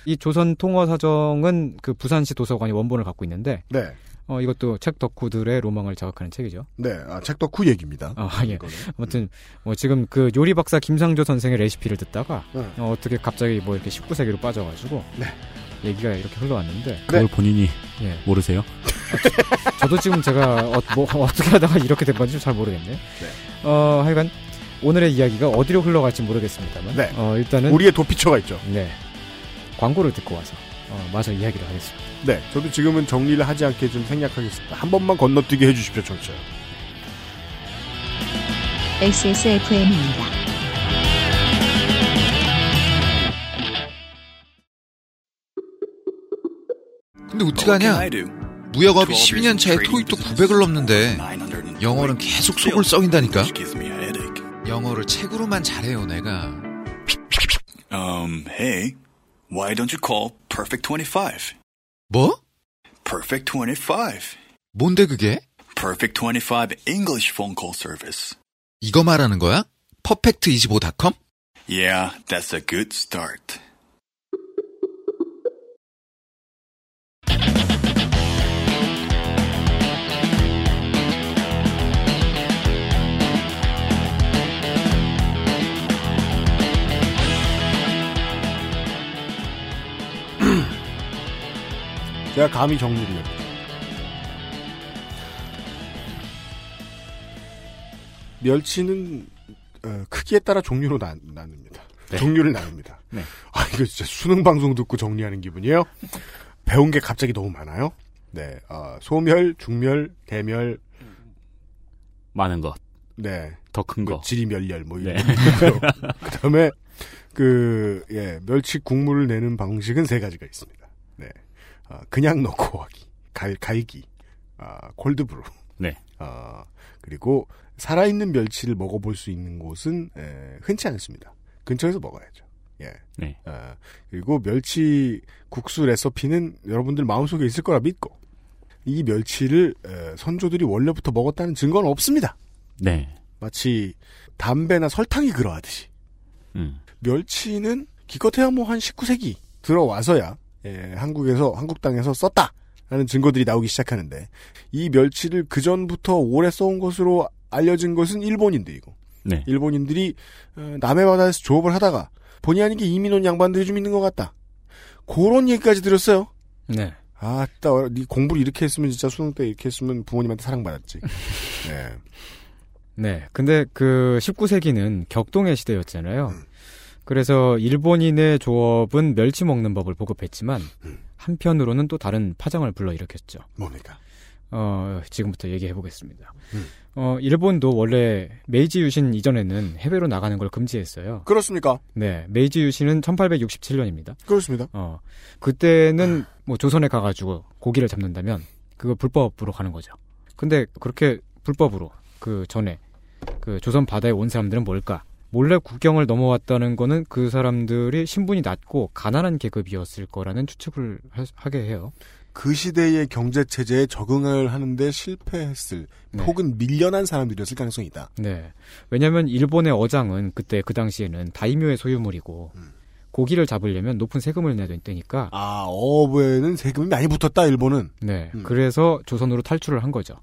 S5: 이 조선 통어 사정은 그 부산시 도서관이 원본을 갖고 있는데
S2: 네.
S5: 어, 이것도 책 덕후들의 로망을 자극하는 책이죠.
S2: 네, 아, 책 덕후 얘기입니다.
S5: 아, 예. 아무튼, 뭐, 지금 그 요리 박사 김상조 선생의 레시피를 듣다가,
S2: 네.
S5: 어, 떻게 갑자기 뭐 이렇게 19세기로 빠져가지고,
S12: 네.
S5: 얘기가 이렇게 흘러왔는데,
S4: 그걸 본인이
S5: 네. 예.
S4: 모르세요?
S5: 저도 지금 제가 어, 뭐, 어떻게 하다가 이렇게 된 건지 잘 모르겠네요. 어, 하여간, 오늘의 이야기가 어디로 흘러갈지 모르겠습니다만,
S2: 네.
S5: 어, 일단은.
S2: 우리의 도피처가 있죠.
S5: 네. 광고를 듣고 와서, 어, 마저 이야기를 하겠습니다.
S2: 네, 저도 지금은 정리를 하지 않게 좀 생략하겠습니다. 한 번만 건너뛰게 해주십시오, 청취자. 여러분.
S1: XSFM입니다.
S12: 근데 어떡하냐? 무역업이 12년 차에 토익도 900을 넘는데 영어는 계속 속을 썩인다니까. 영어를 책으로만 잘해요, 내가.
S11: Um, hey, why don't you call Perfect 25?
S12: 뭐?
S11: Perfect 25.
S12: 뭔데 그게?
S11: Perfect 25 English phone call service.
S12: 이거 말하는 거야? 퍼펙트25.com?
S11: Yeah, that's a good start.
S2: 제가 감히 정리를 해볼게요. 멸치는 어, 크기에 따라 종류로 나, 나눕니다.
S14: 네.
S2: 종류를 나눕니다.
S14: 네.
S2: 아 이거 진짜 수능 방송 듣고 정리하는 기분이에요. 배운 게 갑자기 너무 많아요. 네, 아, 소멸, 중멸, 대멸,
S4: 많은 것.
S2: 네,
S4: 더 큰 거.
S2: 지리멸렬 뭐 이런.
S4: 네.
S2: 그 다음에 그 예, 멸치 국물을 내는 방식은 세 가지가 있습니다. 네, 아, 그냥 넣고 하기, 갈 갈기, 아, 콜드브루.
S4: 네.
S2: 아, 그리고 살아있는 멸치를 먹어볼 수 있는 곳은 에, 흔치 않습니다. 근처에서 먹어야죠. 예.
S4: 네.
S2: 아, 그리고 멸치 국수 레시피는 여러분들 마음속에 있을 거라 믿고 이 멸치를 에, 선조들이 원래부터 먹었다는 증거는 없습니다.
S4: 네.
S2: 마치 담배나 설탕이 그러하듯이
S4: 음.
S2: 멸치는 기껏해야 뭐 한 19세기 들어와서야 예, 한국에서 한국 땅에서 썼다. 라는 증거들이 나오기 시작하는데 이 멸치를 그 전부터 오래 써온 것으로 알려진 것은 일본인들이고
S4: 네.
S2: 일본인들이 어, 남해 바다에서 조업을 하다가 본의 아니게 이민 온 양반들이 좀 있는 것 같다. 그런 얘기까지 들었어요.
S5: 네.
S2: 아, 따, 네 공부를 이렇게 했으면 진짜 수능 때 이렇게 했으면 부모님한테 사랑받았지. 네.
S5: 네. 근데 그 19세기는 격동의 시대였잖아요. 그래서 일본인의 조업은 멸치 먹는 법을 보급했지만 한편으로는 또 다른 파장을 불러일으켰죠.
S2: 뭡니까?
S5: 어, 지금부터 얘기해 보겠습니다.
S2: 음.
S5: 어, 일본도 원래 메이지 유신 이전에는 해외로 나가는 걸 금지했어요.
S2: 그렇습니까?
S5: 네, 메이지 유신은 1867년입니다.
S2: 그렇습니다.
S5: 어, 그때는 뭐 조선에 가가지고 고기를 잡는다면 그거 불법으로 가는 거죠. 근데 그렇게 불법으로 그 전에 그 조선 바다에 온 사람들은 뭘까? 몰래 국경을 넘어왔다는 거는 그 사람들이 신분이 낮고 가난한 계급이었을 거라는 추측을 하- 하게 해요.
S2: 그 시대의 경제 체제에 적응을 하는데 실패했을 혹은 밀려난 사람들이었을 가능성이 있다.
S5: 네. 왜냐면 하 일본의 어장은 그때 그 당시에는 다이묘의 소유물이고 고기를 잡으려면 높은 세금을 내야 되니까
S2: 음. 아, 어부에는 세금이 많이 붙었다 일본은.
S5: 네.
S2: 음.
S5: 그래서 조선으로 탈출을 한 거죠.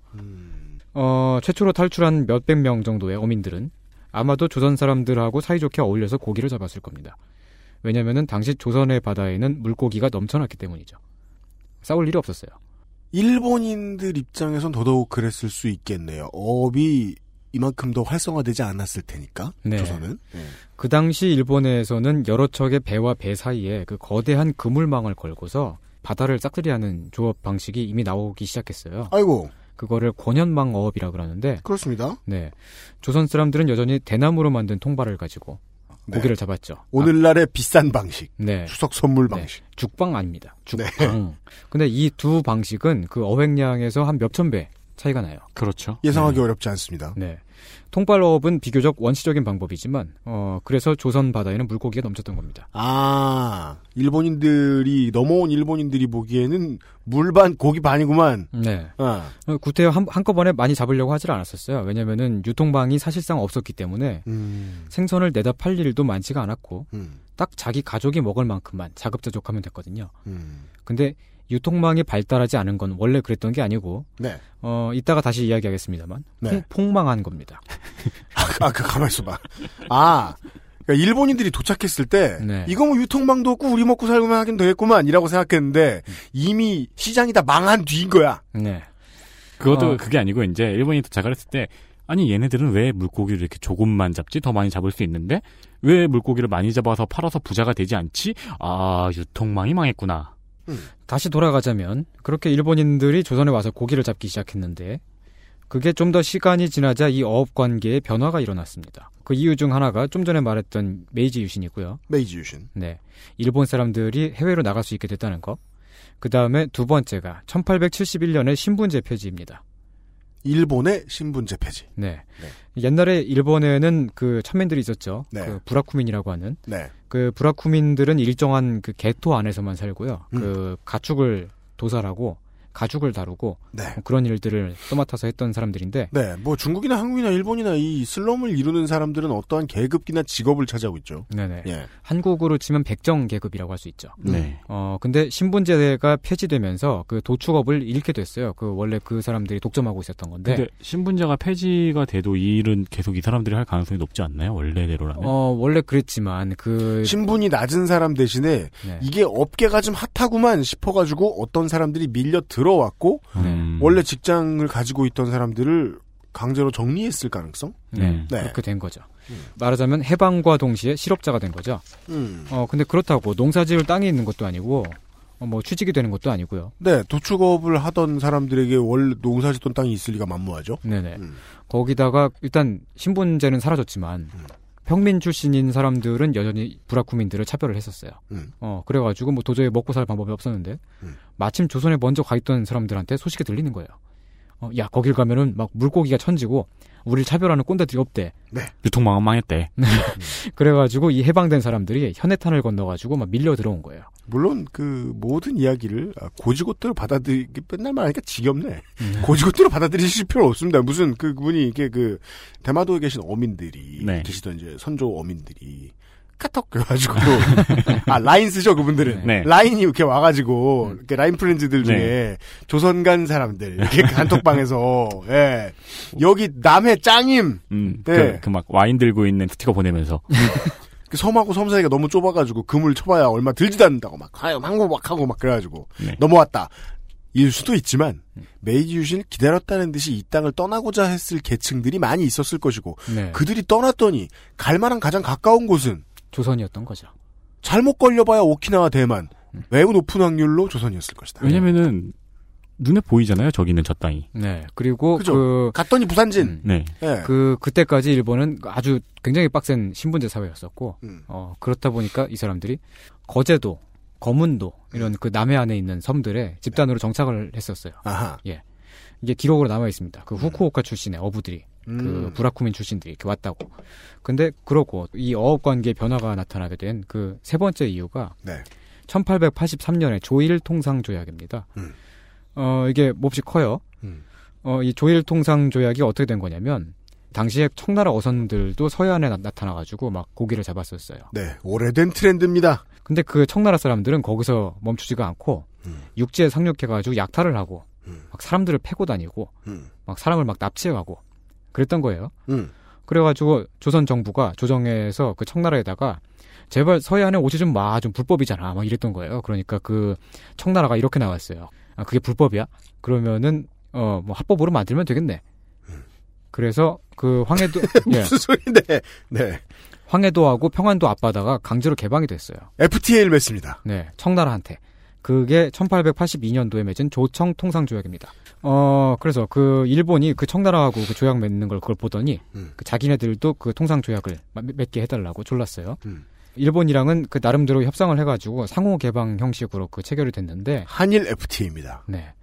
S5: 어, 최초로 탈출한 몇백 명 정도의 어민들은 아마도 조선 사람들하고 사이좋게 어울려서 고기를 잡았을 겁니다. 왜냐면은 당시 조선의 바다에는 물고기가 넘쳐났기 때문이죠. 싸울 일이 없었어요.
S2: 일본인들 입장에선 더더욱 그랬을 수 있겠네요. 업이 이만큼 더 활성화되지 않았을 테니까.
S5: 네.
S2: 조선은.
S5: 그 당시 일본에서는 여러 척의 배와 배 사이에 그 거대한 그물망을 걸고서 바다를 싹쓸이하는 조업 방식이 이미 나오기 시작했어요.
S2: 아이고.
S5: 그거를 권현망 어업이라 그러는데
S2: 그렇습니다.
S5: 네. 조선 사람들은 여전히 대나무로 만든 통발을 가지고
S2: 네.
S5: 고기를 잡았죠. 아,
S2: 오늘날의 비싼 방식.
S5: 네.
S2: 추석 선물 방식.
S5: 죽방 아닙니다. 죽방. 근데 이 두 방식은 그 어획량에서 한 몇천 배 차이가 나요.
S4: 그렇죠.
S2: 예상하기 어렵지 않습니다.
S5: 네. 통발어업은 비교적 원시적인 방법이지만 어 그래서 조선 바다에는 물고기가 넘쳤던 겁니다.
S2: 아, 일본인들이 넘어온 일본인들이 보기에는 물반 고기 반이구만.
S5: 네.
S2: 아.
S5: 어, 구태 한, 한꺼번에 많이 잡으려고 하질 않았었어요. 왜냐면은 유통망이 사실상 없었기 때문에 음. 생선을 내다 팔 일도 많지가 않았고
S2: 음,
S5: 딱 자기 가족이 먹을 만큼만 자급자족하면 됐거든요.
S2: 음.
S5: 근데 유통망이 발달하지 않은 건 원래 그랬던 게 아니고
S2: 네.
S5: 어 이따가 다시 이야기하겠습니다만
S2: 네.
S5: 폭- 폭망한 겁니다.
S2: 아, 그 가만 있어봐. 아, 그러니까 일본인들이 도착했을 때
S5: 네.
S2: 이거 뭐 유통망도 없고 우리 먹고 살고만 하긴 되겠구만이라고 생각했는데 이미 시장이 다 망한 뒤인 거야.
S5: 네.
S4: 그것도
S2: 어.
S4: 그게 아니고 이제 일본이 도착을 했을 때 아니 얘네들은 왜 물고기를 이렇게 조금만 잡지 더 많이 잡을 수 있는데 왜 물고기를 많이 잡아서 팔아서 부자가 되지 않지? 아 유통망이 망했구나.
S5: 다시 돌아가자면 그렇게 일본인들이 조선에 와서 고기를 잡기 시작했는데 그게 좀 더 시간이 지나자 이 어업 관계에 변화가 일어났습니다. 그 이유 중 하나가 좀 전에 말했던 메이지 유신이고요.
S2: 메이지 유신.
S5: 네. 일본 사람들이 해외로 나갈 수 있게 됐다는 거. 그 다음에 두 번째가 1871년의 신분제 폐지입니다.
S2: 일본의 신분제 폐지.
S5: 네. 옛날에 일본에는 그 천민들이 있었죠.
S2: 네.
S5: 그 브라쿠민이라고 하는.
S2: 네.
S5: 그 브라쿠민들은 일정한 그 게토 안에서만 살고요. 그 가축을 도살하고 가죽을 다루고 뭐 그런 일들을 떠맡아서 했던 사람들인데
S2: 네, 뭐 중국이나 한국이나 일본이나 이 슬럼을 이루는 사람들은 어떠한 계급이나 직업을 차지하고 있죠.
S5: 네네.
S2: 예.
S5: 한국으로 치면 백정 계급이라고 할 수 있죠.
S2: 네.
S5: 어 근데 신분제가 폐지되면서 그 도축업을 잃게 됐어요. 그 원래 그 사람들이 독점하고 있었던
S2: 네.
S5: 건데.
S4: 근데 신분제가 폐지가 돼도 이 일은 계속 이 사람들이 할 가능성이 높지 않나요? 원래대로라면.
S5: 어 원래 그랬지만 그
S2: 음. 신분이 낮은 사람 대신에
S5: 네.
S2: 이게 업계가 좀 핫하구만 싶어가지고 어떤 사람들이 밀려 들어왔고
S5: 네.
S2: 네.
S4: 음.
S2: 원래 직장을 가지고 있던 사람들을 강제로 정리했을 가능성?
S5: 네, 그렇게 된 거죠. 말하자면 해방과 동시에 실업자가 된 거죠.
S2: 음.
S5: 어 근데 그렇다고 농사지을 땅이 있는 것도 아니고 어, 뭐 취직이 되는 것도 아니고요.
S2: 네, 도축업을 하던 사람들에게 원래 농사짓던 땅이 있을 리가 만무하죠.
S5: 네네.
S2: 음.
S5: 거기다가 일단 신분제는 사라졌지만
S2: 음.
S5: 평민 출신인 사람들은 여전히 브라쿠민들을 차별을 했었어요.
S2: 음.
S5: 어 그래가지고 뭐 도저히 먹고 살 방법이 없었는데 마침 조선에 먼저 가 있던 사람들한테 소식이 들리는 거예요. 어, 야 거길 가면은 막 물고기가 천지고 우리를 차별하는 꼰대들이 없대.
S4: 유통망은 망했대.
S2: 음,
S5: 그래가지고 이 해방된 사람들이 현해탄을 건너가지고 막 밀려 들어온 거예요.
S2: 물론 그 모든 이야기를 아, 고지고대로 받아들이기 맨날 말하니까 지겹네. 고지고대로 받아들이실 필요 없습니다. 무슨 그분이 이게 그 대마도에 그 계신 어민들이
S4: 네.
S2: 계시던 이제 선조 어민들이 카톡 그래가지고 아 라인 쓰죠 그분들은
S4: 네. 음.
S2: 라인이 이렇게 와가지고 이렇게 라인 프렌즈들 중에
S4: 네.
S2: 조선간 사람들 이렇게 단톡방에서 예 여기 남해 짱임
S4: 음,
S2: 네.
S4: 그 막 와인 들고 있는 스티커 보내면서
S2: 그 섬하고 섬 사이가 너무 좁아가지고 그물 쳐봐야 얼마 들지도 않는다고 막 하여 항고 막 하고 막 그래가지고
S4: 네.
S2: 넘어왔다. 일 수도 있지만 메이지 유신을 기다렸다는 듯이 이 땅을 떠나고자 했을 계층들이 많이 있었을 것이고
S5: 네.
S2: 그들이 떠났더니 갈만한 가장 가까운 곳은
S5: 조선이었던 거죠.
S2: 잘못 걸려봐야 오키나와 대만 매우 높은 확률로 조선이었을 것이다.
S4: 왜냐면은 눈에 보이잖아요. 저기는 저 땅이.
S5: 네. 그리고
S2: 그죠?
S5: 그
S2: 갔더니 부산진.
S4: 네.
S2: 예.
S5: 그 그때까지 일본은 아주 굉장히 빡센 신분제 사회였었고
S2: 음.
S5: 어, 그렇다 보니까 이 사람들이 거제도, 거문도 이런 그 남해 안에 있는 섬들에 집단으로 정착을 했었어요.
S2: 아하.
S5: 예. 이게 기록으로 남아 있습니다. 그 후쿠오카 출신의 어부들이 그
S2: 음.
S5: 브라쿠민 출신들이 이렇게 왔다고. 근데 그렇고 이 어업 관계 변화가 나타나게 된 그 세 번째 이유가
S2: 네.
S5: 1883년의 조일 통상 조약입니다.
S2: 음.
S5: 어, 이게 몹시 커요.
S2: 음.
S5: 어, 이 조일 통상 조약이 어떻게 된 거냐면 당시에 청나라 어선들도 서해안에 나, 타나 가지고 막 고기를 잡았었어요.
S2: 네, 오래된 트렌드입니다.
S5: 근데 그 청나라 사람들은 거기서 멈추지가 않고
S2: 음.
S5: 육지에 상륙해 가지고 약탈을 하고 막 사람들을 패고 다니고
S2: 음.
S5: 막 사람을 막 납치해 가고 그랬던 거예요.
S2: 음.
S5: 그래가지고 조선 정부가 조정에서 그 청나라에다가 제발 서해안에 오지 좀 마. 좀 불법이잖아. 막 이랬던 거예요. 그러니까 그 청나라가 이렇게 나왔어요. 아, 그게 불법이야? 그러면은, 어, 뭐 합법으로 만들면 되겠네. 그래서 그 황해도, 예.
S2: 무슨 소리인데? 네.
S5: 황해도하고 평안도 앞바다가 강제로 개방이 됐어요.
S2: FTA를 맺습니다.
S5: 네, 청나라한테. 그게 1882년도에 맺은 조청 통상 조약입니다. 어, 그래서 그 일본이 그 청나라하고 그 조약 맺는 걸 그걸 보더니
S2: 음.
S5: 그 자기네들도 그 통상 조약을 마- 맺게 해달라고 졸랐어요.
S2: 음.
S5: 일본이랑은 그 나름대로 협상을 해가지고 상호 개방 형식으로 그 체결이 됐는데
S2: 한일 FTA입니다.
S5: 네.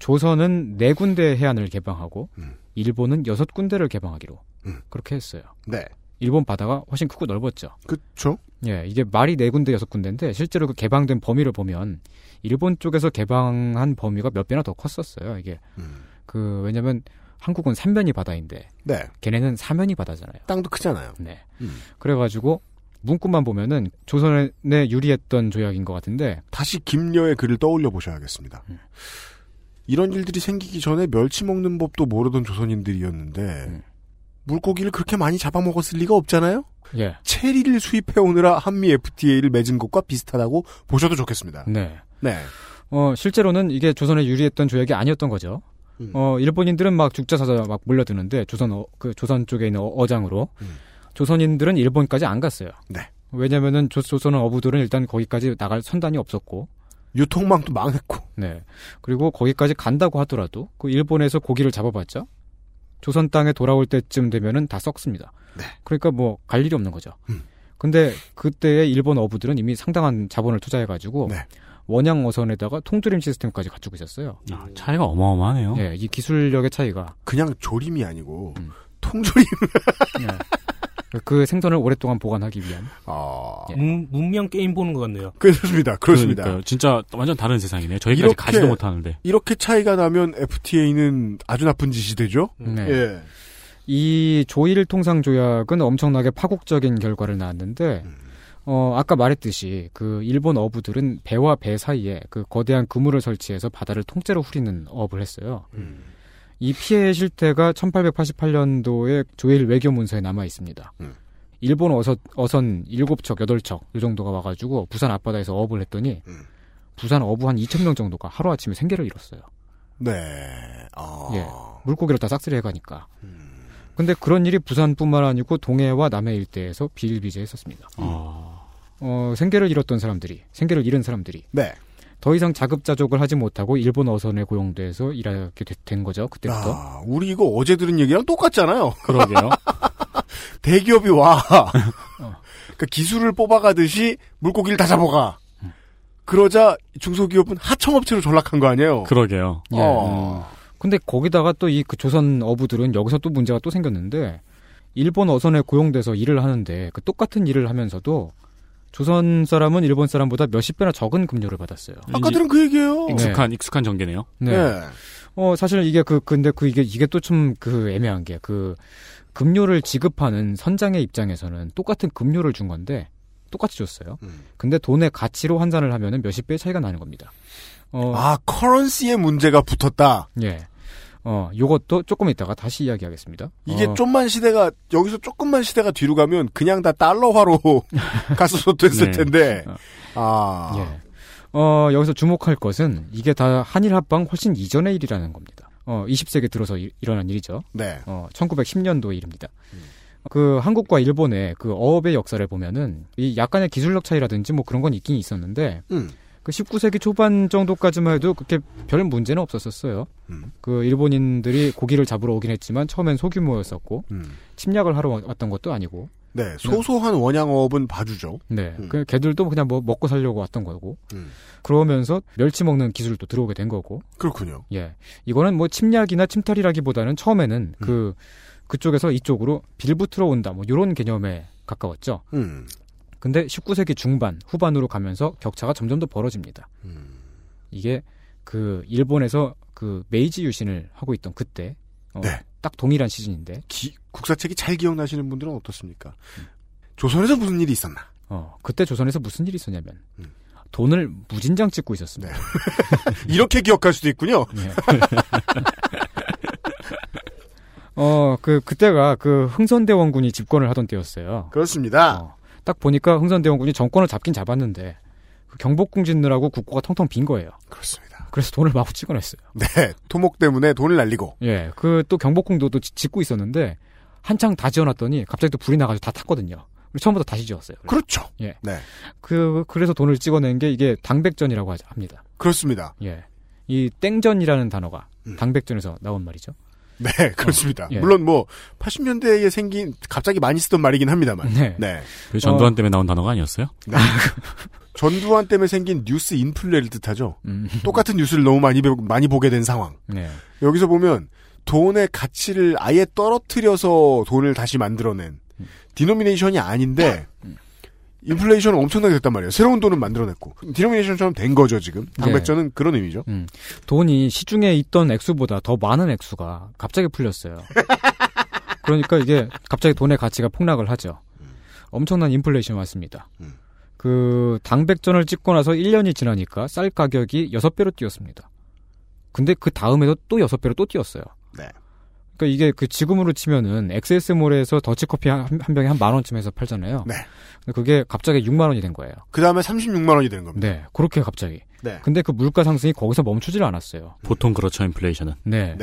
S5: 조선은 네 군데 해안을 개방하고 일본은 여섯 군데를 개방하기로
S2: 음.
S5: 그렇게 했어요.
S2: 네.
S5: 일본 바다가 훨씬 크고 넓었죠.
S2: 그쵸?
S5: 예, 이게 말이 네 군데 여섯 군데인데 실제로 그 개방된 범위를 보면 일본 쪽에서 개방한 범위가 몇 배나 더 컸었어요. 이게 그 왜냐면 한국은 삼면이 바다인데
S2: 네.
S5: 걔네는 사면이 바다잖아요.
S2: 땅도 크잖아요.
S5: 네.
S2: 음.
S5: 그래가지고 문구만 보면은 조선에 유리했던 조약인 것 같은데
S2: 다시 김녀의 글을 떠올려 보셔야겠습니다. 이런 일들이 생기기 전에 멸치 먹는 법도 모르던 조선인들이었는데 물고기를 그렇게 많이 잡아먹었을 리가 없잖아요.
S5: 예,
S2: 체리를 수입해 오느라 한미 FTA를 맺은 것과 비슷하다고 보셔도 좋겠습니다.
S5: 네.
S2: 네.
S5: 어, 실제로는 이게 조선에 유리했던 조약이 아니었던 거죠. 어, 일본인들은 막 죽자사자 막 몰려드는데 조선 어, 그 조선 쪽에 있는 어, 장으로 조선인들은 일본까지 안 갔어요.
S2: 네.
S5: 왜냐면은 조, 조선 어부들은 일단 거기까지 나갈 선단이 없었고
S2: 유통망도 망했고.
S5: 네. 그리고 거기까지 간다고 하더라도 그 일본에서 고기를 잡아봤자 조선 땅에 돌아올 때쯤 되면은 다 썩습니다. 그러니까 뭐 갈 일이 없는 거죠. 근데 그때의 일본 어부들은 이미 상당한 자본을 투자해가지고 원양 어선에다가 통조림 시스템까지 갖추고 있었어요.
S2: 아,
S4: 차이가 어마어마하네요.
S5: 예, 이 기술력의 차이가
S2: 그냥 조림이 아니고 통조림.
S5: 네. 그 생선을 오랫동안 보관하기 위한.
S2: 아,
S10: 문, 문명 게임 보는 것 같네요.
S2: 그렇습니다. 그렇습니다.
S4: 그러니까요. 진짜 완전 다른 세상이네요. 저희까지 가지도 못하는데.
S2: 이렇게 차이가 나면 FTA는 아주 나쁜 짓이 되죠.
S5: 네.
S2: 예.
S5: 이 조일 통상 조약은 엄청나게 파국적인 결과를 낳았는데 어 아까 말했듯이 그 일본 어부들은 배와 배 사이에 그 거대한 그물을 설치해서 바다를 통째로 후리는 어업을 했어요. 이 피해의 실태가 1888년도에 조일 외교 문서에 남아 있습니다. 일본 어선, 어선 7척, 8척 이 정도가 와가지고 부산 앞바다에서 어업을 했더니 부산 어부 한 2,000명 정도가 하루아침에 생계를 잃었어요.
S2: 네. 아. 음.
S5: 예, 물고기로 다 싹쓸이 해가니까. 근데 그런 일이 부산뿐만 아니고 동해와 남해 일대에서 비일비재했었습니다. 어, 생계를 잃었던 사람들이, 생계를 잃은 사람들이
S2: 네.
S5: 더 이상 자급자족을 하지 못하고 일본 어선에 고용돼서 일하게 되- 된 거죠. 그때부터.
S2: 아, 우리 이거 어제 들은 얘기랑 똑같잖아요.
S4: 그러게요.
S2: 대기업이 와. 그러니까 기술을 뽑아가듯이 물고기를 다 잡아가. 그러자 중소기업은 하청업체로 전락한 거 아니에요? 어.
S4: 그러게요.
S5: 예. 근데 거기다가 또 이 그 조선 어부들은 여기서 또 문제가 또 생겼는데 일본 어선에 고용돼서 일을 하는데 그 똑같은 일을 하면서도 조선 사람은 일본 사람보다 몇십 배나 적은 급료를 받았어요.
S2: 아까 들은 그 얘기예요.
S4: 예. 익숙한 익숙한 전개네요.
S5: 네. 어, 사실 이게 그, 근데 그 이게, 이게 또 좀 그 애매한 게 그, 급료를 지급하는 선장의 입장에서는 똑같은 급료를 준 건데, 똑같이 줬어요.
S2: 음.
S5: 근데 돈의 가치로 환산을 하면은 몇십 배 차이가 나는 겁니다. 어,
S2: 아, 커런시의 문제가 붙었다.
S5: 예. 어, 요것도 조금 이따가 다시 이야기하겠습니다.
S2: 이게
S5: 어,
S2: 좀만 시대가 여기서 조금만 시대가 뒤로 가면 그냥 다 달러화로 갔어서 됐을
S5: 네.
S2: 텐데. 아.
S5: 예. 어, 여기서 주목할 것은 이게 다 한일 합방 훨씬 이전의 일이라는 겁니다. 어, 20세기 들어서 일, 일어난 일이죠.
S2: 네.
S5: 어, 1910년도의 일입니다.
S2: 음.
S5: 그 한국과 일본의 그 어업의 역사를 보면은 이 약간의 기술력 차이라든지 뭐 그런 건 있긴 있었는데
S2: 음.
S5: 그 19세기 초반 정도까지만 해도 그렇게 별 문제는 없었었어요.
S2: 음.
S5: 그 일본인들이 고기를 잡으러 오긴 했지만 처음엔 소규모였었고 침략을 하러 왔던 것도 아니고
S2: 네, 소소한 원양어업은 봐주죠.
S5: 네.
S2: 음.
S5: 그 걔들도 그냥 뭐 먹고 살려고 왔던 거고.
S2: 음.
S5: 그러면서 멸치 먹는 기술도 들어오게 된 거고.
S2: 그렇군요.
S5: 예. 이거는 뭐 침략이나 침탈이라기보다는 처음에는 그 그쪽에서 이쪽으로 빌붙으러 온다 뭐 요런 개념에 가까웠죠.
S2: 음.
S5: 근데 19세기 중반 후반으로 가면서 격차가 점점 더 벌어집니다.
S2: 음.
S5: 이게 그 일본에서 그 메이지 유신을 하고 있던 그때 어, 딱 동일한 시즌인데
S2: 국사책이 잘 기억나시는 분들은 어떻습니까? 조선에서 무슨 일이 있었나?
S5: 어, 그때 조선에서 무슨 일이 있었냐면 돈을 무진장 찍고 있었습니다. 예.
S2: 이렇게 기억할 수도 있군요.
S5: 어, 그 그때가 그 흥선대원군이 집권을 하던 때였어요.
S2: 그렇습니다.
S5: 딱 보니까 흥선대원군이 정권을 잡긴 잡았는데 그 경복궁 짓느라고 국고가 텅텅 빈 거예요.
S2: 그렇습니다.
S5: 그래서 돈을 마구 찍어냈어요.
S2: 네, 토목 때문에 돈을 날리고.
S5: 예, 그 또 경복궁도 또 지- 짓고 있었는데 한창 다 지어놨더니 갑자기 또 불이 나가지고 다 탔거든요. 그리고 처음부터 다시 지었어요.
S2: 그렇죠.
S5: 예.
S2: 네.
S5: 그 그래서 돈을 찍어낸 게 이게 당백전이라고 하자 합니다.
S2: 그렇습니다.
S5: 예. 이 땡전이라는 단어가
S2: 음.
S5: 당백전에서 나온 말이죠.
S2: 네, 그렇습니다.
S5: 어, 예.
S2: 물론 뭐 80년대에 생긴 갑자기 많이 쓰던 말이긴 합니다만.
S5: 네.
S4: 그 전두환 때문에 나온 단어가 아니었어요?
S2: 네. 전두환 때문에 생긴 뉴스 인플레를 뜻하죠. 똑같은 뉴스를 너무 많이 보- 많이 보게 된 상황.
S5: 네.
S2: 여기서 보면 돈의 가치를 아예 떨어뜨려서 돈을 다시 만들어낸 디노미네이션이 아닌데 인플레이션은 엄청나게 됐단 말이에요. 새로운 돈은 만들어냈고 디노미네이션처럼 된 거죠 지금. 당백전은 그런 의미죠.
S5: 돈이 시중에 있던 액수보다 더 많은 액수가 갑자기 풀렸어요. 그러니까 이게 갑자기 돈의 가치가 폭락을 하죠. 엄청난 인플레이션이 왔습니다. 그 당백전을 찍고 나서 1년이 지나니까 쌀 가격이 6배로 뛰었습니다. 근데 그 다음에도 또 6배로 또 뛰었어요.
S2: 네.
S5: 그러니까 이게 그 지금으로 치면은 엑세스몰에서 더치커피 한, 한 병에 한 만 원쯤에서 팔잖아요.
S2: 네.
S5: 근데 그게 갑자기 6만 원이 된 거예요.
S2: 그 다음에 36만 원이 된 겁니다.
S5: 네. 그렇게 갑자기.
S2: 네.
S5: 근데 그 물가 상승이 거기서 멈추질 않았어요.
S4: 보통 그렇죠 인플레이션은.
S5: 네.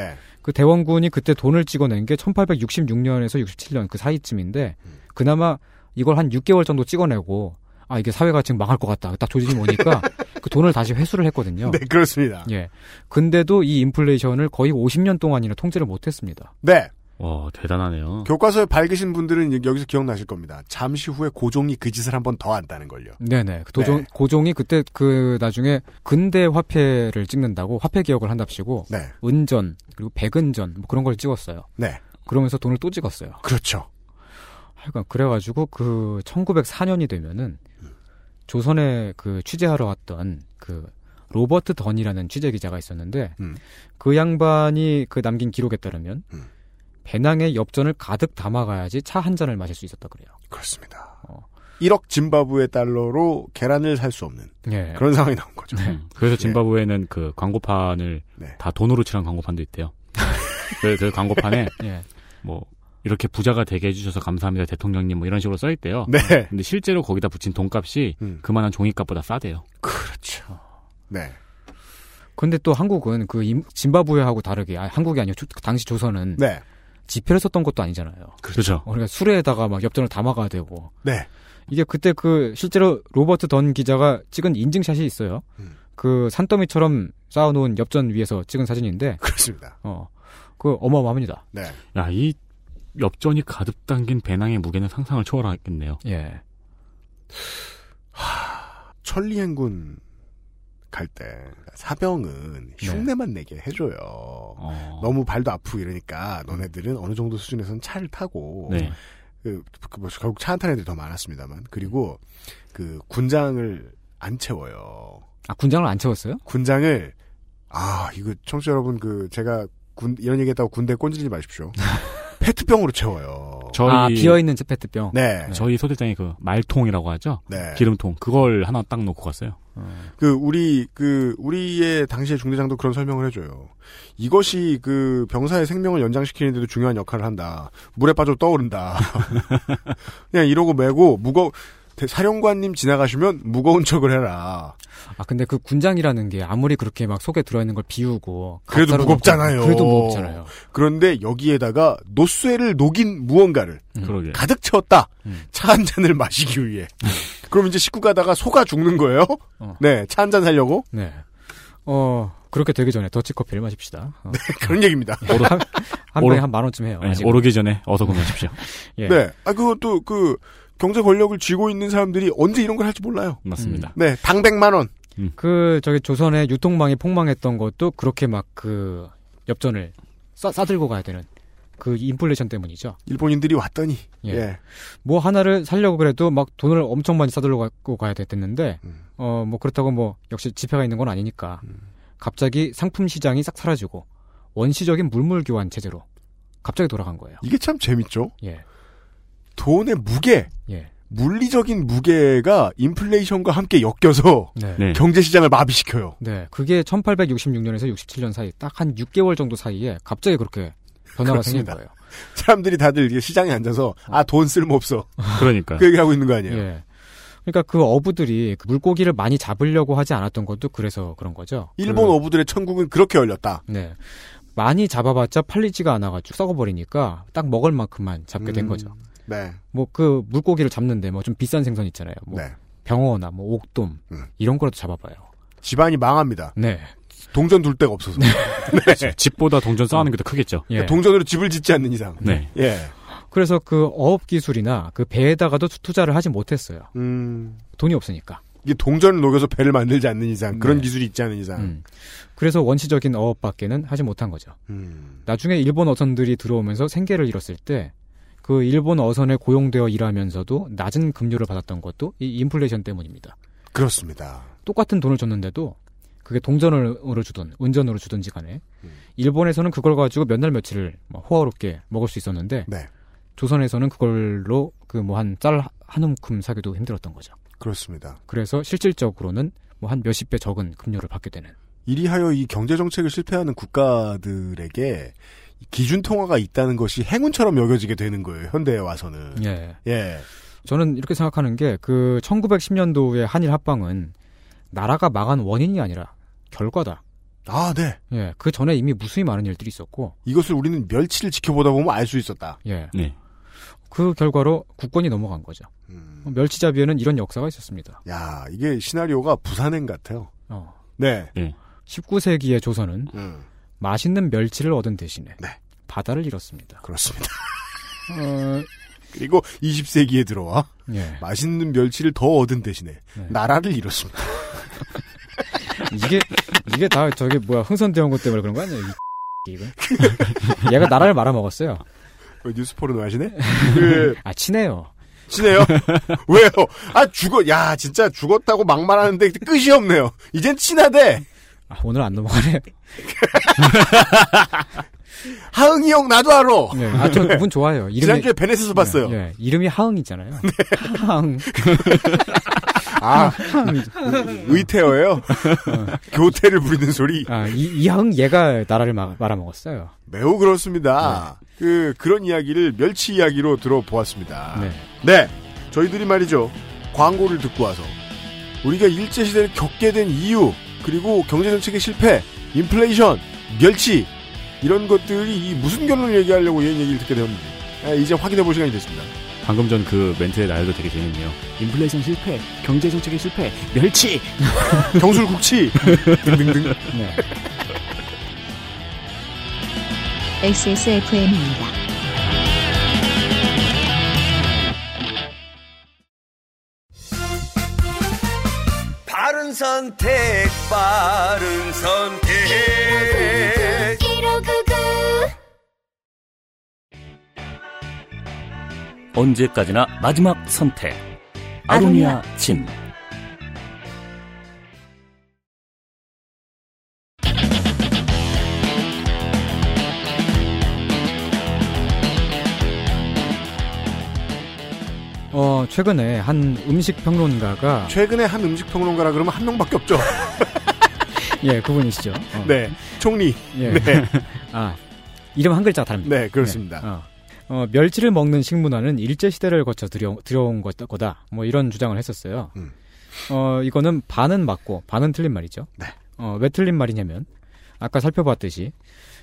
S5: 그 대원군이 그때 돈을 찍어낸 게 1866년에서 67년 그 사이쯤인데 그나마 이걸 한 6개월 정도 찍어내고 아 이게 사회가 지금 망할 것 같다. 딱 조짐이 오니까 그 돈을 다시 회수를 했거든요.
S2: 네, 그렇습니다.
S5: 예. 근데도 이 인플레이션을 거의 50년 동안이나 통제를 못했습니다.
S2: 네.
S4: 와 대단하네요.
S2: 교과서에 밝으신 분들은 이제 여기서 기억나실 겁니다. 잠시 후에 고종이 그 짓을 한 번 더 한다는 걸요.
S5: 네네. 그 도종,
S2: 네.
S5: 고종이 그때 그 나중에 근대 화폐를 찍는다고 화폐 개혁을 한답시고
S2: 네.
S5: 은전 그리고 백은전 뭐 그런 걸 찍었어요.
S2: 네.
S5: 그러면서 돈을 또 찍었어요.
S2: 그렇죠.
S5: 하여간 그래가지고 그 1904년이 되면은 조선에 그 취재하러 왔던 그 로버트 던이라는 취재 기자가 있었는데 그 양반이 그 남긴 기록에 따르면 배낭에 엽전을 가득 담아가야지 차 한 잔을 마실 수 있었다 그래요.
S2: 그렇습니다. 1억 짐바브웨 달러로 계란을 살 수 없는
S5: 예.
S2: 그런 상황이 나온 거죠.
S4: 음. 그래서 짐바브웨는 그 광고판을 다 돈으로 칠한 광고판도 있대요. 그, 그 광고판에
S5: 예.
S4: 뭐 이렇게 부자가 되게 해주셔서 감사합니다 대통령님 뭐 이런 식으로 써 있대요.
S2: 네.
S4: 근데 실제로 거기다 붙인 돈값이 그만한 종이값보다 싸대요.
S2: 그렇죠. 네.
S5: 근데 또 한국은 그 임- 짐바브웨하고 다르게 아, 한국이 아니고 조- 당시 조선은
S2: 네.
S5: 지폐를 썼던 것도 아니잖아요.
S4: 그렇죠.
S5: 우리가 술에다가 막 엽전을 담아가야 되고
S2: 네.
S5: 이게 그때 그 실제로 로버트 던 기자가 찍은 인증샷이 있어요.
S2: 음.
S5: 그 산더미처럼 쌓아놓은 엽전 위에서 찍은 사진인데
S2: 그렇습니다.
S5: 어, 그 어마어마합니다.
S2: 네.
S4: 야, 이 엽전이 가득 담긴 배낭의 무게는 상상을 초월하겠네요.
S5: 예.
S2: 천리행군 갈 때 사병은
S4: 네.
S2: 흉내만 내게 해줘요.
S4: 어.
S2: 너무 발도 아프고 이러니까 너네들은 어느 정도 수준에선 차를 타고
S4: 네.
S2: 그, 그 뭐, 결국 차 안 타는 애들이 더 많았습니다만 그리고 그 군장을 안 채워요.
S5: 아 군장을 안 채웠어요?
S2: 군장을 아 이거 청취자 여러분 그 제가 군 이런 얘기했다고 군대 꼰질리지 마십시오. 페트병으로 채워요.
S4: 저희
S5: 아, 비어있는 제 페트병.
S2: 네.
S4: 저희 소대장이 그 말통이라고 하죠.
S2: 네.
S4: 기름통 그걸 하나 딱 놓고 갔어요.
S2: 그 우리 그 우리의 당시의 중대장도 그런 설명을 해줘요. 이것이 그 병사의 생명을 연장시키는데도 중요한 역할을 한다. 물에 빠져 떠오른다. 그냥 이러고 메고 무거 사령관님 지나가시면 무거운 척을 해라.
S5: 아 근데 그 군장이라는 게 아무리 그렇게 막 속에 들어있는 걸 비우고
S2: 그래도
S5: 가짜로
S2: 무겁잖아요.
S5: 넣고 그래도 무겁잖아요.
S2: 그런데 여기에다가 노쇠를 녹인 무언가를
S13: 음.
S4: 그러게.
S2: 가득 채웠다. 차 한 잔을 마시기 위해. 그럼 이제 식구 가다가 소가 죽는 거예요? 네, 차 한 잔 살려고?
S5: 네. 어 그렇게 되기 전에 더치 커피를 마십시다.
S2: 네.
S5: 어.
S2: 그런 얘기입니다.
S5: 오로- 한- 한 병에
S4: 오로-
S5: 한 만 원쯤 해요.
S4: 네,
S5: 아직은.
S4: 오르기 전에 어서 구매하십시오.
S5: 예.
S2: 네. 아, 그것도 그 경제 권력을 쥐고 있는 사람들이 언제 이런 걸 할지 몰라요.
S4: 맞습니다.
S2: 네, 당 100만 원.
S5: 그 저기 조선의 유통망이 폭망했던 것도 그렇게 막 그 엽전을 싸, 싸들고 가야 되는 그 인플레이션 때문이죠.
S2: 일본인들이 왔더니
S5: 예.
S2: 예.
S5: 뭐 하나를 살려고 그래도 막 돈을 엄청 많이 싸들고 갖고 가야 됐는데
S2: 음.
S5: 어 뭐 그렇다고 뭐 역시 지폐가 있는 건 아니니까 갑자기 상품 시장이 싹 사라지고 원시적인 물물 교환 체제로 갑자기 돌아간 거예요.
S2: 이게 참 재밌죠?
S5: 예.
S2: 돈의 무게,
S5: 예.
S2: 물리적인 무게가 인플레이션과 함께 엮여서
S5: 네.
S4: 네.
S2: 경제 시장을 마비시켜요.
S5: 네, 그게 1866년에서 67년 사이 딱 한 6개월 정도 사이에 갑자기 그렇게 변화가 생긴
S2: 그렇습니다.
S5: 거예요.
S2: 사람들이 다들 이게 시장에 앉아서 아 돈 쓸모없어.
S4: 그러니까.
S2: 그 얘기를 하고 있는 거 아니에요?
S5: 네. 예. 그러니까 그 어부들이 그 물고기를 많이 잡으려고 하지 않았던 것도 그래서 그런 거죠.
S2: 일본 어부들의 천국은 그렇게 열렸다.
S5: 네. 많이 잡아봤자 팔리지가 않아가지고 썩어버리니까 딱 먹을 만큼만 잡게 된
S2: 음.
S5: 거죠.
S2: 네.
S5: 뭐 그 물고기를 잡는데 뭐 좀 비싼 생선 있잖아요. 뭐
S2: 네. 음.
S5: 병어나 뭐 옥돔 이런 거라도 잡아봐요.
S2: 집안이 망합니다.
S5: 네.
S2: 동전 둘 데가 없어서. 네.
S4: 집보다 동전 쌓아놓는 게 더 크겠죠.
S5: 예.
S2: 동전으로 집을 짓지 않는 이상.
S4: 네.
S2: 예.
S5: 그래서 그 어업 기술이나 그 배에다가도 투- 투자를 하지 못했어요.
S2: 음.
S5: 돈이 없으니까.
S2: 이게 동전을 녹여서 배를 만들지 않는 이상 그런 기술이 있지 않은
S5: 음.
S2: 이상.
S5: 그래서 원시적인 어업밖에는 하지 못한 거죠.
S2: 음.
S5: 나중에 일본 어선들이 들어오면서 생계를 잃었을 때 그 일본 어선에 고용되어 일하면서도 낮은 급료를 받았던 것도 이 인플레이션 때문입니다.
S2: 그렇습니다.
S5: 똑같은 돈을 줬는데도 그게 동전으로 주든 운전으로 주든지 간에 일본에서는 그걸 가지고 몇 날 며칠을 뭐 호화롭게 먹을 수
S2: 네.
S5: 있었는데 조선에서는 그걸로 그 뭐 한 쌀 한 움큼 사기도 힘들었던 거죠.
S2: 그렇습니다.
S5: 그래서 실질적으로는 뭐 한 몇십 배 적은 급료를 받게 되는
S2: 이리하여 이 경제 정책을 실패하는 국가들에게 기준 통화가 있다는 것이 행운처럼 여겨지게 되는 거예요. 현대에 와서는.
S5: 예.
S2: 예.
S5: 저는 이렇게 생각하는 게 그 1910년도의 한일 합방은 나라가 망한 원인이 아니라 결과다.
S2: 아, 네.
S5: 예. 그 전에 이미 무수히 많은 일들이 있었고
S2: 이것을 우리는 멸치를 지켜보다 보면 알 수 있었다.
S5: 예.
S4: 네.
S5: 그 결과로 국권이 넘어간 거죠. 음. 멸치잡이에는 이런 역사가 있었습니다.
S2: 음. 야, 이게 시나리오가 부산행 같아요.
S5: 어.
S2: 네.
S5: 19세기의 조선은 맛있는 멸치를 얻은 대신에 바다를 잃었습니다.
S2: 그렇습니다.
S5: 어,
S2: 그리고 20세기에 들어와
S5: 예.
S2: 맛있는 멸치를 더 얻은 대신에 나라를 잃었습니다.
S5: 이게 이게 다 저게 뭐야 흥선대원군 때문에 그런 거 아니야? 이 이거 얘가 나라를 말아먹었어요.
S2: 왜 뉴스 포르노 하시네? 그,
S5: 아 친해요.
S2: 친해요? 왜요? 아, 죽어, 야, 진짜 죽었다고 막말하는데 끝이 없네요. 이젠 친하대.
S5: 아, 오늘 안 넘어가네.
S2: 하응이 형, 나도 알아.
S5: 네. 아저 그분 좋아요. 이름이
S2: 뭐. 지난주에 베넷에서
S5: 네,
S2: 봤어요. 네.
S5: 예. 이름이 하흥이잖아요. 하흥.
S2: 아,
S5: 하흥이죠.
S2: 의태어예요. 교태를 부리는 소리.
S5: 아, 이, 이하흥 얘가 나라를 마- 말아먹었어요.
S2: 매우 그렇습니다. 그 그런 이야기를 멸치 이야기로 들어보았습니다.
S5: 네.
S2: 저희들이 말이죠. 광고를 듣고 와서 우리가 일제 시대를 겪게 된 이유, 그리고 경제 정책의 실패, 인플레이션, 멸치 이런 것들이 이 무슨 결론을 얘기하려고 이런 얘기를 듣게 되었는지 아, 이제 확인해 볼 시간이 됐습니다.
S4: 방금 전 그 멘트의 나열도 되게 재밌네요. 인플레이션 실패, 경제 정책의 실패, 멸치,
S2: 경술국치 등등등.
S1: XSFM입니다.
S8: 바른 선택, 바른 선택.
S13: 언제까지나 마지막 선택. 아로니아 침.
S5: 어, 최근에 한 음식 평론가가
S2: 최근에 한 음식 평론가라 그러면 한 명밖에 없죠.
S5: 어. 예, 그분이시죠. 어.
S2: 네, 총리.
S5: 예.
S2: 네.
S5: 아, 이름 한 글자 다릅니다.
S2: 네, 그렇습니다.
S5: 네, 어. 어, 멸치를 먹는 식문화는 일제시대를 거쳐 들여, 들여온 것- 거다. 뭐 이런 주장을 했었어요.
S2: 음.
S5: 어, 이거는 반은 맞고, 반은 틀린 말이죠.
S2: 네.
S5: 어, 왜 틀린 말이냐면, 아까 살펴봤듯이,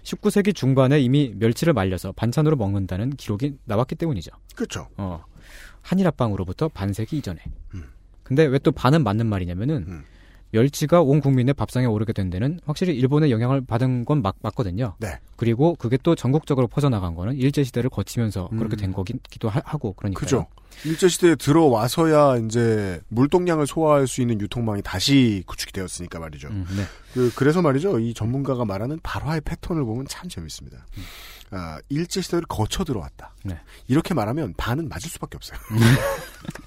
S5: 19세기 중반에 이미 멸치를 말려서 반찬으로 먹는다는 기록이 나왔기 때문이죠.
S2: 그렇죠.
S5: 어, 한일합방으로부터 반세기 이전에.
S2: 음.
S5: 근데 왜 또 반은 맞는 말이냐면은, 멸치가 온 국민의 밥상에 오르게 된 데는 확실히 일본의 영향을 받은 건 막, 맞거든요.
S2: 네.
S5: 그리고 그게 또 전국적으로 퍼져나간 거는 일제시대를 거치면서 그렇게 된 거기도 하- 하고, 그러니까.
S2: 음. 그죠. 그렇죠. 일제시대에 들어와서야 이제 물동량을 소화할 수 있는 유통망이 다시 구축이 되었으니까 말이죠.
S5: 음, 네.
S2: 그, 그래서 말이죠. 이 전문가가 말하는 발화의 패턴을 보면 참 재밌습니다.
S4: 음.
S2: 아, 일제시대를 거쳐 들어왔다.
S5: 네.
S2: 이렇게 말하면 반은 맞을 수밖에 없어요.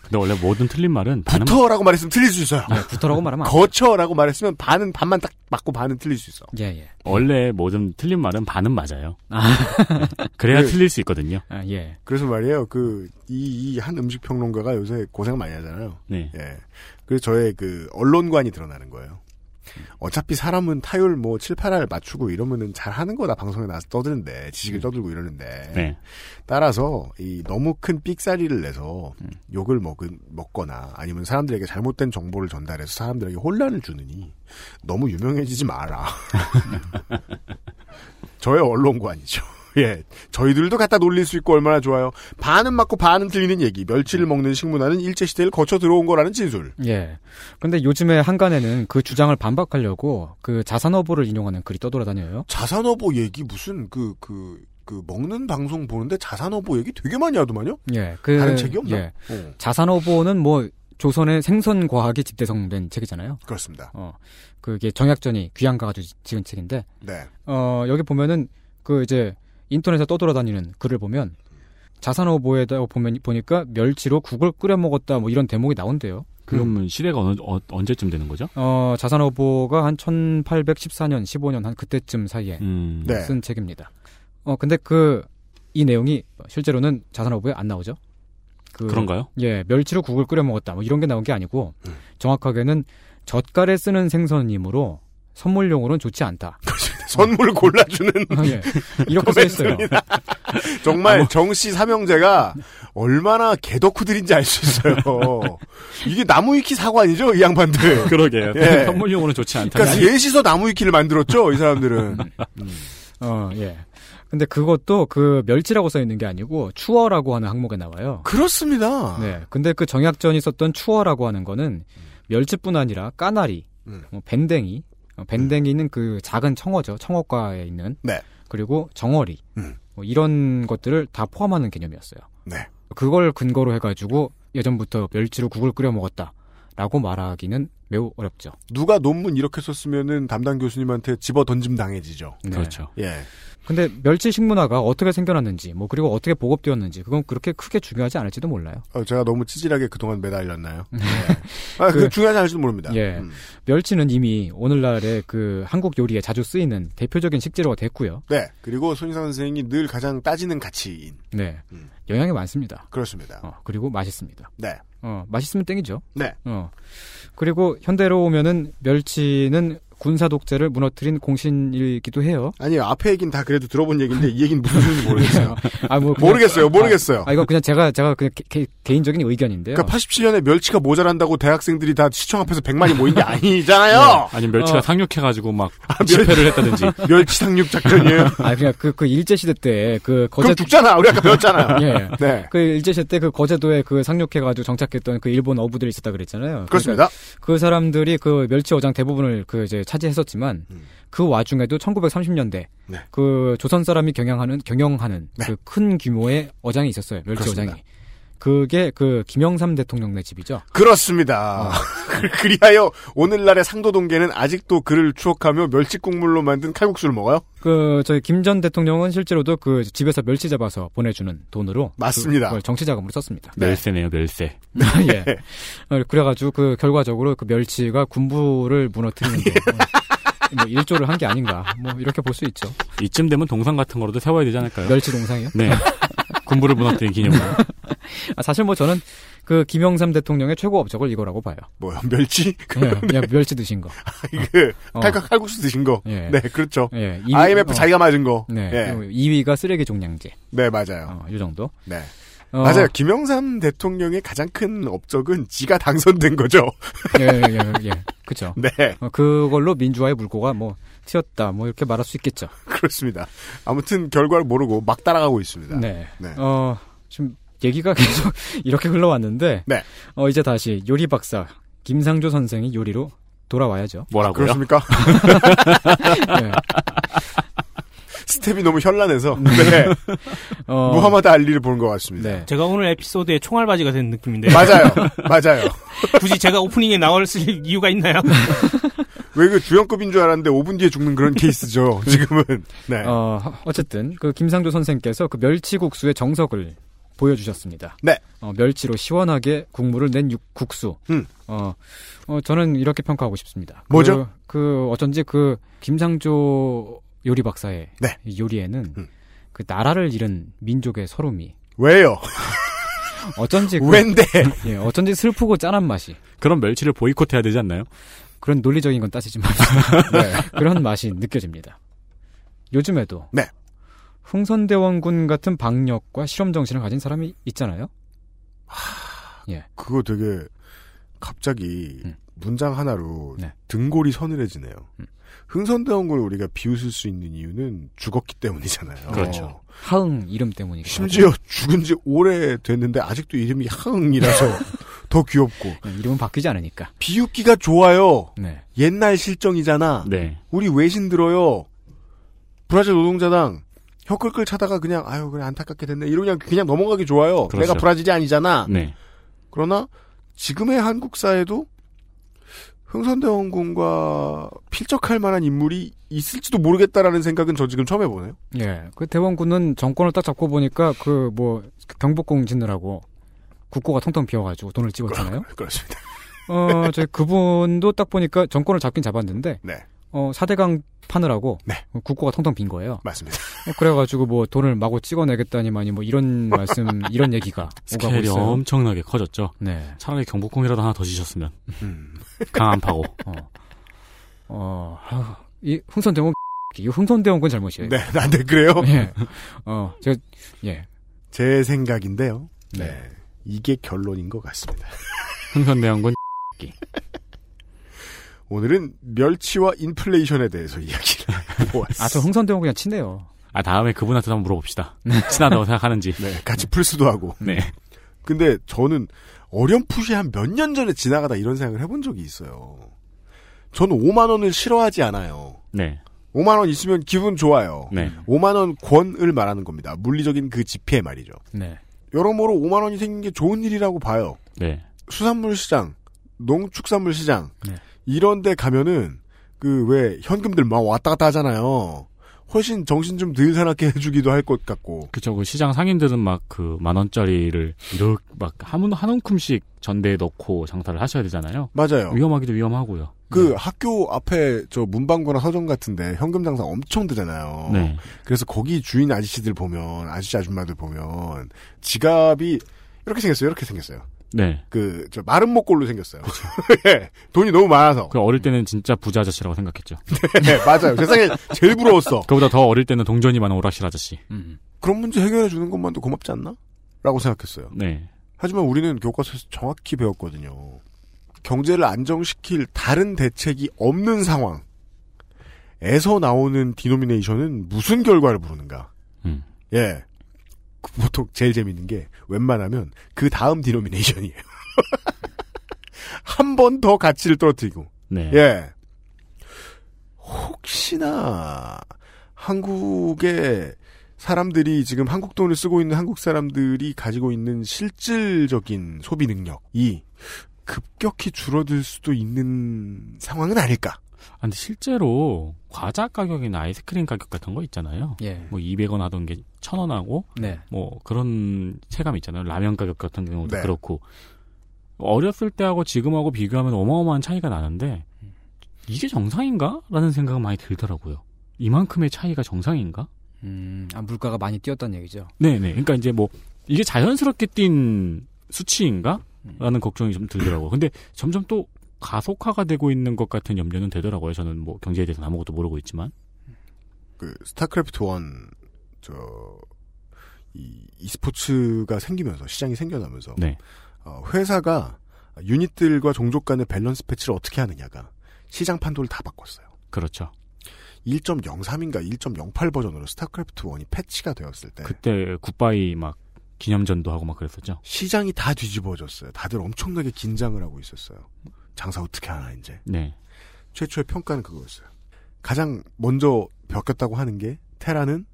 S4: 근데 원래 모든 틀린 말은 반은 아,
S2: 붙어라고 말했으면 틀릴 수 있어요.
S5: 네, 붙어라고 말하면 안 돼요.
S2: 거쳐라고 말했으면 반은 반만 딱 맞고 반은 틀릴 수 있어.
S5: 예, 예.
S4: 원래 모든 틀린 말은 반은 맞아요. 네. 그래야
S2: 그-
S4: 틀릴 수 있거든요.
S5: 아, 예.
S2: 그래서 말이에요. 그, 이, 이 한 음식 평론가가 요새 고생 많이 하잖아요.
S4: 네.
S2: 예. 그래서 저의 그, 언론관이 드러나는 거예요. 어차피 사람은 타율 뭐 7, 8알 맞추고 이러면은 잘 하는 거다 방송에 나와서 떠드는데, 지식을 떠들고 이러는데.
S4: 음. 네.
S2: 따라서, 이 너무 큰 삑사리를 내서 욕을 먹은, 먹거나 아니면 사람들에게 잘못된 정보를 전달해서 사람들에게 혼란을 주느니 너무 유명해지지 마라. 저의 언론관이죠. 예. 저희들도 갖다 놀릴 수 있고 얼마나 좋아요. 반은 맞고 반은 틀리는 얘기. 멸치를 먹는 식문화는 일제시대를 거쳐 들어온 거라는 진술.
S5: 예. 근데 요즘에 한간에는 그 주장을 반박하려고 그 자산어보를 인용하는 글이 떠돌아다녀요.
S2: 자산어보 얘기 무슨 그, 그, 그 먹는 방송 보는데 자산어보 얘기 되게 많이 하더만요?
S5: 예. 그
S2: 다른 책이 없나?
S5: 예.
S2: 어.
S5: 자산어보는 뭐 조선의 생선 과학이 집대성된 책이잖아요.
S2: 그렇습니다.
S5: 어. 그게 정약전이 귀양가 가지고 지은 책인데
S2: 네.
S5: 어, 여기 보면은 그 이제 인터넷에 떠돌아다니는 글을 보면 자산어보에다 보면 보니까 멸치로 국을 끓여 먹었다 뭐 이런 대목이 나온대요.
S4: 그러면 시대가 어느, 어- 언제쯤 되는 거죠?
S5: 어, 자산어보가 한 1814년, 15년 한 그때쯤 사이에
S4: 음. 네.
S5: 쓴 책입니다. 어, 근데 그, 이 내용이 실제로는 자산어보에 안 나오죠? 그,
S4: 그런가요? 음.
S5: 예, 멸치로 국을 끓여 먹었다. 뭐 이런 게 나온 게 아니고, 정확하게는 젓갈에 쓰는 생선이므로 선물용으로는 좋지 않다. 음.
S2: 선물 골라주는
S5: 예, 이렇게 써 있어요.
S2: 정말 정씨 삼형제가 얼마나 개덕후들인지 알 수 있어요. 이게 나무위키 사관이죠, 이 양반들.
S4: 그러게요.
S2: 예.
S4: 네. 선물용으로는 좋지 않다.
S2: 그러니까 셋이서 나무위키를 만들었죠, 이 사람들은.
S5: 음. 어, 예. 근데 그것도 그 멸치라고 써 있는 게 아니고 추어라고 하는 항목에 나와요.
S2: 그렇습니다.
S5: 네. 근데 그 정약전이 썼던 추어라고 하는 거는 멸치뿐 아니라 까나리, 뭐 밴댕이, 어, 밴댕이는 그 작은 청어죠. 청어과에 있는. 그리고 정어리. 뭐 이런 것들을 다 포함하는 개념이었어요.
S2: 네.
S5: 그걸 근거로 해가지고 예전부터 멸치로 국을 끓여 먹었다. 라고 말하기는 매우 어렵죠.
S2: 누가 논문 이렇게 썼으면은 담당 교수님한테 집어 던짐 당해지죠.
S5: 네. 그렇죠.
S2: 예.
S5: 근데 멸치 식문화가 어떻게 생겨났는지, 뭐 그리고 어떻게 보급되었는지 그건 그렇게 크게 중요하지 않을지도 몰라요.
S2: 어, 제가 너무 찌질하게 그동안 매달렸나요? 네. 아, 그,
S5: 음. 그-
S2: 중요하지 않을지도 모릅니다. 음.
S5: 예. 멸치는 이미 오늘날의 그 한국 요리에 자주 쓰이는 대표적인 식재료가 됐고요.
S2: 네. 그리고 손희상 선생이 늘 가장 따지는 가치인.
S5: 네.
S2: 음.
S5: 영양이 많습니다.
S2: 그렇습니다.
S5: 어, 그리고 맛있습니다.
S2: 네.
S5: 어, 맛있으면 땡이죠.
S2: 네.
S5: 어. 그리고 현대로 오면은 멸치는 군사 독재를 무너뜨린 공신이기도 해요.
S2: 아니, 앞에 얘기는 다 그래도 들어본 얘기인데 이 얘기는 무슨 소리인지 모르겠어요.
S5: 아, 뭐 그냥-
S2: 모르겠어요. 모르겠어요.
S5: 아, 아, 이거 그냥 제가 제가 그냥 개, 인적인 의견인데요.
S2: 그러니까 87년에 멸치가 모자란다고 대학생들이 다 시청 앞에서 100만이 모인 게 아니잖아요.
S4: 아니 멸치가
S5: 어.
S4: 상륙해가지고 막 집회를 했다든지.
S5: 네.
S2: 멸치 상륙 작전이에요.
S5: 아, 그냥 그, 그 일제시대 때, 그, 거제.
S2: 그럼 죽잖아. 우리 아까 배웠잖아요.
S5: 예.
S2: 네.
S5: 그 일제시대 때 그 거제도에 그 상륙해가지고 정착했던 그 일본 어부들이 있었다 그랬잖아요.
S2: 그렇습니다.
S5: 그러니까 그 사람들이 그 멸치 어장 대부분을 그 이제 차지했었지만, 그 와중에도 1930년대,
S2: 음. 네.
S5: 그 조선 사람이 경영하는, 경영하는 그 큰 규모의 어장이 있었어요. 멸치
S2: 그렇습니다.
S5: 어장이. 그게 그 김영삼 대통령네 집이죠.
S2: 그렇습니다. 그리하여 오늘날의 상도동계는 아직도 그를 추억하며 멸치 국물로 만든 칼국수를 먹어요.
S5: 그 저희 김 전 대통령은 실제로도 그 집에서 멸치 잡아서 보내주는 돈으로
S2: 맞습니다.
S5: 그걸 정치 자금으로 썼습니다.
S4: 멸세네요, 멸세.
S5: 예. 어, 그래가지고 그 결과적으로 그 멸치가 군부를 무너뜨리는 거, 뭐 일조를 한 게 아닌가, 뭐 이렇게 볼 수 있죠.
S4: 이쯤 되면 동상 같은 거로도 세워야 되지 않을까요?
S5: 멸치 동상이요?
S4: 네. 군부를 무너뜨린 기념으로.
S5: 아, 사실 뭐 저는 그 김영삼 대통령의 최고 업적을 이거라고 봐요.
S2: 뭐요? 멸치?
S5: 네, 그냥 멸치 드신 거.
S2: 그 칼칼 칼국수 드신 거.
S5: 어. 예.
S2: 네, 그렇죠.
S5: 예,
S2: IMF
S5: 어.
S2: 자기가 맞은 거.
S5: 네.
S2: 예.
S5: 2위가 쓰레기 종량제.
S2: 네, 맞아요.
S5: 어, 이 정도.
S2: 네.
S5: 어.
S2: 맞아요. 김영삼 대통령의 가장 큰 업적은 지가 당선된 거죠.
S5: 예, 예, 예. 그죠.
S2: 네.
S5: 어, 그걸로 민주화의 물고가 뭐 튀었다 뭐 이렇게 말할 수 있겠죠.
S2: 그렇습니다. 아무튼 결과를 모르고 막 따라가고 있습니다.
S5: 네. 어, 지금 얘기가 계속 이렇게 흘러왔는데
S2: 네.
S5: 어, 이제 다시 요리 박사 김상조 선생이 요리로 돌아와야죠.
S2: 뭐라고요? 아, 그렇습니까?
S5: 네.
S2: 스텝이 너무 현란해서. 네.
S5: 어. 네.
S2: 무하마드 알리를 보는 것 같습니다.
S10: 제가 오늘 에피소드의 총알바지가 된 느낌인데.
S2: 맞아요. 맞아요.
S10: 굳이 제가 오프닝에 나올 쓸 이유가 있나요?
S2: 왜 그 주연급인 줄 알았는데 5분 뒤에 죽는 그런 케이스죠. 지금은. 네.
S5: 어, 어쨌든 그 김상조 선생께서 그 멸치국수의 정석을 보여주셨습니다.
S2: 네.
S5: 어, 멸치로 시원하게 국물을 낸 육, 국수.
S2: 음.
S5: 어, 어, 저는 이렇게 평가하고 싶습니다. 그-
S2: 뭐죠?
S5: 그, 어쩐지 그 김상조 요리 박사의
S2: 네.
S5: 이 요리에는 그 나라를 잃은 민족의 서름이
S2: 왜요?
S5: 어쩐지 그-
S2: 웬데?
S5: 예, 어쩐지 슬프고 짠한 맛이.
S4: 그런 멸치를 보이콧해야 되지 않나요?
S5: 그런 논리적인 건 따지지 맙시다. 네, 그런 맛이 느껴집니다. 요즘에도
S2: 네.
S5: 흥선대원군 같은 박력과 실험 정신을 가진 사람이 있잖아요.
S2: 그거 되게 갑자기 문장 하나로 등골이 서늘해지네요. 흥선대원군을 우리가 비웃을 수 있는 이유는 죽었기 때문이잖아요.
S5: 어,
S2: 그렇죠.
S5: 하응 이름 때문이죠.
S2: 심지어 죽은 지 오래 됐는데 아직도 이름이 하응이라서 더 귀엽고
S5: 네, 이름은 바뀌지 않으니까
S2: 비웃기가 좋아요.
S5: 네.
S2: 옛날 실정이잖아.
S4: 네.
S2: 우리 외신 들어요. 브라질 노동자당 혀 끌끌 차다가 그냥 아유 그냥 안타깝게 됐네. 이러 그냥 그냥 넘어가기 좋아요.
S4: 그렇죠.
S2: 내가 브라질이 아니잖아.
S4: 네.
S2: 그러나 지금의 한국 사회도 흥선대원군과 필적할 만한 인물이 있을지도 모르겠다라는 생각은 저 지금 처음 해보네요.
S5: 예, 그 대원군은 정권을 딱 잡고 보니까 그 뭐 경복궁 짓느라고 국고가 텅텅 비어가지고 돈을 찍었잖아요.
S2: 그렇습니다.
S5: 어, 저 그분도 딱 보니까 정권을 잡긴 잡았는데,
S2: 네.
S5: 어, 4대강 파느라고 국고가 텅텅 빈 거예요.
S2: 맞습니다.
S5: 그래가지고 뭐 돈을 마구 찍어내겠다니만이 뭐 이런 말씀, 이런 얘기가 오가고
S4: 스케일이
S5: 있어요.
S4: 엄청나게 커졌죠.
S5: 네.
S4: 차라리 경복궁이라도 하나 더 지셨으면
S2: 음.
S4: 강한 파고.
S5: 어. 어, 아휴, 이 흥선대원 이 흥선대원군 잘못이에요.
S2: 네, 안 돼, 그래요?
S5: 예. 어, 제가 예.
S2: 제 생각인데요. 네. 이게 결론인 것 같습니다.
S4: 흥선대원군
S2: 오늘은 멸치와 인플레이션에 대해서 이야기를 해보았습니다.
S5: 아, 저 흥선대원 그냥 친해요.
S4: 아 다음에 그분한테 한번 물어봅시다. 친하다고 생각하는지.
S2: 네, 같이 풀스도 하고.
S4: 네.
S2: 근데 저는 어렴풋이 한 몇 년 전에 지나가다 이런 생각을 해본 적이 있어요. 저는 5만 원을 싫어하지 않아요.
S4: 네.
S2: 5만 원 있으면 기분 좋아요.
S4: 네.
S2: 5만 원 권을 말하는 겁니다. 물리적인 그 지폐 말이죠.
S5: 네.
S2: 여러모로 5만 원이 생긴 게 좋은 일이라고 봐요.
S4: 네.
S2: 수산물 시장, 농축산물 시장
S5: 네.
S2: 이런 데 가면은 그 왜 현금들 막 왔다 갔다 하잖아요. 훨씬 정신 좀 덜 사납게 해주기도 할 것 같고.
S4: 그쵸. 그 시장 상인들은 막 그 만 원짜리를 이렇게 막한 한 움큼씩 전대에 넣고 장사를 하셔야 되잖아요.
S2: 맞아요.
S4: 위험하기도 위험하고요.
S2: 그 학교 앞에 저 문방구나 서점 같은데 현금 장사 엄청 되잖아요.
S4: 네.
S2: 그래서 거기 주인 아저씨들 보면 아저씨 아줌마들 보면 지갑이 이렇게 생겼어요. 이렇게 생겼어요.
S4: 네.
S2: 그 저 마른 목골로 생겼어요. 예, 돈이 너무 많아서.
S4: 그 어릴 때는 진짜 부자 아저씨라고 생각했죠.
S2: 네, 맞아요. 세상에 제일 부러웠어.
S4: 그보다 더 어릴 때는 동전이 많은 오락실 아저씨.
S2: 그런 문제 해결해 주는 것만도 고맙지 않나? 라고 생각했어요.
S4: 네.
S2: 하지만 우리는 교과서에서 정확히 배웠거든요. 경제를 안정시킬 다른 대책이 없는 상황에서 나오는 디노미네이션은 무슨 결과를 부르는가?
S4: 음.
S2: 예. 그 보통 제일 재밌는 게 웬만하면 그 다음 디노미네이션이에요. 한 번 더 가치를 떨어뜨리고.
S4: 네.
S2: 예. 혹시나 한국의 사람들이 지금 한국 돈을 쓰고 있는 한국 사람들이 가지고 있는 실질적인 소비 능력이 급격히 줄어들 수도 있는 상황은 아닐까.
S4: 아, 근데 실제로 과자 가격이나 아이스크림 가격 같은 거 있잖아요.
S5: 예.
S4: 뭐 200원 하던 게 1000원 하고
S5: 네.
S4: 뭐 그런 체감 있잖아요. 라면 가격 같은 경우도
S5: 네.
S4: 그렇고 어렸을 때하고 지금하고 비교하면 어마어마한 차이가 나는데 이게 정상인가? 라는 생각은 많이 들더라고요. 이만큼의 차이가 정상인가?
S5: 음, 아, 물가가 많이 뛰었다는 얘기죠.
S4: 네네. 그러니까 이제 뭐 이게 자연스럽게 뛴 수치인가? 라는 걱정이 좀 들더라고요. 근데 점점 또 가속화가 되고 있는 것 같은 염려는 되더라고요. 저는 뭐 경제에 대해서 아무것도 모르고 있지만.
S2: 그 스타크래프트 1, 저, 이, e스포츠가 생기면서, 시장이 생겨나면서,
S4: 네.
S2: 어, 회사가 유닛들과 종족 간의 밸런스 패치를 어떻게 하느냐가 시장 판도를 다 바꿨어요.
S4: 그렇죠.
S2: 1.03인가 1.08 버전으로 스타크래프트 1이 패치가 되었을 때
S4: 그때 굿바이 막 기념전도 하고 막 그랬었죠.
S2: 시장이 다 뒤집어졌어요. 다들 엄청나게 긴장을 하고 있었어요. 장사 어떻게 하나 이제.
S4: 네.
S2: 최초의 평가는 그거였어요. 가장 먼저 벽겼다고 하는 게 테라는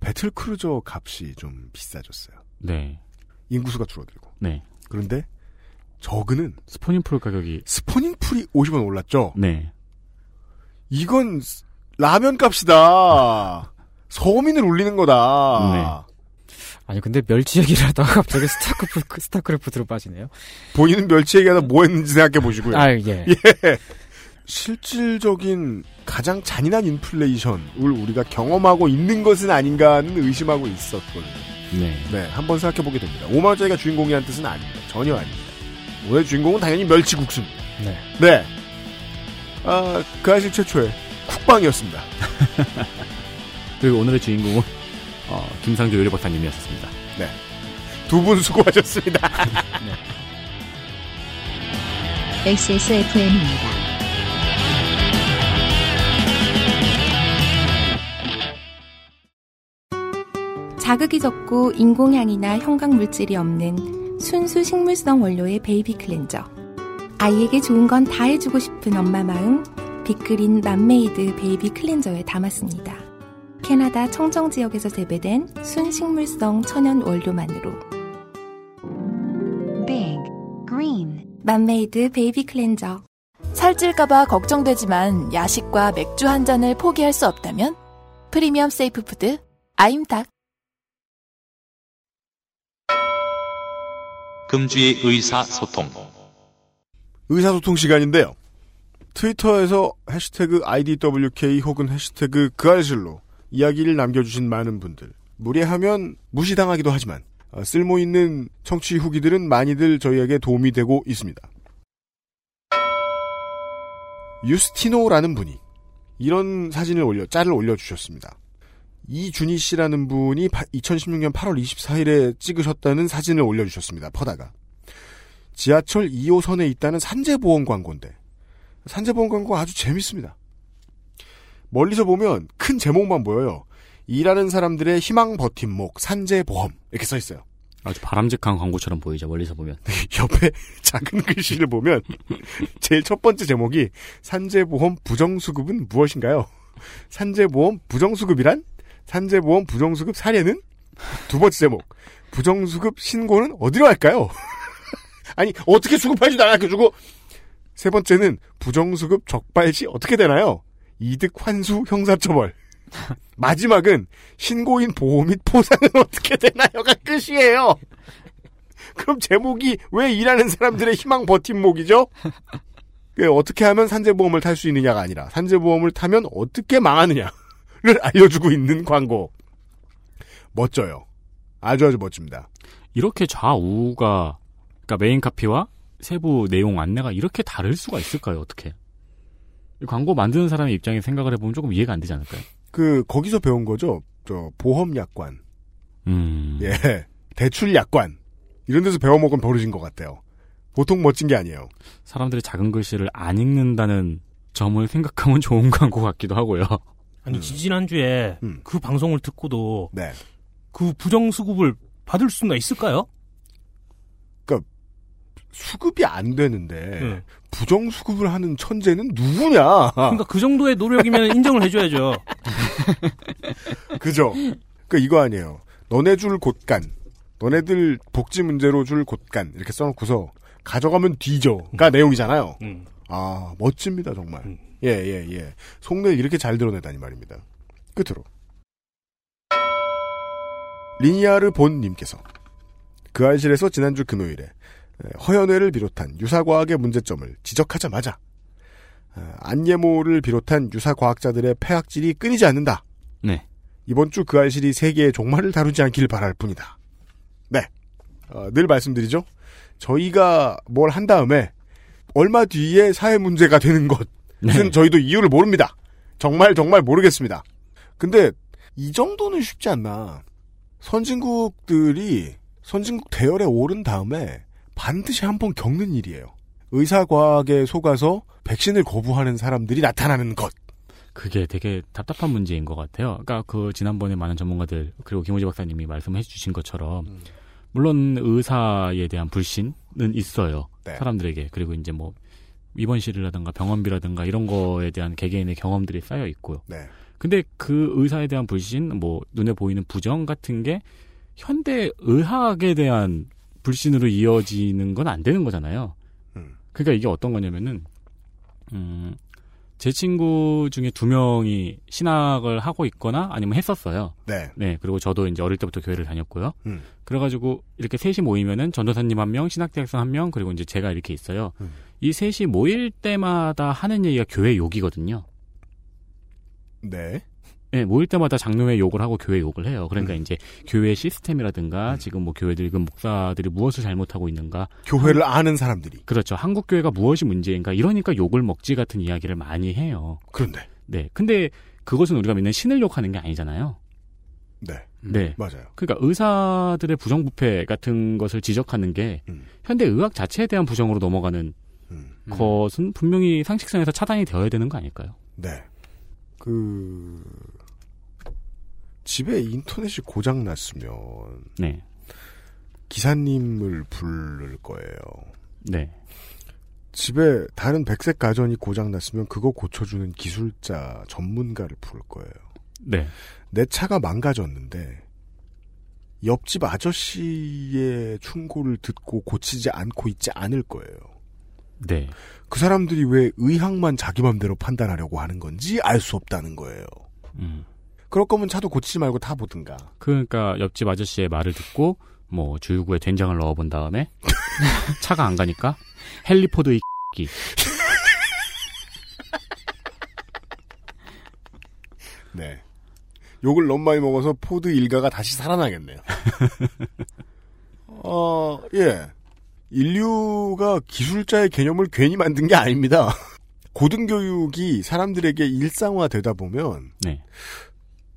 S2: 배틀 크루저 값이 좀 비싸졌어요.
S4: 네.
S2: 인구수가 줄어들고.
S4: 네.
S2: 그런데 저그는
S4: 스포닝 풀 가격이
S2: 스포닝 풀이 50원 올랐죠.
S4: 네.
S2: 이건 스- 라면 값이다. 서민을 울리는 거다.
S5: 아니 근데 멸치 얘기를 하다가 갑자기 스타크래프트, 스타크래프트로 빠지네요.
S2: 본인은 멸치 얘기하다 뭐 했는지 생각해 보시고요.
S5: 아, 예.
S2: 예. 실질적인 가장 잔인한 인플레이션을 우리가 경험하고 있는 것은 아닌가 하는 의심하고 있었거든요.
S4: 네.
S2: 네, 한번 생각해 보게 됩니다. 5만 원짜리가 주인공이라는 뜻은 아닙니다. 전혀 아닙니다. 오늘 주인공은 당연히 멸치국수입니다.
S5: 네.
S2: 네. 아, 그 아실 최초의 쿡방이었습니다.
S4: 그리고 오늘의 주인공은 어, 김상조 요리 박사님이었습니다.
S2: 네. 두 분 수고하셨습니다.
S1: XSFM입니다.
S6: 자극이 적고 인공향이나 형광물질이 없는 순수 식물성 원료의 베이비 클렌저. 아이에게 좋은 건 다 해주고 싶은 엄마 마음, 빅그린 맘메이드 베이비 클렌저에 담았습니다. 캐나다 청정 지역에서 재배된 순식물성 천연 원료만으로
S7: Big Green
S6: 맘메이드 베이비 클렌저.
S9: 살찔까봐 걱정되지만 야식과 맥주 한 잔을 포기할 수 없다면 프리미엄 세이프 푸드 아임닭
S3: 금주의 의사소통.
S2: 의사소통 시간인데요. 트위터에서 해시태그 IDWK 혹은 해시태그 그알실로 이야기를 남겨주신 많은 분들. 무례하면 무시당하기도 하지만 아, 쓸모있는 청취 후기들은 많이들 저희에게 도움이 되고 있습니다. 유스티노라는 분이 이런 사진을 올려 짤을 올려주셨습니다. 이준희 씨라는 분이 2016년 8월 24일에 찍으셨다는 사진을 올려주셨습니다. 퍼다가 지하철 2호선에 있다는 산재보험 광고인데 산재보험 광고 아주 재밌습니다. 멀리서 보면 큰 제목만 보여요. 일하는 사람들의 희망 버팀목 산재보험 이렇게 써 있어요.
S4: 아주 바람직한 광고처럼 보이죠. 멀리서 보면.
S2: 옆에 작은 글씨를 보면 제일 첫 번째 제목이 산재보험 부정수급은 무엇인가요? 산재보험 부정수급이란? 산재보험 부정수급 사례는? 두 번째 제목 부정수급 신고는 어디로 할까요? 아니 어떻게 수급할지도 안 알려주고 세 번째는 부정수급 적발시 어떻게 되나요? 이득 환수 형사처벌 마지막은 신고인 보호 및 포상은 어떻게 되나요가 그 끝이에요. 그럼 제목이 왜 일하는 사람들의 희망 버팀목이죠? 그 어떻게 하면 산재보험을 탈 수 있느냐가 아니라 산재보험을 타면 어떻게 망하느냐를 알려주고 있는 광고. 멋져요. 아주 아주 멋집니다.
S4: 이렇게 좌우가 그러니까 메인 카피와 세부 내용 안내가 이렇게 다를 수가 있을까요? 어떻게? 이 광고 만드는 사람의 입장에 생각을 해보면 조금 이해가 안 되지 않을까요?
S2: 그 거기서 배운 거죠. 저 보험약관,
S4: 음.
S2: 예 대출약관 이런 데서 배워먹은 버릇인 것 같아요. 보통 멋진 게 아니에요.
S4: 사람들이 작은 글씨를 안 읽는다는 점을 생각하면 좋은 광고 같기도 하고요.
S10: 아니 지지난주에 그 방송을 듣고도
S2: 음. 네.
S10: 그 부정수급을 받을 수나 있을까요?
S2: 그러니까 수급이 안 되는데
S10: 네.
S2: 부정 수급을 하는 천재는 누구냐?
S10: 예. 그러니까 그 정도의 노력이면 인정을 해줘야죠.
S2: 그죠? 그 이거 아니에요. 너네 줄 곳간, 너네들 복지 문제로 줄 곳간 이렇게 써놓고서 가져가면 뒤져가 내용이잖아요. 아 멋집니다 정말. 예 예, 예. 속내 이렇게 잘 드러내다니 말입니다. 끝으로 리니아르 본님께서 그 알실에서 지난주 금요일에 허연회를 비롯한 유사과학의 문제점을 지적하자마자 아, 안예모를 비롯한 유사과학자들의 폐악질이 끊이지 않는다.
S4: 네.
S2: 이번 주 그 알실이 세계의 종말을 다루지 않길 바랄 뿐이다. 네. 어, 늘 말씀드리죠. 저희가 뭘 한 다음에 얼마 뒤에 사회 문제가 되는 것은
S14: 네.
S2: 저희도 이유를 모릅니다. 정말 정말 모르겠습니다. 근데 이 정도는 쉽지 않나. 선진국들이 선진국 대열에 오른 다음에 반드시 한 번 겪는 일이에요. 의사과학에 속아서 백신을 거부하는 사람들이 나타나는 것.
S4: 그게 되게 답답한 문제인 것 같아요. 그러니까 그 지난번에 많은 전문가들 그리고 김호지 박사님이 말씀해 주신 것처럼
S2: 음.
S4: 물론 의사에 대한 불신은 있어요.
S2: 네.
S4: 사람들에게 그리고 이제 뭐 입원실이라든가 병원비라든가 이런 거에 대한 개개인의 경험들이 쌓여 있고요.
S2: 네.
S4: 근데 그 의사에 대한 불신, 뭐 눈에 보이는 부정 같은 게 현대 의학에 대한 불신으로 이어지는 건 안 되는 거잖아요.
S2: 음.
S4: 그러니까 이게 어떤 거냐면은 음, 제 친구 중에 두 명이 신학을 하고 있거나 아니면 했었어요.
S2: 네.
S4: 그리고 저도 이제 어릴 때부터 교회를 다녔고요.
S2: 음.
S4: 그래가지고 이렇게 셋이 모이면은 전도사님 한 명, 신학대학생 한 명, 그리고 이제 제가 이렇게 있어요.
S2: 음.
S4: 이 셋이 모일 때마다 하는 얘기가 교회 욕이거든요.
S2: 네.
S4: 네, 모일 때마다 장로회 욕을 하고 교회 욕을 해요. 그러니까
S2: 음.
S4: 이제 교회 시스템이라든가 지금 뭐 교회들 그 목사들이 무엇을 잘못하고 있는가,
S2: 교회를 아는 사람들이.
S4: 그렇죠. 한국 교회가 무엇이 문제인가 이러니까 욕을 먹지 같은 이야기를 많이 해요.
S2: 그런데
S4: 네, 근데 그것은 우리가 믿는 신을 욕하는 게 아니잖아요.
S2: 네.
S4: 네.
S2: 맞아요.
S4: 그러니까 의사들의 부정부패 같은 것을 지적하는 게 현대 의학 자체에 대한 부정으로 넘어가는
S2: 음.
S4: 것은 분명히 상식선에서 차단이 되어야 되는 거 아닐까요?
S2: 네. 그 집에 인터넷이 고장 났으면
S4: 네.
S2: 기사님을 부를 거예요.
S4: 네.
S2: 집에 다른 백색 가전이 고장 났으면 그거 고쳐주는 기술자 전문가를 부를 거예요.
S4: 네.
S2: 내 차가 망가졌는데 옆집 아저씨의 충고를 듣고 고치지 않고 있지 않을 거예요.
S4: 네.
S2: 그 사람들이 왜 의학만 자기 맘대로 판단하려고 하는 건지 알 수 없다는 거예요.
S4: 음.
S2: 그럴 거면 차도 고치지 말고 타보든가.
S4: 그러니까 옆집 아저씨의 말을 듣고 뭐 주유구에 된장을 넣어본 다음에 차가 안 가니까 헨리포드 이 끼.
S2: 네. 욕을 너무 많이 먹어서 포드 일가가 다시 살아나겠네요. 어, 예. 인류가 기술자의 개념을 괜히 만든 게 아닙니다. 고등교육이 사람들에게 일상화되다 보면
S4: 네.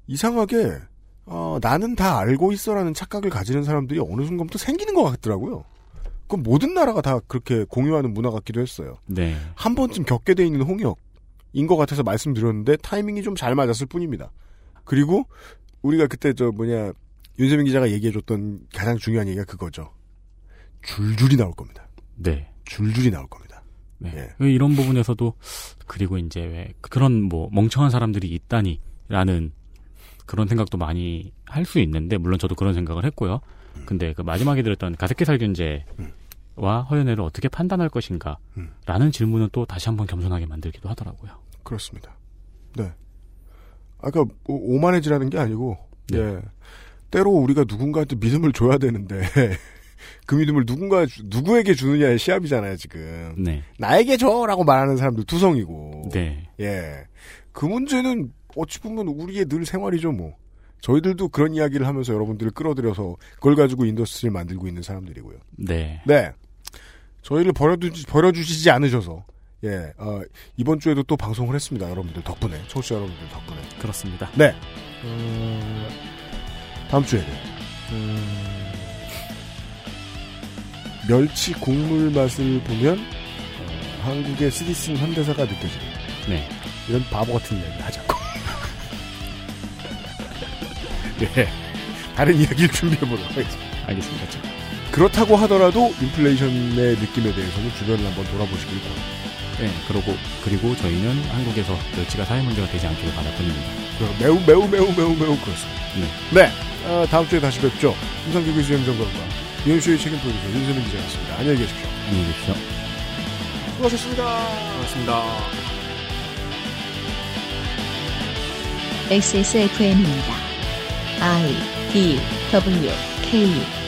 S2: 이상하게 어, 나는 다 알고 있어라는 착각을 가지는 사람들이 어느 순간부터 생기는 것 같더라고요. 그건 모든 나라가 다 그렇게 공유하는 문화 같기도 했어요.
S4: 네.
S2: 한 번쯤 겪게 돼 있는 홍역인 것 같아서 말씀드렸는데 타이밍이 좀 잘 맞았을 뿐입니다. 그리고 우리가 그때 저 뭐냐 윤세민 기자가 얘기해줬던 가장 중요한 얘기가 그거죠. 줄줄이 나올 겁니다.
S4: 네.
S2: 줄줄이 나올 겁니다.
S4: 네. 이런 부분에서도 그리고 이제 왜 그런 뭐 멍청한 사람들이 있다니라는 그런 생각도 많이 할 수 있는데 물론 저도 그런 생각을 했고요. 근데 그 마지막에 들었던 가습기 살균제와 허연회를 어떻게 판단할 것인가라는 질문은 또 다시 한번 겸손하게 만들기도 하더라고요.
S2: 그렇습니다. 네. 아까 오- 오만해지라는 게 아니고 예. 때로 우리가 누군가한테 믿음을 줘야 되는데 그 믿음을 누군가 주- 누구에게 주느냐의 시합이잖아요 지금.
S4: 네.
S2: 나에게 줘라고 말하는 사람들 투성이고.
S4: 네.
S2: 예. 그 문제는 어찌 보면 우리의 늘 생활이죠 뭐. 저희들도 그런 이야기를 하면서 여러분들을 끌어들여서 그걸 가지고 인더스트리를 만들고 있는 사람들이고요.
S4: 네.
S2: 네. 저희를 버려두지, 버려주시지 않으셔서, 예, 어, 이번 주에도 또 방송을 했습니다. 여러분들 덕분에. 청취자 여러분들 덕분에.
S4: 그렇습니다.
S2: 네. 음, 다음 주에는, 음, 멸치 국물 맛을 보면, 어, 한국의 쓰디쓴 현대사가 느껴지는.
S4: 네.
S2: 이런 바보 같은 이야기를 하자고. 예. 다른 이야기를 준비해보도록 하겠습니다.
S4: 네. 알겠습니다.
S2: 그렇다고 하더라도 인플레이션의 느낌에 대해서는 주변을 한번 돌아보시길 바랍니다.
S4: 네. 그러고 그리고 저희는 한국에서 멸치가 사회 문제가 되지 않기를 바랄 뿐입니다.
S2: 그럼 매우 매우 매우 매우 매우 그렇습니다.
S4: 네.
S2: 네, 어, 다음 주에 다시 뵙죠. 김상규 교수의 행정관과 연수의 책임 프로듀서 윤세민 기자였습니다. 안녕히 계십시오.
S4: 안녕히 계십시오.
S2: 수고하셨습니다. 고맙습니다.
S1: XSFM입니다. I D W K